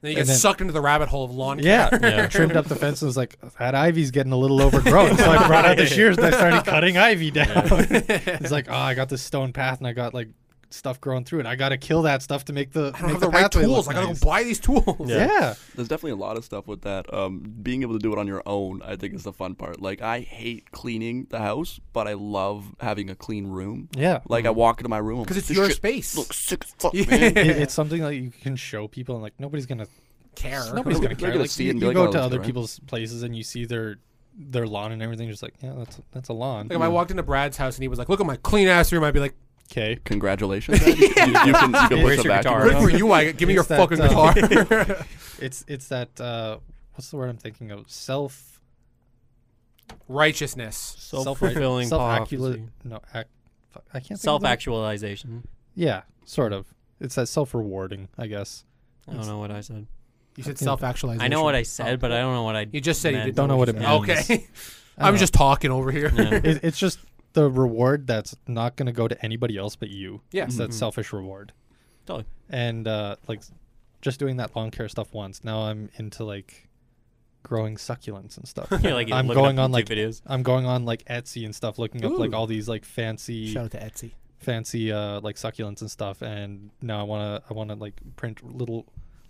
[SPEAKER 4] then you
[SPEAKER 2] and
[SPEAKER 4] get
[SPEAKER 2] then-
[SPEAKER 4] sucked into the rabbit hole of lawn care.
[SPEAKER 2] Yeah, I trimmed up the fence. and was like that ivy's getting a little overgrown. so I brought out the shears and I started cutting ivy down. it's like oh, I got this stone path, and I got like stuff growing through it. I got to kill that stuff to make the
[SPEAKER 4] I don't
[SPEAKER 2] make
[SPEAKER 4] have
[SPEAKER 2] the,
[SPEAKER 4] the right
[SPEAKER 2] pathway look
[SPEAKER 4] tools. I gotta
[SPEAKER 2] nice.
[SPEAKER 4] go buy these tools.
[SPEAKER 2] yeah.
[SPEAKER 3] There's definitely a lot of stuff with that. Um, being able to do it on your own, I think, is the fun part. Like, I hate cleaning the house, but I love having a clean room.
[SPEAKER 2] Yeah.
[SPEAKER 3] Like, I walk into my room
[SPEAKER 4] Mm-hmm. 'Cause it's
[SPEAKER 3] "This
[SPEAKER 4] your
[SPEAKER 3] shit
[SPEAKER 4] space."
[SPEAKER 3] Looks sick as fuck,
[SPEAKER 4] Yeah.
[SPEAKER 3] man.
[SPEAKER 2] It- it's something like you can show people, and like nobody's gonna
[SPEAKER 4] Care.
[SPEAKER 2] nobody's gonna
[SPEAKER 3] They're
[SPEAKER 2] care.
[SPEAKER 3] gonna
[SPEAKER 2] Like
[SPEAKER 3] see
[SPEAKER 2] you,
[SPEAKER 3] it and be
[SPEAKER 2] you
[SPEAKER 3] like,
[SPEAKER 2] go
[SPEAKER 3] "Oh,
[SPEAKER 2] to
[SPEAKER 3] that's
[SPEAKER 2] other
[SPEAKER 3] alright."
[SPEAKER 2] people's places and you see their their lawn and everything. You're just like, yeah, that's that's a lawn.
[SPEAKER 4] Like if I walked into Brad's house and he was like, "Look at my clean ass room," I'd be like,
[SPEAKER 2] Mm, Okay.
[SPEAKER 3] Congratulations. man. You, you can, you can
[SPEAKER 1] Where's
[SPEAKER 3] push a
[SPEAKER 1] your
[SPEAKER 3] vacuum
[SPEAKER 1] guitar?
[SPEAKER 3] around.
[SPEAKER 4] "Good for you, I give me your
[SPEAKER 2] It's that,
[SPEAKER 4] fucking
[SPEAKER 2] uh,
[SPEAKER 4] guitar."
[SPEAKER 2] It's it's that uh, what's the word I'm thinking of? Self
[SPEAKER 4] Righteousness.
[SPEAKER 1] Self-fulfilling
[SPEAKER 2] self
[SPEAKER 1] prophecy.
[SPEAKER 2] No, ac- fuck, I can't. think of the-
[SPEAKER 1] Self-actualization.
[SPEAKER 2] Yeah, sort of. It's that self rewarding, I guess.
[SPEAKER 1] I don't know what I said.
[SPEAKER 4] You said self-actualization.
[SPEAKER 1] I know what I
[SPEAKER 2] Oh.
[SPEAKER 1] said, but I don't know what I.
[SPEAKER 4] You just said you
[SPEAKER 1] meant.
[SPEAKER 4] didn't
[SPEAKER 2] Don't know what it means.
[SPEAKER 4] Okay,
[SPEAKER 2] I
[SPEAKER 4] I'm
[SPEAKER 2] don't
[SPEAKER 4] just talking over here.
[SPEAKER 1] Yeah.
[SPEAKER 2] It, it's just the reward that's not gonna go to anybody else but you.
[SPEAKER 4] Yeah.
[SPEAKER 2] It's that selfish reward.
[SPEAKER 1] Totally.
[SPEAKER 2] and uh, like just doing that lawn care stuff once. Now I'm into like growing succulents and stuff.
[SPEAKER 1] You're like
[SPEAKER 2] I'm
[SPEAKER 1] looking
[SPEAKER 2] going
[SPEAKER 1] up
[SPEAKER 2] on
[SPEAKER 1] YouTube
[SPEAKER 2] like
[SPEAKER 1] videos.
[SPEAKER 2] I'm going on like Etsy and stuff, looking up like
[SPEAKER 4] Ooh.
[SPEAKER 2] all these like fancy
[SPEAKER 4] Shout out to Etsy.
[SPEAKER 2] fancy uh, like succulents and stuff. And now I wanna I wanna like print little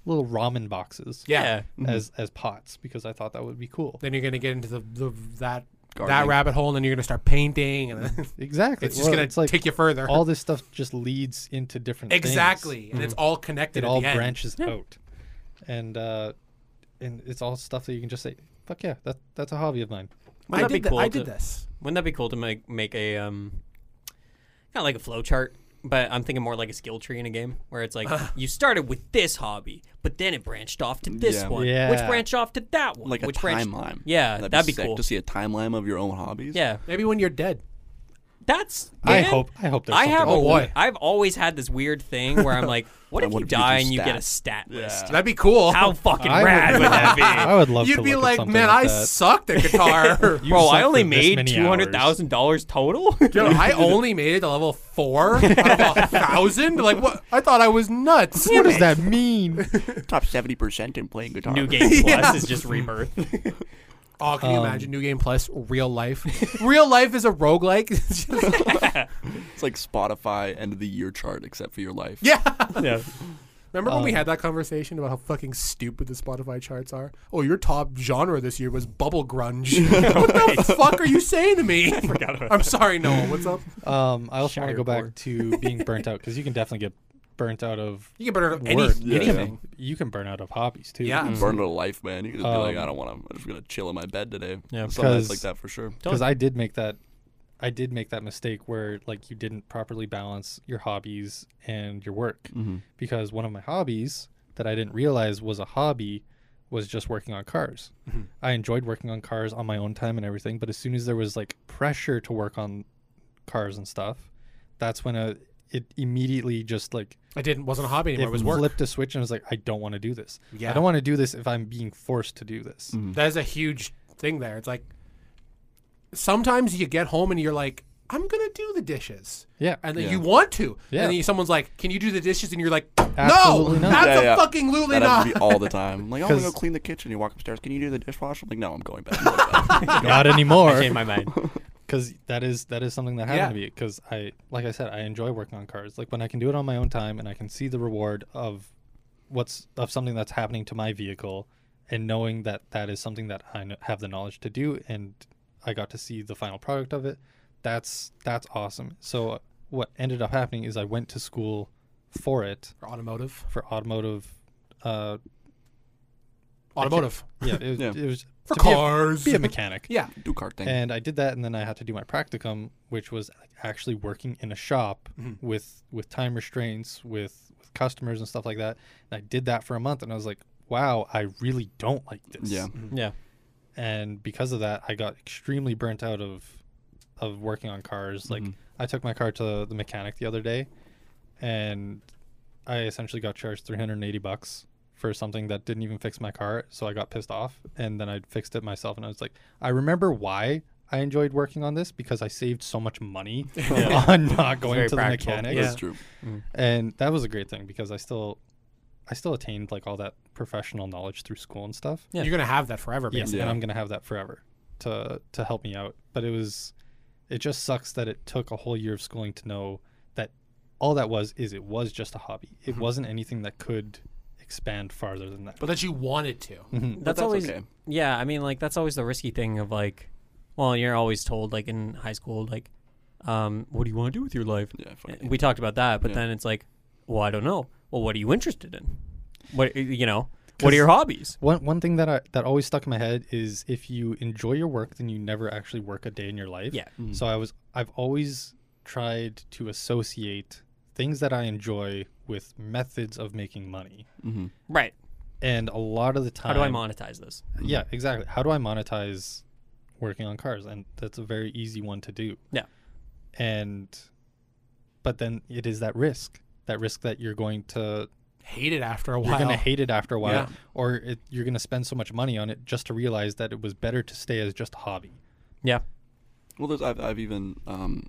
[SPEAKER 2] little ramen boxes
[SPEAKER 4] Yeah. Mm-hmm.
[SPEAKER 2] as as pots because I thought that would be cool.
[SPEAKER 4] Then you're gonna get into the, the that that
[SPEAKER 3] Gardening.
[SPEAKER 4] rabbit hole, and then you're gonna start painting, and then
[SPEAKER 2] Exactly.
[SPEAKER 4] it's just
[SPEAKER 2] Well,
[SPEAKER 4] gonna
[SPEAKER 2] it's like
[SPEAKER 4] take you further.
[SPEAKER 2] all this stuff just leads into different things. Mm-hmm.
[SPEAKER 4] exactly, and it's all connected.
[SPEAKER 2] it
[SPEAKER 4] at
[SPEAKER 2] all
[SPEAKER 4] the end.
[SPEAKER 2] branches out and uh and it's all stuff that you can just say fuck yeah that that's a hobby of mine
[SPEAKER 1] Wouldn't that
[SPEAKER 4] I
[SPEAKER 1] be
[SPEAKER 4] did, th-
[SPEAKER 1] cool
[SPEAKER 4] I
[SPEAKER 1] to-
[SPEAKER 4] did this.
[SPEAKER 1] Wouldn't that be cool to make make a um, kind of like a flow chart? But I'm thinking more like a skill tree in a game where it's like you started with this hobby, but then it branched off to this
[SPEAKER 3] Yeah.
[SPEAKER 1] one, which
[SPEAKER 2] Yeah.
[SPEAKER 1] branched off to that one,
[SPEAKER 3] Like a
[SPEAKER 1] which branched.
[SPEAKER 3] timeline.
[SPEAKER 1] Yeah,
[SPEAKER 3] that'd,
[SPEAKER 1] that'd be
[SPEAKER 3] be, sick
[SPEAKER 1] cool.
[SPEAKER 3] to see a timeline of your own hobbies.
[SPEAKER 1] Yeah,
[SPEAKER 4] Maybe when you're dead.
[SPEAKER 1] that's.
[SPEAKER 2] i
[SPEAKER 1] man,
[SPEAKER 2] hope i hope there's
[SPEAKER 1] I have.
[SPEAKER 2] something
[SPEAKER 4] Oh,
[SPEAKER 1] a,
[SPEAKER 4] boy.
[SPEAKER 2] like
[SPEAKER 1] I've always had this weird thing where I'm like, what if
[SPEAKER 3] what
[SPEAKER 1] you
[SPEAKER 3] if you
[SPEAKER 1] die
[SPEAKER 3] do
[SPEAKER 1] and you get a stat
[SPEAKER 3] stat? Yeah.
[SPEAKER 1] list?
[SPEAKER 4] That'd be cool.
[SPEAKER 1] How fucking
[SPEAKER 2] that. I
[SPEAKER 1] rad
[SPEAKER 2] would,
[SPEAKER 1] would that be?
[SPEAKER 2] I would love to
[SPEAKER 4] You'd be
[SPEAKER 2] look at
[SPEAKER 4] like,
[SPEAKER 2] something
[SPEAKER 4] man,
[SPEAKER 2] like
[SPEAKER 4] I
[SPEAKER 2] that.
[SPEAKER 4] sucked at guitar.
[SPEAKER 2] You
[SPEAKER 1] Bro, I
[SPEAKER 2] suck
[SPEAKER 1] only
[SPEAKER 2] for this
[SPEAKER 1] made
[SPEAKER 2] many
[SPEAKER 1] two hundred
[SPEAKER 2] hours.
[SPEAKER 1] thousand dollars total.
[SPEAKER 4] Yo, I only made it to level four out of a thousand. Like what? I thought I was nuts.
[SPEAKER 2] what does that mean
[SPEAKER 3] Top 70% in playing guitar.
[SPEAKER 1] New Game Plus is just rebirth.
[SPEAKER 4] Oh, can you imagine New Game Plus real life? real life is a roguelike. It's just-
[SPEAKER 3] It's like Spotify end of the year chart, except for your life.
[SPEAKER 4] yeah.
[SPEAKER 1] yeah.
[SPEAKER 4] Remember when we had that conversation about how fucking stupid the Spotify charts are? Oh, your top genre this year was bubble grunge. what the fuck are you saying to me? I forgot about I'm sorry, Noah. What's up?
[SPEAKER 2] um i also want
[SPEAKER 1] Shire
[SPEAKER 2] to go back
[SPEAKER 1] board.
[SPEAKER 2] to being burnt out because you can definitely get burnt out of
[SPEAKER 4] You can burn out
[SPEAKER 2] work
[SPEAKER 4] any,
[SPEAKER 2] You can-
[SPEAKER 4] anything.
[SPEAKER 2] you can burn out of hobbies too
[SPEAKER 4] Yeah.
[SPEAKER 3] Burn to life, man. You can just be like,
[SPEAKER 2] Um,
[SPEAKER 3] I don't want to. I'm just gonna chill in my bed today.
[SPEAKER 1] Yeah,
[SPEAKER 3] Some nights
[SPEAKER 2] because-
[SPEAKER 3] like that for sure.
[SPEAKER 2] because I did make that I did make that mistake where like you didn't properly balance your hobbies and your work
[SPEAKER 4] Mm-hmm.
[SPEAKER 2] because one of my hobbies that I didn't realize was a hobby was just working on cars.
[SPEAKER 4] Mm-hmm.
[SPEAKER 2] I enjoyed working on cars on my own time and everything, but as soon as there was like pressure to work on cars and stuff, that's when uh it immediately just like
[SPEAKER 4] I didn't. Wasn't a hobby anymore. It was work.
[SPEAKER 2] flipped a switch and I was like, I don't want to do this.
[SPEAKER 4] Yeah. Mm-hmm.
[SPEAKER 2] I don't want to do this if I'm being forced to do this.
[SPEAKER 4] That is a huge thing there. It's like sometimes you get home and you're like, I'm gonna do the dishes.
[SPEAKER 2] Yeah.
[SPEAKER 4] And then
[SPEAKER 3] Yeah.
[SPEAKER 4] you want to.
[SPEAKER 2] Yeah.
[SPEAKER 4] And then someone's like, Can you do the dishes? And you're like,
[SPEAKER 2] Absolutely
[SPEAKER 4] No,
[SPEAKER 2] not.
[SPEAKER 4] that's
[SPEAKER 3] Yeah,
[SPEAKER 4] a
[SPEAKER 3] yeah.
[SPEAKER 4] fucking
[SPEAKER 3] That
[SPEAKER 4] not.
[SPEAKER 3] happens to me all the time. I'm like, I'm gonna go
[SPEAKER 2] 'Cause-
[SPEAKER 3] clean the kitchen. You walk upstairs. Can you do the dishwasher? I'm like, no, I'm going back. I'm going back."
[SPEAKER 2] Not anymore.
[SPEAKER 1] changed my mind.
[SPEAKER 2] because that is that is something that happened
[SPEAKER 4] Yeah.
[SPEAKER 2] to me because i like i said i enjoy working on cars like when i can do it on my own time and i can see the reward of what's of something that's happening to my vehicle and knowing that that is something that i kn- have the knowledge to do and i got to see the final product of it that's that's awesome so what ended up happening is i went to school for it
[SPEAKER 4] Automotive.
[SPEAKER 2] for automotive uh
[SPEAKER 4] Automotive.
[SPEAKER 2] yeah it, was-
[SPEAKER 3] Yeah.
[SPEAKER 2] it was
[SPEAKER 4] for
[SPEAKER 2] to be a-
[SPEAKER 4] cars.
[SPEAKER 2] be a mechanic.
[SPEAKER 4] yeah.
[SPEAKER 3] Do cart thing.
[SPEAKER 2] And I did that, and then I had to do my practicum, which was like actually working in a shop
[SPEAKER 3] Mm-hmm.
[SPEAKER 2] with with time restraints, with with customers and stuff like that. And I did that for a month, and I was like, "Wow, I really don't like this."
[SPEAKER 3] Yeah.
[SPEAKER 1] Yeah.
[SPEAKER 2] And because of that, I got extremely burnt out of of working on cars. Like,
[SPEAKER 3] Mm-hmm.
[SPEAKER 2] I took my car to the mechanic the other day, and I essentially got charged 380 bucks for something that didn't even fix my car. So I got pissed off and then I fixed it myself. And I was like, I remember why I enjoyed working on this because I saved so much money on not going
[SPEAKER 1] very
[SPEAKER 2] to the
[SPEAKER 1] practical.
[SPEAKER 2] mechanic.
[SPEAKER 3] That's
[SPEAKER 4] Yeah.
[SPEAKER 3] true.
[SPEAKER 2] And that was a great thing because I still, I still attained like all that professional knowledge through school and stuff.
[SPEAKER 1] Yeah.
[SPEAKER 4] You're gonna have that forever.
[SPEAKER 2] Yes,
[SPEAKER 4] Basically.
[SPEAKER 3] Yeah.
[SPEAKER 2] and I'm gonna have that forever to to help me out. But it was, it just sucks that it took a whole year of schooling to know that all that was is it was just a hobby. It
[SPEAKER 1] Mm-hmm.
[SPEAKER 2] wasn't anything that could expand farther than that.
[SPEAKER 4] But that you wanted to.
[SPEAKER 2] Mm-hmm.
[SPEAKER 1] that's,
[SPEAKER 3] that's
[SPEAKER 1] always
[SPEAKER 3] okay.
[SPEAKER 1] yeah i mean like that's always the risky thing of like well you're always told like in high school like um what do you want to do with your life
[SPEAKER 3] Yeah, fuck
[SPEAKER 1] we talked about that but
[SPEAKER 3] Yeah.
[SPEAKER 1] then it's like well i don't know well what are you interested in what you know what are your hobbies
[SPEAKER 2] One one thing that I that always stuck in my head is if you enjoy your work, then you never actually work a day in your life.
[SPEAKER 1] Yeah. Mm.
[SPEAKER 2] So I was I've always tried to associate things that I enjoy with methods of making money.
[SPEAKER 1] right
[SPEAKER 2] And a lot of the time
[SPEAKER 1] how do i monetize this
[SPEAKER 2] Yeah, exactly. How do I monetize working on cars? And that's a very easy one to do.
[SPEAKER 1] Yeah.
[SPEAKER 2] And but then it is that risk. That risk that you're going to
[SPEAKER 4] Hate it after a
[SPEAKER 2] you're
[SPEAKER 4] while.
[SPEAKER 2] going to hate it after a while
[SPEAKER 4] Yeah.
[SPEAKER 2] or it, you're going to spend so much money on it just to realize that it was better to stay as just a hobby.
[SPEAKER 1] yeah
[SPEAKER 3] Well, there's I've I've even um,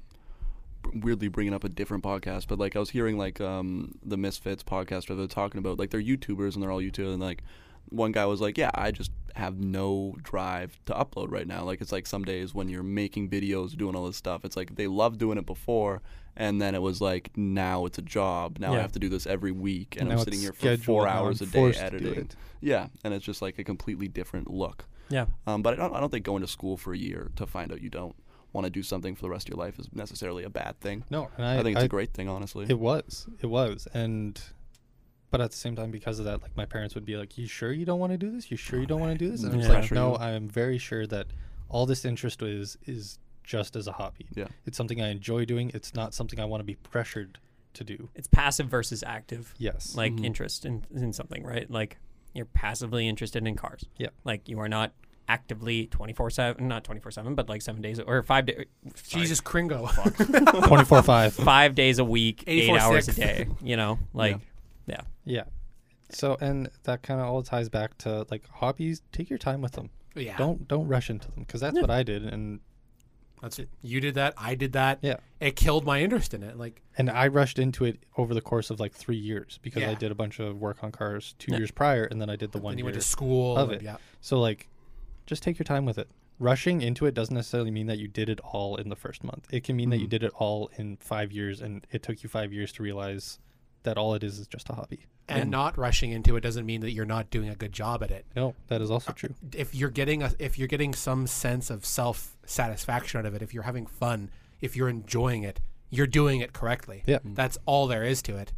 [SPEAKER 3] b- weirdly bringing up a different podcast, but like I was hearing like um, the Misfits podcast where they're talking about like they're YouTubers and they're all YouTube and like one guy was like, yeah, I just have no drive to upload right now. Like it's like some days when you're making videos, doing all this stuff, it's like they loved doing it before. And then it was like now it's a job. Now I
[SPEAKER 1] Yeah.
[SPEAKER 3] have to do this every week, and
[SPEAKER 2] Now
[SPEAKER 3] I'm
[SPEAKER 2] it's
[SPEAKER 3] sitting here for
[SPEAKER 2] scheduled,
[SPEAKER 3] four
[SPEAKER 2] now I'm
[SPEAKER 3] hours a day
[SPEAKER 2] forced to do
[SPEAKER 3] editing.
[SPEAKER 2] it.
[SPEAKER 3] Yeah, and it's just like a completely different look.
[SPEAKER 1] yeah
[SPEAKER 3] Um, but I don't, I don't think going to school for a year to find out you don't want to do something for the rest of your life is necessarily a bad thing.
[SPEAKER 2] No, and
[SPEAKER 3] I,
[SPEAKER 2] I,
[SPEAKER 3] think it's a great thing, honestly.
[SPEAKER 2] It was. It was. And but at the same time because of that like my parents would be like, "You sure you don't want to do this? You sure you don't want to do this?" And I was
[SPEAKER 1] Yeah.
[SPEAKER 2] like,
[SPEAKER 3] Pressure
[SPEAKER 2] "No,
[SPEAKER 3] you.
[SPEAKER 2] I am very sure that all this interest is is just as a hobby.
[SPEAKER 3] Yeah.
[SPEAKER 2] It's something I enjoy doing. It's not something I want to be pressured to do."
[SPEAKER 1] it's passive versus active
[SPEAKER 2] Yes.
[SPEAKER 1] like interest in, in something right like you're passively interested in cars
[SPEAKER 2] Yeah.
[SPEAKER 1] like you are not actively 24/7 not 24/7 but like 7 days or 5 days
[SPEAKER 4] Jesus Kringo.
[SPEAKER 2] 24/5.
[SPEAKER 1] five days a week, eight
[SPEAKER 4] 84
[SPEAKER 1] hours a
[SPEAKER 4] sixth.
[SPEAKER 1] day. You know, like, yeah,
[SPEAKER 2] yeah. So and that kind of all ties back to like hobbies, take your time with them.
[SPEAKER 4] yeah.
[SPEAKER 2] Don't don't rush into them because that's what I did and
[SPEAKER 4] That's it. You did that. I did that.
[SPEAKER 2] Yeah.
[SPEAKER 4] It killed my interest in it. Like
[SPEAKER 2] and I rushed into it over the course of like three years because I
[SPEAKER 4] Yeah.
[SPEAKER 2] did a bunch of work on cars two years prior, and then I did the one
[SPEAKER 4] when you
[SPEAKER 2] year
[SPEAKER 4] went to school.
[SPEAKER 2] of
[SPEAKER 4] and-
[SPEAKER 2] it.
[SPEAKER 4] Yeah.
[SPEAKER 2] So like, just take your time with it. Rushing into it doesn't necessarily mean that you did it all in the first month. It can mean that you
[SPEAKER 4] Mm.
[SPEAKER 2] did it all in five years, and it took you five years to realize that all it is is just a hobby.
[SPEAKER 4] And not rushing into it doesn't mean that you're not doing a good job at it.
[SPEAKER 2] No, that is also true.
[SPEAKER 4] If you're getting a, if you're getting some sense of self satisfaction out of it, if you're having fun, if you're enjoying it, you're doing it correctly.
[SPEAKER 2] Yeah.
[SPEAKER 4] That's all there is to it.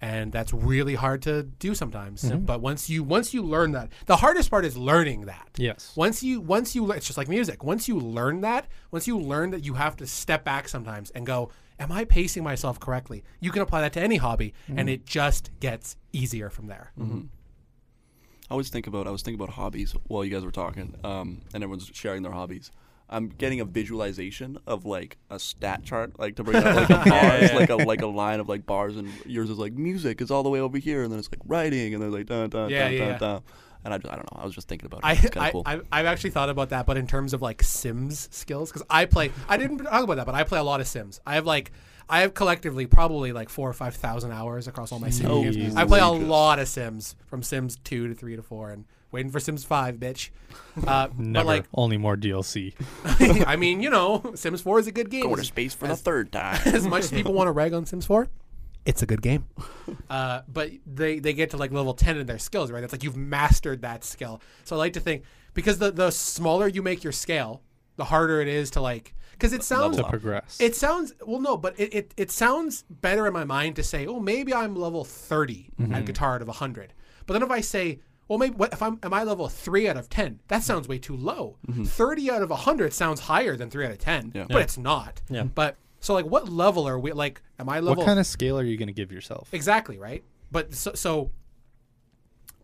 [SPEAKER 4] And that's really hard to do sometimes.
[SPEAKER 2] Mm-hmm.
[SPEAKER 4] But once you once you learn that, the hardest part is learning that.
[SPEAKER 2] Yes.
[SPEAKER 4] Once you once you le- it's just like music. Once you learn that, once you learn that you have to step back sometimes and go, am I pacing myself correctly? You can apply that to any hobby
[SPEAKER 2] Mm-hmm.
[SPEAKER 4] and it just gets easier from there.
[SPEAKER 3] I always think about I was thinking about hobbies while you guys were talking, um, and everyone's sharing their hobbies. I'm getting a visualization of like a stat chart, like to bring up like a bars, like a like a line of like bars, and yours is like music is all the way over here, and then it's like writing, and then like dun dun
[SPEAKER 4] Yeah,
[SPEAKER 3] dun
[SPEAKER 4] yeah,
[SPEAKER 3] dun
[SPEAKER 4] yeah.
[SPEAKER 3] dun, and I, just, I don't know. I was just thinking about it.
[SPEAKER 4] I,
[SPEAKER 3] it's kind
[SPEAKER 4] I,
[SPEAKER 3] of cool.
[SPEAKER 4] I I've actually thought about that, but in terms of like Sims skills, because I play I didn't talk about that, but I play a lot of Sims. I have like I have collectively probably like four or five thousand hours across all my Sims
[SPEAKER 3] Oh,
[SPEAKER 4] games. I play a
[SPEAKER 3] Jesus.
[SPEAKER 4] lot of Sims from Sims two to three to four, and waiting for Sims five, bitch. Uh,
[SPEAKER 2] Never.
[SPEAKER 4] But like
[SPEAKER 2] only more DLC.
[SPEAKER 4] I mean, you know, Sims four is a good game.
[SPEAKER 3] Go to space for the third time.
[SPEAKER 4] as much as people want to rag on Sims 4, it's a good game. Uh, but they, they get to like level 10 in their skills, right? It's like you've mastered that skill. So I like to think because the, the smaller you make your scale, the harder it is to like, because it sounds
[SPEAKER 2] to progress.
[SPEAKER 4] it sounds well, no, but it, it, it sounds
[SPEAKER 3] Mm-hmm.
[SPEAKER 4] better in my mind to say, oh, maybe I'm level 30 at guitar out of 100. But then if I say, well, maybe what, if I'm am I level three out of ten? That sounds way too low. Thirty out of hundred sounds higher than three out of ten,
[SPEAKER 3] Mm-hmm. Yeah.
[SPEAKER 4] but it's not.
[SPEAKER 1] Yeah.
[SPEAKER 4] But so like, what level are we? Like, am I level
[SPEAKER 2] What kind of scale are you going to give yourself?
[SPEAKER 4] Exactly right. But so, so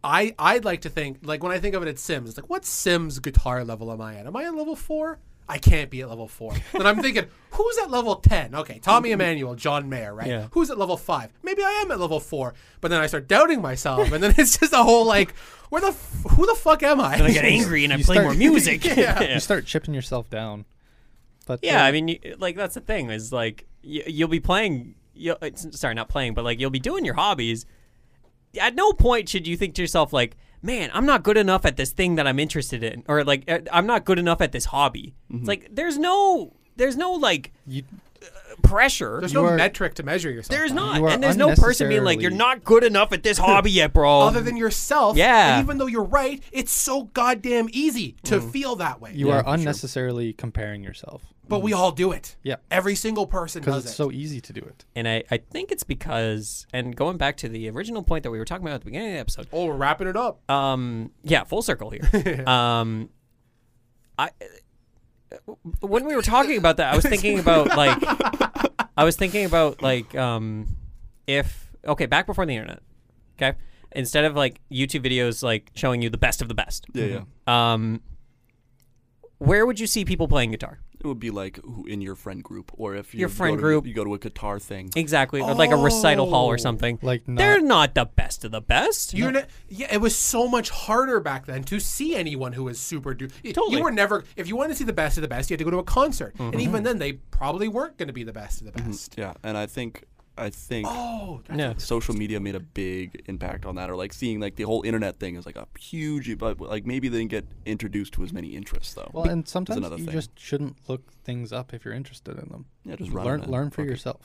[SPEAKER 4] I I'd like to think like when I think of it at Sims, it's like what Sims guitar level am I at? Am I at level four? I can't be at level four. then I'm thinking, who's at level ten? Okay, Tommy Emmanuel, John Mayer, right?
[SPEAKER 1] Yeah.
[SPEAKER 4] Who's at level five? Maybe I am at level four. But then I start doubting myself, and then it's just a whole like, where the f- who the fuck am I?
[SPEAKER 1] I get angry and I
[SPEAKER 2] You
[SPEAKER 1] play
[SPEAKER 2] start-
[SPEAKER 1] more music.
[SPEAKER 4] Yeah.
[SPEAKER 2] You start chipping yourself down. But
[SPEAKER 1] Yeah,
[SPEAKER 2] uh,
[SPEAKER 1] I mean, you, like that's the thing is like you, you'll be playing. You'll, it's, sorry, not playing, but like you'll be doing your hobbies. At no point should you think to yourself like, "Man, I'm not good enough at this thing that I'm interested in," or like, "Uh, "I'm not good enough at this hobby." It's like there's no, there's no like
[SPEAKER 2] Mm-hmm.
[SPEAKER 1] uh,
[SPEAKER 2] you
[SPEAKER 1] pressure.
[SPEAKER 4] There's
[SPEAKER 1] There's,
[SPEAKER 2] You
[SPEAKER 4] no
[SPEAKER 2] are-
[SPEAKER 4] metric to measure yourself. by.
[SPEAKER 1] not,
[SPEAKER 2] you are
[SPEAKER 1] and there's no person being like,
[SPEAKER 2] unnecessarily-
[SPEAKER 1] "You're not good enough at this hobby yet, bro."
[SPEAKER 4] Other than yourself,
[SPEAKER 1] Yeah. Mm.
[SPEAKER 4] And even though you're right, it's so goddamn easy to feel that way.
[SPEAKER 2] you are unnecessarily comparing yourself
[SPEAKER 4] But we all do it.
[SPEAKER 2] Yeah.
[SPEAKER 4] Every single person
[SPEAKER 2] because
[SPEAKER 4] does
[SPEAKER 2] it's
[SPEAKER 4] it.
[SPEAKER 2] so easy to do it.
[SPEAKER 1] and I, I think it's because, and going back to the original point that we were talking about at the beginning of the episode,
[SPEAKER 4] oh, we're wrapping it up.
[SPEAKER 1] um yeah full circle here um i when we were talking about that i was thinking about like i was thinking about like um if okay back before the internet okay instead of like youtube videos like showing you the best of the best
[SPEAKER 3] Yeah, yeah.
[SPEAKER 1] um where would you see people playing guitar
[SPEAKER 3] It would be like who in your friend group, or if you
[SPEAKER 1] Your
[SPEAKER 3] go
[SPEAKER 1] friend
[SPEAKER 3] to-
[SPEAKER 1] group.
[SPEAKER 3] you go to a guitar thing.
[SPEAKER 1] exactly or like a recital hall or
[SPEAKER 4] Oh,
[SPEAKER 1] something
[SPEAKER 2] Like not
[SPEAKER 1] they're not the best of the best
[SPEAKER 2] Uh-huh.
[SPEAKER 4] You're not, yeah, it was so much harder back then to see anyone who was super duper.
[SPEAKER 1] Totally.
[SPEAKER 4] You were never, if you wanted to see the best of the best, you had to go to a concert.
[SPEAKER 2] Mm-hmm.
[SPEAKER 4] And even then, they probably weren't going to be the best of the best.
[SPEAKER 3] Yeah, and I think I think
[SPEAKER 4] Oh, that's
[SPEAKER 1] yeah
[SPEAKER 3] social media made a big impact on that, or like seeing like the whole internet thing is like a huge, but like maybe they didn't get introduced to as many interests though.
[SPEAKER 2] well, and sometimes
[SPEAKER 3] another
[SPEAKER 2] you
[SPEAKER 3] thing.
[SPEAKER 2] just shouldn't look things up if you're interested in them.
[SPEAKER 3] yeah, just run
[SPEAKER 2] Learn
[SPEAKER 3] on it.
[SPEAKER 2] learn for
[SPEAKER 3] Fuck it.
[SPEAKER 2] yourself.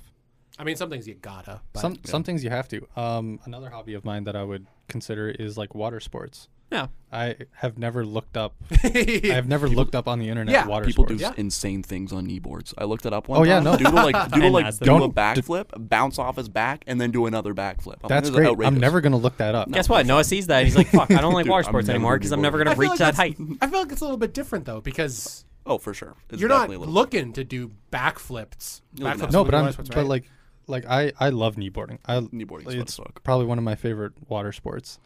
[SPEAKER 4] I mean, some things you gotta. But
[SPEAKER 2] Some some things you have to. Um, another hobby of mine that I would consider is like water sports.
[SPEAKER 1] yeah
[SPEAKER 2] I have never looked up. I
[SPEAKER 4] yeah,
[SPEAKER 2] have never looked up on the internet.
[SPEAKER 4] Yeah,
[SPEAKER 2] water
[SPEAKER 3] People
[SPEAKER 2] sports.
[SPEAKER 3] do
[SPEAKER 4] Yeah.
[SPEAKER 3] insane things on kneeboards. I looked it up one
[SPEAKER 2] Oh, yeah,
[SPEAKER 3] time.
[SPEAKER 2] no.
[SPEAKER 3] Dude will like, dude will, like
[SPEAKER 1] Fantastic.
[SPEAKER 3] do a
[SPEAKER 2] Don't-
[SPEAKER 3] backflip, bounce off his back, and then do another backflip. I'm like,
[SPEAKER 2] That's
[SPEAKER 3] this is
[SPEAKER 2] great.
[SPEAKER 3] outrageous.
[SPEAKER 2] I'm never gonna look that up.
[SPEAKER 1] guess what noah sees that and he's like fuck i don't like
[SPEAKER 3] Dude,
[SPEAKER 1] water
[SPEAKER 3] I'm
[SPEAKER 1] sports
[SPEAKER 3] never
[SPEAKER 1] anymore
[SPEAKER 3] gonna
[SPEAKER 1] because
[SPEAKER 3] do
[SPEAKER 1] i'm never
[SPEAKER 3] water
[SPEAKER 1] going to reach that
[SPEAKER 4] like that's-
[SPEAKER 1] height
[SPEAKER 4] I feel like it's a little bit different, though, because
[SPEAKER 3] Oh, for sure. It's
[SPEAKER 4] you're not
[SPEAKER 3] definitely a little-
[SPEAKER 4] looking to do backflips.
[SPEAKER 3] You're looking
[SPEAKER 4] Backflips
[SPEAKER 3] at-
[SPEAKER 2] No,
[SPEAKER 4] would
[SPEAKER 2] but
[SPEAKER 4] be
[SPEAKER 2] I'm
[SPEAKER 4] water sports,
[SPEAKER 2] but
[SPEAKER 4] right?
[SPEAKER 2] like like I I love kneeboarding. I
[SPEAKER 3] Kneeboarding is fun
[SPEAKER 2] it's
[SPEAKER 3] as fuck.
[SPEAKER 2] probably one of my favorite water sports.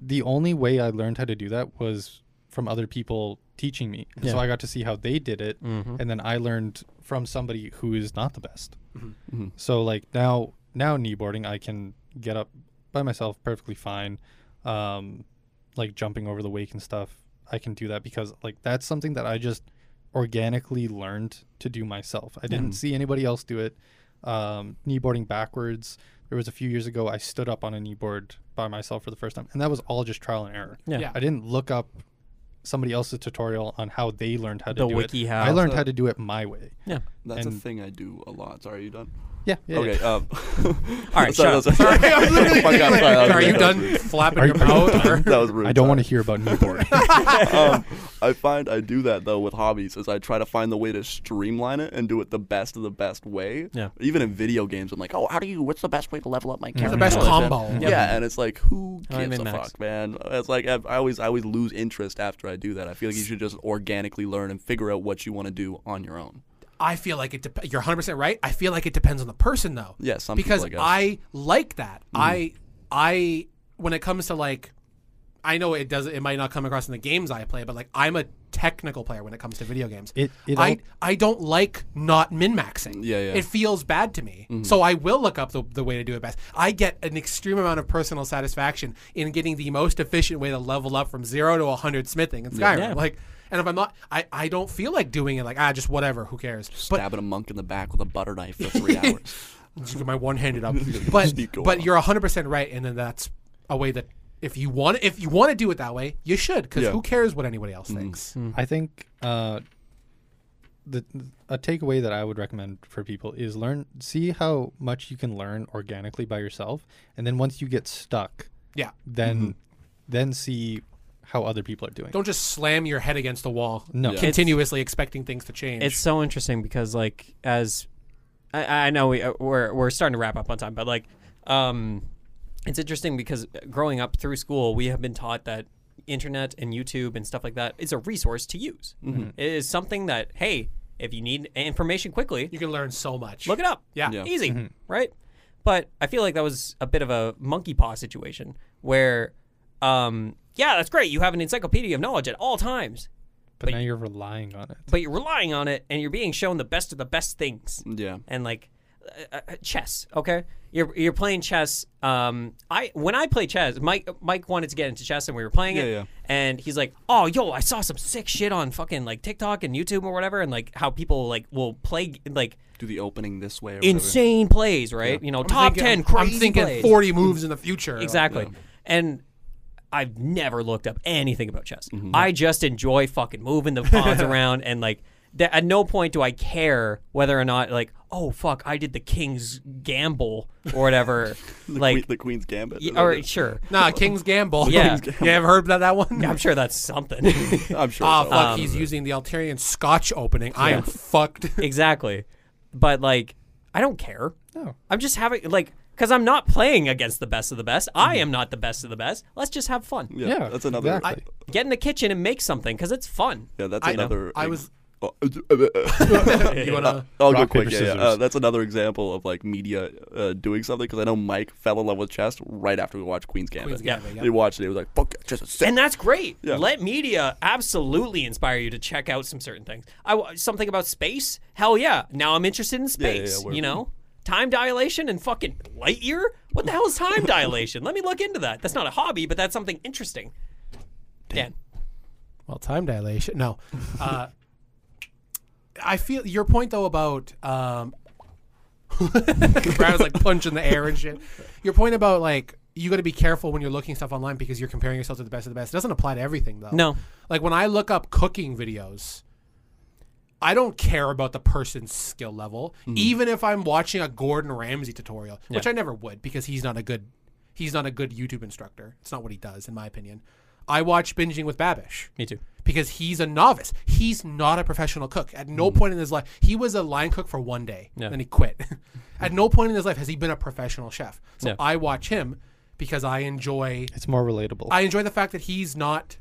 [SPEAKER 2] The only way I learned how to do that was from other people teaching me. And So
[SPEAKER 1] Yeah.
[SPEAKER 2] I got to see how they did it
[SPEAKER 3] Mm-hmm.
[SPEAKER 2] and then I learned from somebody who is not the best.
[SPEAKER 3] Mm-hmm.
[SPEAKER 2] So like now now kneeboarding I can get up by myself perfectly fine. Um like jumping over the wake and stuff. I can do that because like that's something that I just organically learned to do myself. I
[SPEAKER 1] Mm-hmm.
[SPEAKER 2] didn't see anybody else do it. Um, kneeboarding backwards. There was a few years ago I stood up on a kneeboard by myself for the first time, and that was all just trial and error.
[SPEAKER 1] Yeah.
[SPEAKER 4] Yeah.
[SPEAKER 2] I didn't look up somebody else's tutorial on how they learned how to
[SPEAKER 1] The
[SPEAKER 2] do
[SPEAKER 1] wiki
[SPEAKER 2] it.
[SPEAKER 1] how.
[SPEAKER 2] I learned how to do it my way.
[SPEAKER 1] yeah
[SPEAKER 3] That's a
[SPEAKER 2] and-
[SPEAKER 3] thing I do a lot. Sorry, are you done?
[SPEAKER 2] Yeah. yeah
[SPEAKER 3] Okay. Um,
[SPEAKER 1] All right,
[SPEAKER 3] sorry,
[SPEAKER 1] shut up.
[SPEAKER 3] that was-
[SPEAKER 4] I'm literally thinking,
[SPEAKER 3] Fuck off, sorry, that
[SPEAKER 4] like,
[SPEAKER 3] was
[SPEAKER 4] are
[SPEAKER 3] rude,
[SPEAKER 4] you
[SPEAKER 3] that was
[SPEAKER 4] done
[SPEAKER 3] rude.
[SPEAKER 4] flapping your mouth? or-
[SPEAKER 3] That was rude.
[SPEAKER 2] I don't want
[SPEAKER 3] sorry.
[SPEAKER 2] to hear about kneeboarding.
[SPEAKER 3] um, I find I do that though with hobbies is I try to find the way to streamline it and do it the best of the best way.
[SPEAKER 1] Yeah.
[SPEAKER 3] Even in video games, I'm like, oh, how do you? What's the best way to level up my character?
[SPEAKER 4] best
[SPEAKER 3] Like that.
[SPEAKER 4] combo.
[SPEAKER 3] Yeah.
[SPEAKER 1] Yep.
[SPEAKER 3] and it's like, who
[SPEAKER 1] I'm
[SPEAKER 3] gives
[SPEAKER 1] in
[SPEAKER 3] a
[SPEAKER 1] Max.
[SPEAKER 3] fuck, man? It's like I, I always, I always lose interest after I do that. I feel like you should just organically learn and figure out what you want to do on your own.
[SPEAKER 4] I feel like it. Dep- you're 100 percent right. I feel like it depends on the person, though.
[SPEAKER 3] Yeah, some
[SPEAKER 4] because
[SPEAKER 3] people, I Mm-hmm.
[SPEAKER 4] I like that. I I when it comes to like, I know it does. It might not come across in the games I play, but like I'm a technical player when it comes to video games.
[SPEAKER 2] It- it
[SPEAKER 4] I
[SPEAKER 2] all-
[SPEAKER 4] I don't like not min maxing.
[SPEAKER 3] Yeah, yeah.
[SPEAKER 4] It feels bad to me, so I will look up the, the way to do it best. I get an extreme amount of personal satisfaction in getting the most efficient way to level up from zero to 100 smithing in Skyrim.
[SPEAKER 1] Yeah.
[SPEAKER 4] Like, and if I'm not, I, I don't feel like doing it. Like ah, just whatever. Who cares? But
[SPEAKER 3] Stabbing a monk in the back with a butter knife for three hours.
[SPEAKER 4] just get my one handed up. But
[SPEAKER 3] Sneak over.
[SPEAKER 4] but you're 100 percent right, and then that's a way that if you want if you want to do it that way, you should because
[SPEAKER 3] Yeah.
[SPEAKER 4] who cares what anybody else thinks?
[SPEAKER 2] I think uh, the a takeaway that I would recommend for people is learn, see how much you can learn organically by yourself, and then once you get stuck,
[SPEAKER 4] Yeah,
[SPEAKER 2] then then see how other people are doing.
[SPEAKER 4] don't just slam your head against the wall.
[SPEAKER 2] No. Yeah.
[SPEAKER 4] continuously expecting things to change.
[SPEAKER 1] It's so interesting because like as I, I know we uh, we're we're starting to wrap up on time, but like um it's interesting because growing up through school, we have been taught that internet and YouTube and stuff like that is a resource to use.
[SPEAKER 3] Mm-hmm.
[SPEAKER 1] It is something that hey, if you need information quickly,
[SPEAKER 4] You can learn so much.
[SPEAKER 1] look it up.
[SPEAKER 4] Yeah.
[SPEAKER 3] Yeah.
[SPEAKER 1] Easy, right? But I feel like that was a bit of a monkey paw situation where, um, yeah, that's great. You have an encyclopedia of knowledge at all times,
[SPEAKER 2] But, now you're relying on it.
[SPEAKER 1] but you're relying on it and you're being shown the best of the best things.
[SPEAKER 3] Yeah.
[SPEAKER 1] And like uh, uh, chess, okay? You're you're playing chess. Um, I when I play chess, Mike Mike wanted to get into chess and we were playing it.
[SPEAKER 3] Yeah, yeah.
[SPEAKER 1] And he's like, "Oh, yo, I saw some sick shit on fucking like TikTok and YouTube or whatever, and like how people like will play like
[SPEAKER 3] Do the opening this way. Or whatever.
[SPEAKER 1] insane plays, right? You know, top ten
[SPEAKER 4] Thinking-
[SPEAKER 1] crazy
[SPEAKER 4] I'm thinking
[SPEAKER 1] plays.
[SPEAKER 4] 40 moves in the future.
[SPEAKER 1] exactly. And I've never looked up anything about chess.
[SPEAKER 3] Mm-hmm.
[SPEAKER 1] I just enjoy fucking moving the pawns around and like. th- At no point do I care whether or not, like, oh fuck, I did the king's gamble or whatever,
[SPEAKER 3] The,
[SPEAKER 1] like,
[SPEAKER 3] queen, the Queen's Gambit.
[SPEAKER 1] y-
[SPEAKER 3] is
[SPEAKER 1] or
[SPEAKER 3] it?
[SPEAKER 1] sure,
[SPEAKER 4] Nah, King's Gamble.
[SPEAKER 1] Yeah.
[SPEAKER 4] you ever heard about that one?
[SPEAKER 1] I'm sure that's something.
[SPEAKER 3] I'm sure.
[SPEAKER 1] Ah,
[SPEAKER 4] Oh,
[SPEAKER 3] so.
[SPEAKER 4] fuck.
[SPEAKER 1] Um,
[SPEAKER 4] he's using the Altarian Scotch opening. I am fucked.
[SPEAKER 1] exactly, but like, I don't care.
[SPEAKER 2] No.
[SPEAKER 1] I'm just having like, because I'm not playing against the best of the best.
[SPEAKER 3] Mm-hmm.
[SPEAKER 1] I am not the best of the best. Let's just have fun.
[SPEAKER 3] yeah,
[SPEAKER 2] Yeah,
[SPEAKER 3] that's another.
[SPEAKER 2] exactly.
[SPEAKER 1] get in the kitchen and make something because it's fun.
[SPEAKER 3] Yeah, that's
[SPEAKER 4] I-
[SPEAKER 3] another.
[SPEAKER 4] I
[SPEAKER 3] ex-
[SPEAKER 4] was-
[SPEAKER 3] Oh,
[SPEAKER 4] you want to.
[SPEAKER 3] I'll go
[SPEAKER 2] Rock, paper,
[SPEAKER 3] quick. Yeah, yeah. Uh,
[SPEAKER 2] scissors.
[SPEAKER 3] that's another example of like media uh, doing something because I know Mike fell in love with chess right after we watched Queen's Gambit.
[SPEAKER 4] Queen's Gambit,
[SPEAKER 3] He watched it. He was like, "Fuck, yeah, chess is sick."
[SPEAKER 1] And that's great.
[SPEAKER 3] Yeah.
[SPEAKER 1] Let media absolutely inspire you to check out some certain things. I w- something about space. Hell yeah! Now I'm interested in
[SPEAKER 3] Yeah, yeah, yeah,
[SPEAKER 1] space.
[SPEAKER 3] we're-
[SPEAKER 1] you know, time dilation and fucking light year. What the hell is time dilation? Let me look into that. That's not a hobby, but that's something interesting. Dan,
[SPEAKER 4] Well, time dilation. No. Uh, I feel your point though about um, Brad was like punching the air and shit. Your point about like you got to be careful when you're looking stuff online because you're comparing yourself to the best of the best. It doesn't apply to everything though.
[SPEAKER 1] No.
[SPEAKER 4] Like when I look up cooking videos, I don't care about the person's skill level, even if I'm watching a Gordon Ramsay tutorial, which I never would because he's not a good he's not a good YouTube instructor. It's not what he does, in my opinion. I watch binging with Babish
[SPEAKER 1] me too.
[SPEAKER 4] because he's a novice. He's not a professional cook. At no point in his life, he was a line cook for one day,
[SPEAKER 1] Yeah.
[SPEAKER 4] then he quit. At no point in his life has he been a professional chef. So
[SPEAKER 1] Yeah.
[SPEAKER 4] I watch him because I enjoy.
[SPEAKER 2] It's more relatable.
[SPEAKER 4] I enjoy the fact that he's not.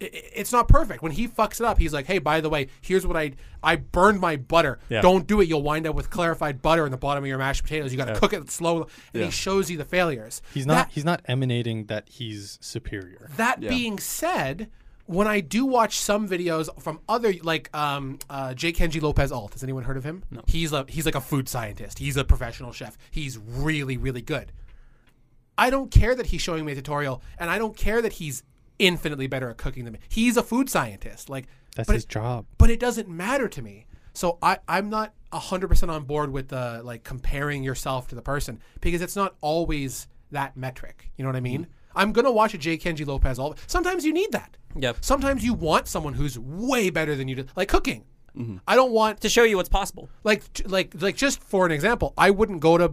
[SPEAKER 4] i- i- It's not perfect. When he fucks it up, he's like, "Hey, by the way, here's what I I burned my butter.
[SPEAKER 1] Yeah.
[SPEAKER 4] Don't do it. You'll wind up with clarified butter in the bottom of your mashed potatoes. You got to cook it slow." And
[SPEAKER 3] Yeah.
[SPEAKER 4] he shows you the failures.
[SPEAKER 2] he's not.
[SPEAKER 4] That-
[SPEAKER 2] he's not emanating that he's superior.
[SPEAKER 4] that
[SPEAKER 3] Yeah.
[SPEAKER 4] being said, when I do watch some videos from other like um, uh, Jake Kenji Lopez Alt, has anyone heard of him? No. He's a he's like a food scientist. He's a professional chef. He's really really good. I don't care that he's showing me a tutorial, and I don't care that he's infinitely better at cooking than me. He's a food scientist. Like
[SPEAKER 2] That's
[SPEAKER 4] but
[SPEAKER 2] his
[SPEAKER 4] it-
[SPEAKER 2] job.
[SPEAKER 4] but it doesn't matter to me. So I, I'm not 100% on board with the like comparing yourself to the person because it's not always that metric. You know what I mean? I'm going to watch a J. Kenji Lopez all. Sometimes you need that.
[SPEAKER 1] Yep.
[SPEAKER 4] Sometimes you want someone who's way better than you do, like cooking. I don't want
[SPEAKER 1] To show you what's possible.
[SPEAKER 4] like like like just for an example, I wouldn't go to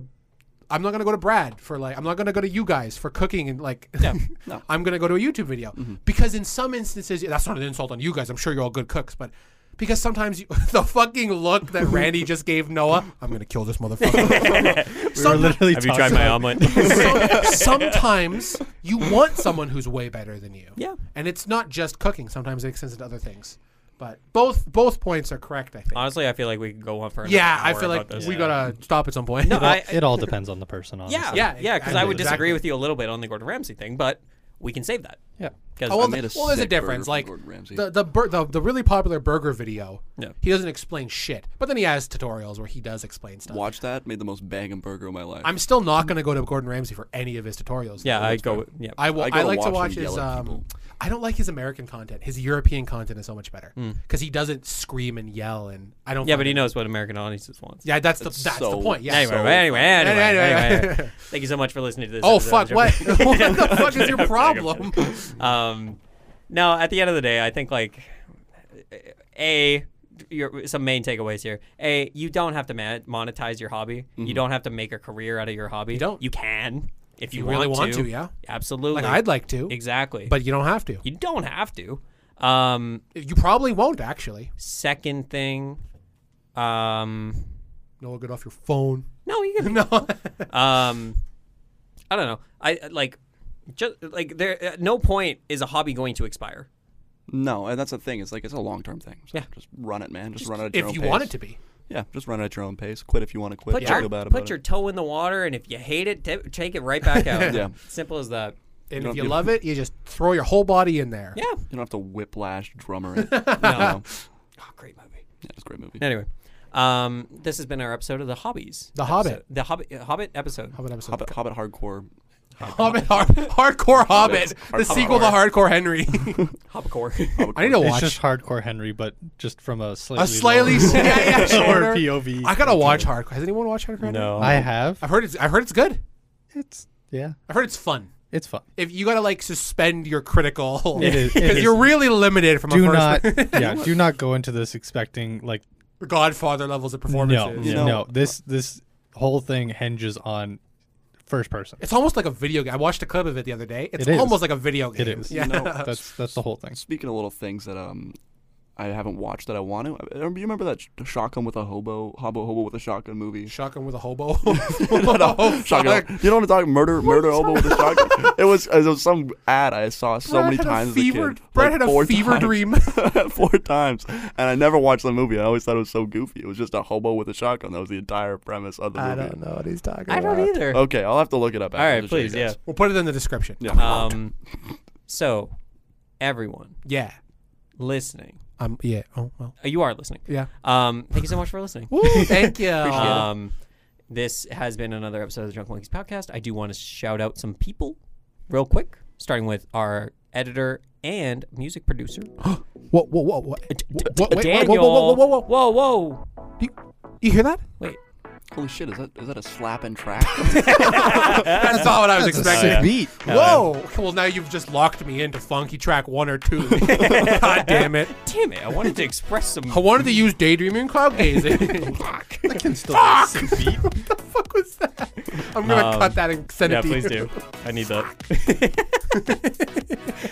[SPEAKER 4] I'm not gonna go to Brad for like I'm not gonna go to you guys for cooking and like I'm gonna go to a YouTube video
[SPEAKER 1] Mm-hmm.
[SPEAKER 4] because in some instances that's not an insult on you guys. I'm sure you're all good cooks, but because sometimes you, the fucking look that Randy just gave Noah, I'm gonna kill this motherfucker.
[SPEAKER 2] We're
[SPEAKER 4] Someti-
[SPEAKER 2] literally talking about-
[SPEAKER 1] omelet?
[SPEAKER 4] some- sometimes you want someone who's way better than you.
[SPEAKER 1] Yeah.
[SPEAKER 4] and it's not just cooking. Sometimes it extends into other things. But both both points are correct. I think.
[SPEAKER 1] Honestly, I feel like we could go on for another
[SPEAKER 4] yeah, I
[SPEAKER 1] hour
[SPEAKER 4] feel like
[SPEAKER 1] about this.
[SPEAKER 4] we gotta stop at some point.
[SPEAKER 1] No,
[SPEAKER 2] It all,
[SPEAKER 1] I-
[SPEAKER 2] it all depends on the person. Honestly.
[SPEAKER 1] yeah, yeah, yeah.
[SPEAKER 4] Yeah,
[SPEAKER 1] Because I
[SPEAKER 4] exactly.
[SPEAKER 1] would disagree
[SPEAKER 4] Exactly.
[SPEAKER 1] with you a little bit on the Gordon Ramsay thing, but we can save that.
[SPEAKER 2] Yeah.
[SPEAKER 1] 'Cause
[SPEAKER 4] Oh, well,
[SPEAKER 1] I'm-
[SPEAKER 3] made
[SPEAKER 4] the-
[SPEAKER 3] a
[SPEAKER 4] well, there's a
[SPEAKER 3] sick burger
[SPEAKER 4] difference.
[SPEAKER 3] from
[SPEAKER 4] Like
[SPEAKER 3] Gordon Ramsay.
[SPEAKER 4] the the, bur- the the really popular burger video.
[SPEAKER 1] Yeah.
[SPEAKER 4] He doesn't explain shit, but then he has tutorials where he does explain stuff.
[SPEAKER 3] Watch that. Made the most banging burger of my life.
[SPEAKER 4] I'm still not going to go to Gordon Ramsay for any of his tutorials.
[SPEAKER 1] yeah, I go. Yeah,
[SPEAKER 4] I will.
[SPEAKER 3] I
[SPEAKER 4] I,
[SPEAKER 3] go to
[SPEAKER 4] like to
[SPEAKER 3] watch
[SPEAKER 4] watch
[SPEAKER 3] him
[SPEAKER 4] his.
[SPEAKER 3] yell at
[SPEAKER 4] Um,
[SPEAKER 3] people.
[SPEAKER 4] I don't like his American content. His European content is so much better
[SPEAKER 3] Hmm.
[SPEAKER 4] because he doesn't scream and yell, and I don't.
[SPEAKER 1] yeah,
[SPEAKER 4] find
[SPEAKER 1] but he
[SPEAKER 4] it-
[SPEAKER 1] knows what American audiences wants.
[SPEAKER 4] Yeah, that's the that's
[SPEAKER 3] It's
[SPEAKER 4] the
[SPEAKER 3] so-
[SPEAKER 4] point. Yeah.
[SPEAKER 1] Anyway,
[SPEAKER 3] so-
[SPEAKER 1] anyway, anyway,
[SPEAKER 4] Anyway, anyway.
[SPEAKER 1] anyway. Thank you so much for listening to this.
[SPEAKER 4] oh
[SPEAKER 1] episode.
[SPEAKER 4] fuck! What? what the fuck is your problem?
[SPEAKER 1] Um, no, at the end of the day, I think like a your some main takeaways here. A you don't have to ma- monetize your hobby. You don't have to make a career out of your hobby. You
[SPEAKER 4] Mm-hmm. don't.
[SPEAKER 1] You can if, you,
[SPEAKER 4] you really want to, yeah.
[SPEAKER 1] absolutely.
[SPEAKER 4] Like I'd like to,
[SPEAKER 1] exactly,
[SPEAKER 4] but you don't have to.
[SPEAKER 1] you don't have to. Um,
[SPEAKER 4] You probably won't actually.
[SPEAKER 1] second thing, um,
[SPEAKER 4] Noah, get off your phone.
[SPEAKER 1] no, you can
[SPEAKER 4] No.
[SPEAKER 1] Um, I don't know. I like just like there at no point is a hobby going to expire.
[SPEAKER 3] No, and that's the thing. It's like it's a long term thing. So
[SPEAKER 1] Yeah.
[SPEAKER 3] just run it, man. Just, run it at your
[SPEAKER 4] if
[SPEAKER 3] own
[SPEAKER 4] you
[SPEAKER 3] pace.
[SPEAKER 4] want it to be.
[SPEAKER 3] Yeah, just run it at your own pace. Quit if you want to quit.
[SPEAKER 1] Put
[SPEAKER 3] Don't
[SPEAKER 1] your
[SPEAKER 3] feel bad about
[SPEAKER 1] put your toe in the water, and if you hate it, t- take it right back out.
[SPEAKER 3] Yeah.
[SPEAKER 1] simple as that.
[SPEAKER 4] And
[SPEAKER 3] You
[SPEAKER 4] if
[SPEAKER 3] don't
[SPEAKER 4] you
[SPEAKER 3] give-
[SPEAKER 4] love it, you just throw your whole body in there.
[SPEAKER 1] Yeah.
[SPEAKER 3] it. You don't have to whiplash drummer it. no,
[SPEAKER 1] Oh, great movie.
[SPEAKER 3] yeah, it's a great movie.
[SPEAKER 1] Anyway, um, this has been our episode of the hobbies.
[SPEAKER 4] The
[SPEAKER 1] Episode-
[SPEAKER 4] Hobbit.
[SPEAKER 1] The Hobbit. Hobbit episode.
[SPEAKER 4] Hobbit episode.
[SPEAKER 3] Hobbit, Hobbit hardcore.
[SPEAKER 4] Hobbit, hard, hardcore Hobbit,
[SPEAKER 3] Hobbits.
[SPEAKER 4] the
[SPEAKER 3] Hardcore
[SPEAKER 4] sequel to Hardcore Henry.
[SPEAKER 1] Hobcore.
[SPEAKER 4] I need to
[SPEAKER 2] It's
[SPEAKER 4] watch
[SPEAKER 2] just hardcore Henry, but just from a slightly
[SPEAKER 4] a slightly
[SPEAKER 2] lower,
[SPEAKER 4] yeah, yeah,
[SPEAKER 2] lower
[SPEAKER 4] shorter.
[SPEAKER 2] POV.
[SPEAKER 4] I gotta watch Hardcore. Has anyone watched Hardcore? Henry?
[SPEAKER 2] I have.
[SPEAKER 4] I've heard it's. I've heard it's good.
[SPEAKER 2] It's yeah.
[SPEAKER 4] I've heard it's fun.
[SPEAKER 2] It's fun.
[SPEAKER 4] If you gotta like suspend your critical,
[SPEAKER 2] It is- it
[SPEAKER 4] because
[SPEAKER 2] is.
[SPEAKER 4] you're really limited from
[SPEAKER 2] Do
[SPEAKER 4] a
[SPEAKER 2] not.
[SPEAKER 4] first
[SPEAKER 2] yeah. Do not go into this expecting like
[SPEAKER 4] Godfather levels of
[SPEAKER 2] no,
[SPEAKER 4] performances.
[SPEAKER 3] You know-
[SPEAKER 2] no. This this whole thing hinges on first person.
[SPEAKER 4] It's almost like a video game. I watched a clip of it the other day. It's
[SPEAKER 2] It is.
[SPEAKER 4] almost like a video game.
[SPEAKER 2] It is.
[SPEAKER 4] Yeah.
[SPEAKER 2] That's that's the whole thing.
[SPEAKER 3] Speaking of little things that um, I haven't watched that I want to. I remember, you remember that sh- shotgun with a hobo, hobo, hobo with a shotgun movie.
[SPEAKER 4] Shotgun with a hobo.
[SPEAKER 3] Shotgun. You know what I'm talking? Murder, murder hobo with a shotgun. It was it was some ad I saw so many times. as a
[SPEAKER 4] fever,
[SPEAKER 3] kid,
[SPEAKER 4] Brad
[SPEAKER 3] like
[SPEAKER 4] had
[SPEAKER 3] four
[SPEAKER 4] a fever
[SPEAKER 3] times.
[SPEAKER 4] dream.
[SPEAKER 3] four times, and I never watched the movie. I always thought it was so goofy. It was just a hobo with a shotgun. That was the entire premise of the movie.
[SPEAKER 4] know what he's talking
[SPEAKER 1] I don't either.
[SPEAKER 3] Okay, I'll have to look it up.
[SPEAKER 1] All right, please. Yeah.
[SPEAKER 4] We'll put it in the description.
[SPEAKER 3] Yeah.
[SPEAKER 1] Um, so everyone
[SPEAKER 4] Yeah.
[SPEAKER 1] listening,
[SPEAKER 4] Um. Yeah. Oh well.
[SPEAKER 1] uh, you are listening.
[SPEAKER 4] Yeah.
[SPEAKER 1] Um, thank you so much for listening.
[SPEAKER 4] Woo, thank you.
[SPEAKER 1] Um, this has been another episode of the Drunk Monkeys podcast. I do want to shout out some people real quick, starting with our editor and music producer,
[SPEAKER 4] Whoa, whoa, whoa, whoa. Whoa, wait, wait,
[SPEAKER 1] Daniel.
[SPEAKER 4] whoa, whoa, whoa, whoa, whoa.
[SPEAKER 1] whoa, whoa.
[SPEAKER 4] Do you, you hear that?
[SPEAKER 1] Wait,
[SPEAKER 3] Holy shit! Is that is that a slap and track?
[SPEAKER 4] That's not what I was expecting.
[SPEAKER 2] beat.
[SPEAKER 4] Whoa! Well, now you've just locked me into funky track one or two. God damn it!
[SPEAKER 1] damn it! I wanted to express some.
[SPEAKER 4] I wanted to use daydreaming and cloud gazing. Fuck!
[SPEAKER 2] I can still
[SPEAKER 4] Fuck!
[SPEAKER 2] see beat.
[SPEAKER 4] what the fuck was that? I'm gonna
[SPEAKER 1] Um,
[SPEAKER 4] cut that and send
[SPEAKER 1] yeah,
[SPEAKER 4] it to
[SPEAKER 1] please
[SPEAKER 4] you.
[SPEAKER 1] do. I need that.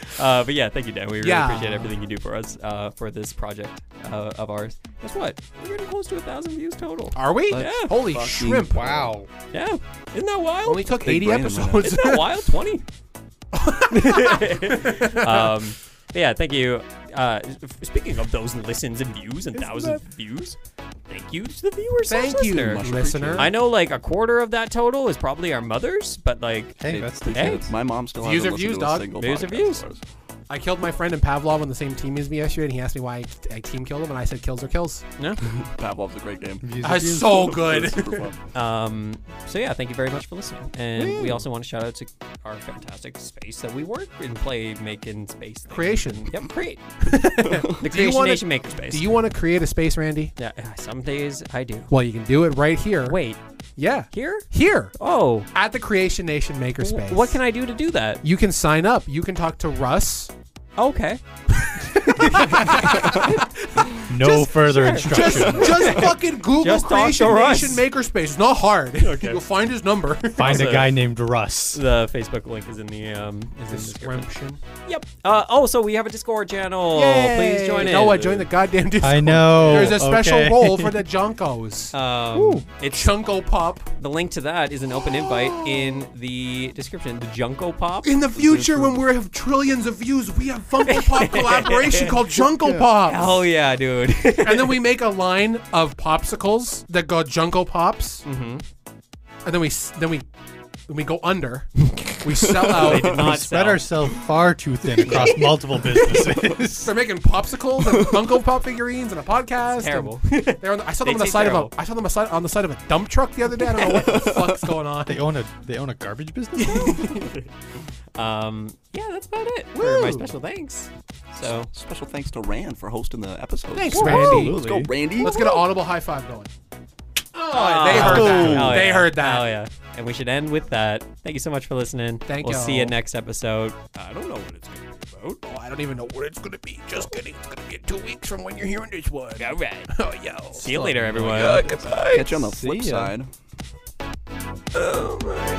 [SPEAKER 1] uh, but yeah, thank you, Dan. We really
[SPEAKER 4] Yeah.
[SPEAKER 1] appreciate everything you do for us uh, for this project uh, of ours. Guess what? We're getting close to a thousand views total.
[SPEAKER 4] Are we?
[SPEAKER 1] Yeah.
[SPEAKER 4] Holy
[SPEAKER 3] Fucking
[SPEAKER 4] shrimp!
[SPEAKER 2] Wow.
[SPEAKER 1] Yeah, isn't that wild?
[SPEAKER 4] Only took
[SPEAKER 3] Big
[SPEAKER 4] 80
[SPEAKER 3] brain in my head.
[SPEAKER 4] episodes.
[SPEAKER 1] Isn't that wild? 20. um, but yeah, thank you. Uh, f- speaking of those listens and views and thousands of views, thank you to the viewers. slash
[SPEAKER 4] Thank you,
[SPEAKER 1] listener.
[SPEAKER 4] listener.
[SPEAKER 1] I know like a quarter of that total is probably our mothers, but like,
[SPEAKER 2] Hey,
[SPEAKER 3] Hey,
[SPEAKER 2] that's the
[SPEAKER 1] hey,
[SPEAKER 3] My mom still
[SPEAKER 4] Views
[SPEAKER 3] hasn't
[SPEAKER 4] are
[SPEAKER 3] listened
[SPEAKER 4] views,
[SPEAKER 3] to
[SPEAKER 4] dog.
[SPEAKER 3] a single
[SPEAKER 1] Views are
[SPEAKER 3] podcast
[SPEAKER 1] views.
[SPEAKER 3] of ours.
[SPEAKER 4] I killed my friend and Pavlov on the same team as me yesterday, and he asked me why I, I team killed him, and I said kills are kills.
[SPEAKER 1] no.
[SPEAKER 3] Pavlov's a great game.
[SPEAKER 2] Music
[SPEAKER 4] That's
[SPEAKER 2] is-
[SPEAKER 4] so good.
[SPEAKER 3] It's super fun.
[SPEAKER 1] Um, so yeah, thank you very much for listening. And we also want to shout out to our fantastic space that we work and play, making space thing.
[SPEAKER 4] Creation.
[SPEAKER 1] Yep, create the
[SPEAKER 4] you
[SPEAKER 1] Creation
[SPEAKER 4] wanna-
[SPEAKER 1] Nation makerspace.
[SPEAKER 4] Do you want to create a space, Randy?
[SPEAKER 1] Yeah, some days I do.
[SPEAKER 4] Well, you can do it right here.
[SPEAKER 1] Wait,
[SPEAKER 4] Yeah.
[SPEAKER 1] here?
[SPEAKER 4] Here
[SPEAKER 1] Oh,
[SPEAKER 4] at the Creation Nation
[SPEAKER 1] wh-
[SPEAKER 4] Makerspace.
[SPEAKER 1] what can I do to do that?
[SPEAKER 4] You can sign up. You can talk to Russ.
[SPEAKER 1] Okay.
[SPEAKER 2] No further instruction.
[SPEAKER 4] Just, just fucking Google
[SPEAKER 1] Just talk to
[SPEAKER 4] Creation
[SPEAKER 1] Russ.
[SPEAKER 4] Nation Makerspace. It's not hard. You'll find his number.
[SPEAKER 2] Find
[SPEAKER 1] Also-
[SPEAKER 2] a guy named Russ.
[SPEAKER 1] The Facebook link is in the um is in the description.
[SPEAKER 4] Description.
[SPEAKER 1] Yep. Uh, oh, so we have a Discord channel. Oh, Please join
[SPEAKER 4] Yay.
[SPEAKER 1] it.
[SPEAKER 4] No, I joined the goddamn Discord.
[SPEAKER 2] I know.
[SPEAKER 4] There's a special
[SPEAKER 2] okay.
[SPEAKER 4] role for the Junkos.
[SPEAKER 1] Um, it's
[SPEAKER 4] Chunko Pop.
[SPEAKER 1] the link to that is an open invite in the description. The Junko Pop.
[SPEAKER 4] In the future, when we have trillions of views, we have Funko Pop collaboration called Junko Pop.
[SPEAKER 1] Hell yeah, dude.
[SPEAKER 4] and then we make a line of popsicles that go Junko Pops, mm-hmm. and then we s- then we then we go under. we sell
[SPEAKER 1] did
[SPEAKER 4] out.
[SPEAKER 1] not
[SPEAKER 2] We spread
[SPEAKER 1] sell.
[SPEAKER 2] ourselves far too thin across multiple businesses.
[SPEAKER 4] They're making popsicles and Funko Pop figurines and a podcast. and
[SPEAKER 1] Terrible.
[SPEAKER 4] They're on the, I saw
[SPEAKER 1] They
[SPEAKER 4] them on the
[SPEAKER 1] taste
[SPEAKER 4] side
[SPEAKER 1] terrible.
[SPEAKER 4] of a I saw them aside, on the side of a dump truck the other day. I don't know what the fuck's going on.
[SPEAKER 2] they own a they own a garbage business. now?
[SPEAKER 1] um, yeah, that's about it. For my
[SPEAKER 4] Woo.
[SPEAKER 1] special thanks. So
[SPEAKER 3] Special thanks to Rand for hosting the episode.
[SPEAKER 4] Thanks,
[SPEAKER 3] Woo!
[SPEAKER 4] Randy.
[SPEAKER 3] Let's go, Randy.
[SPEAKER 4] Let's get an audible high five going. Oh,
[SPEAKER 1] Oh,
[SPEAKER 4] they heard that.
[SPEAKER 1] hell
[SPEAKER 4] they
[SPEAKER 1] yeah.
[SPEAKER 4] heard that.
[SPEAKER 1] Hell yeah. And we should end with that. Thank you so much for listening.
[SPEAKER 4] Thank
[SPEAKER 1] we'll see you
[SPEAKER 4] y'all.
[SPEAKER 1] next episode. I don't know what it's going to be about.
[SPEAKER 4] Oh, I don't even know what it's gonna be. Just kidding. It's gonna be in two weeks from when you're hearing this one.
[SPEAKER 1] All right.
[SPEAKER 4] Oh, yo.
[SPEAKER 1] See you later, everyone.
[SPEAKER 4] Goodbye.
[SPEAKER 3] Catch you on the flip
[SPEAKER 2] See ya.
[SPEAKER 3] side.
[SPEAKER 4] Oh my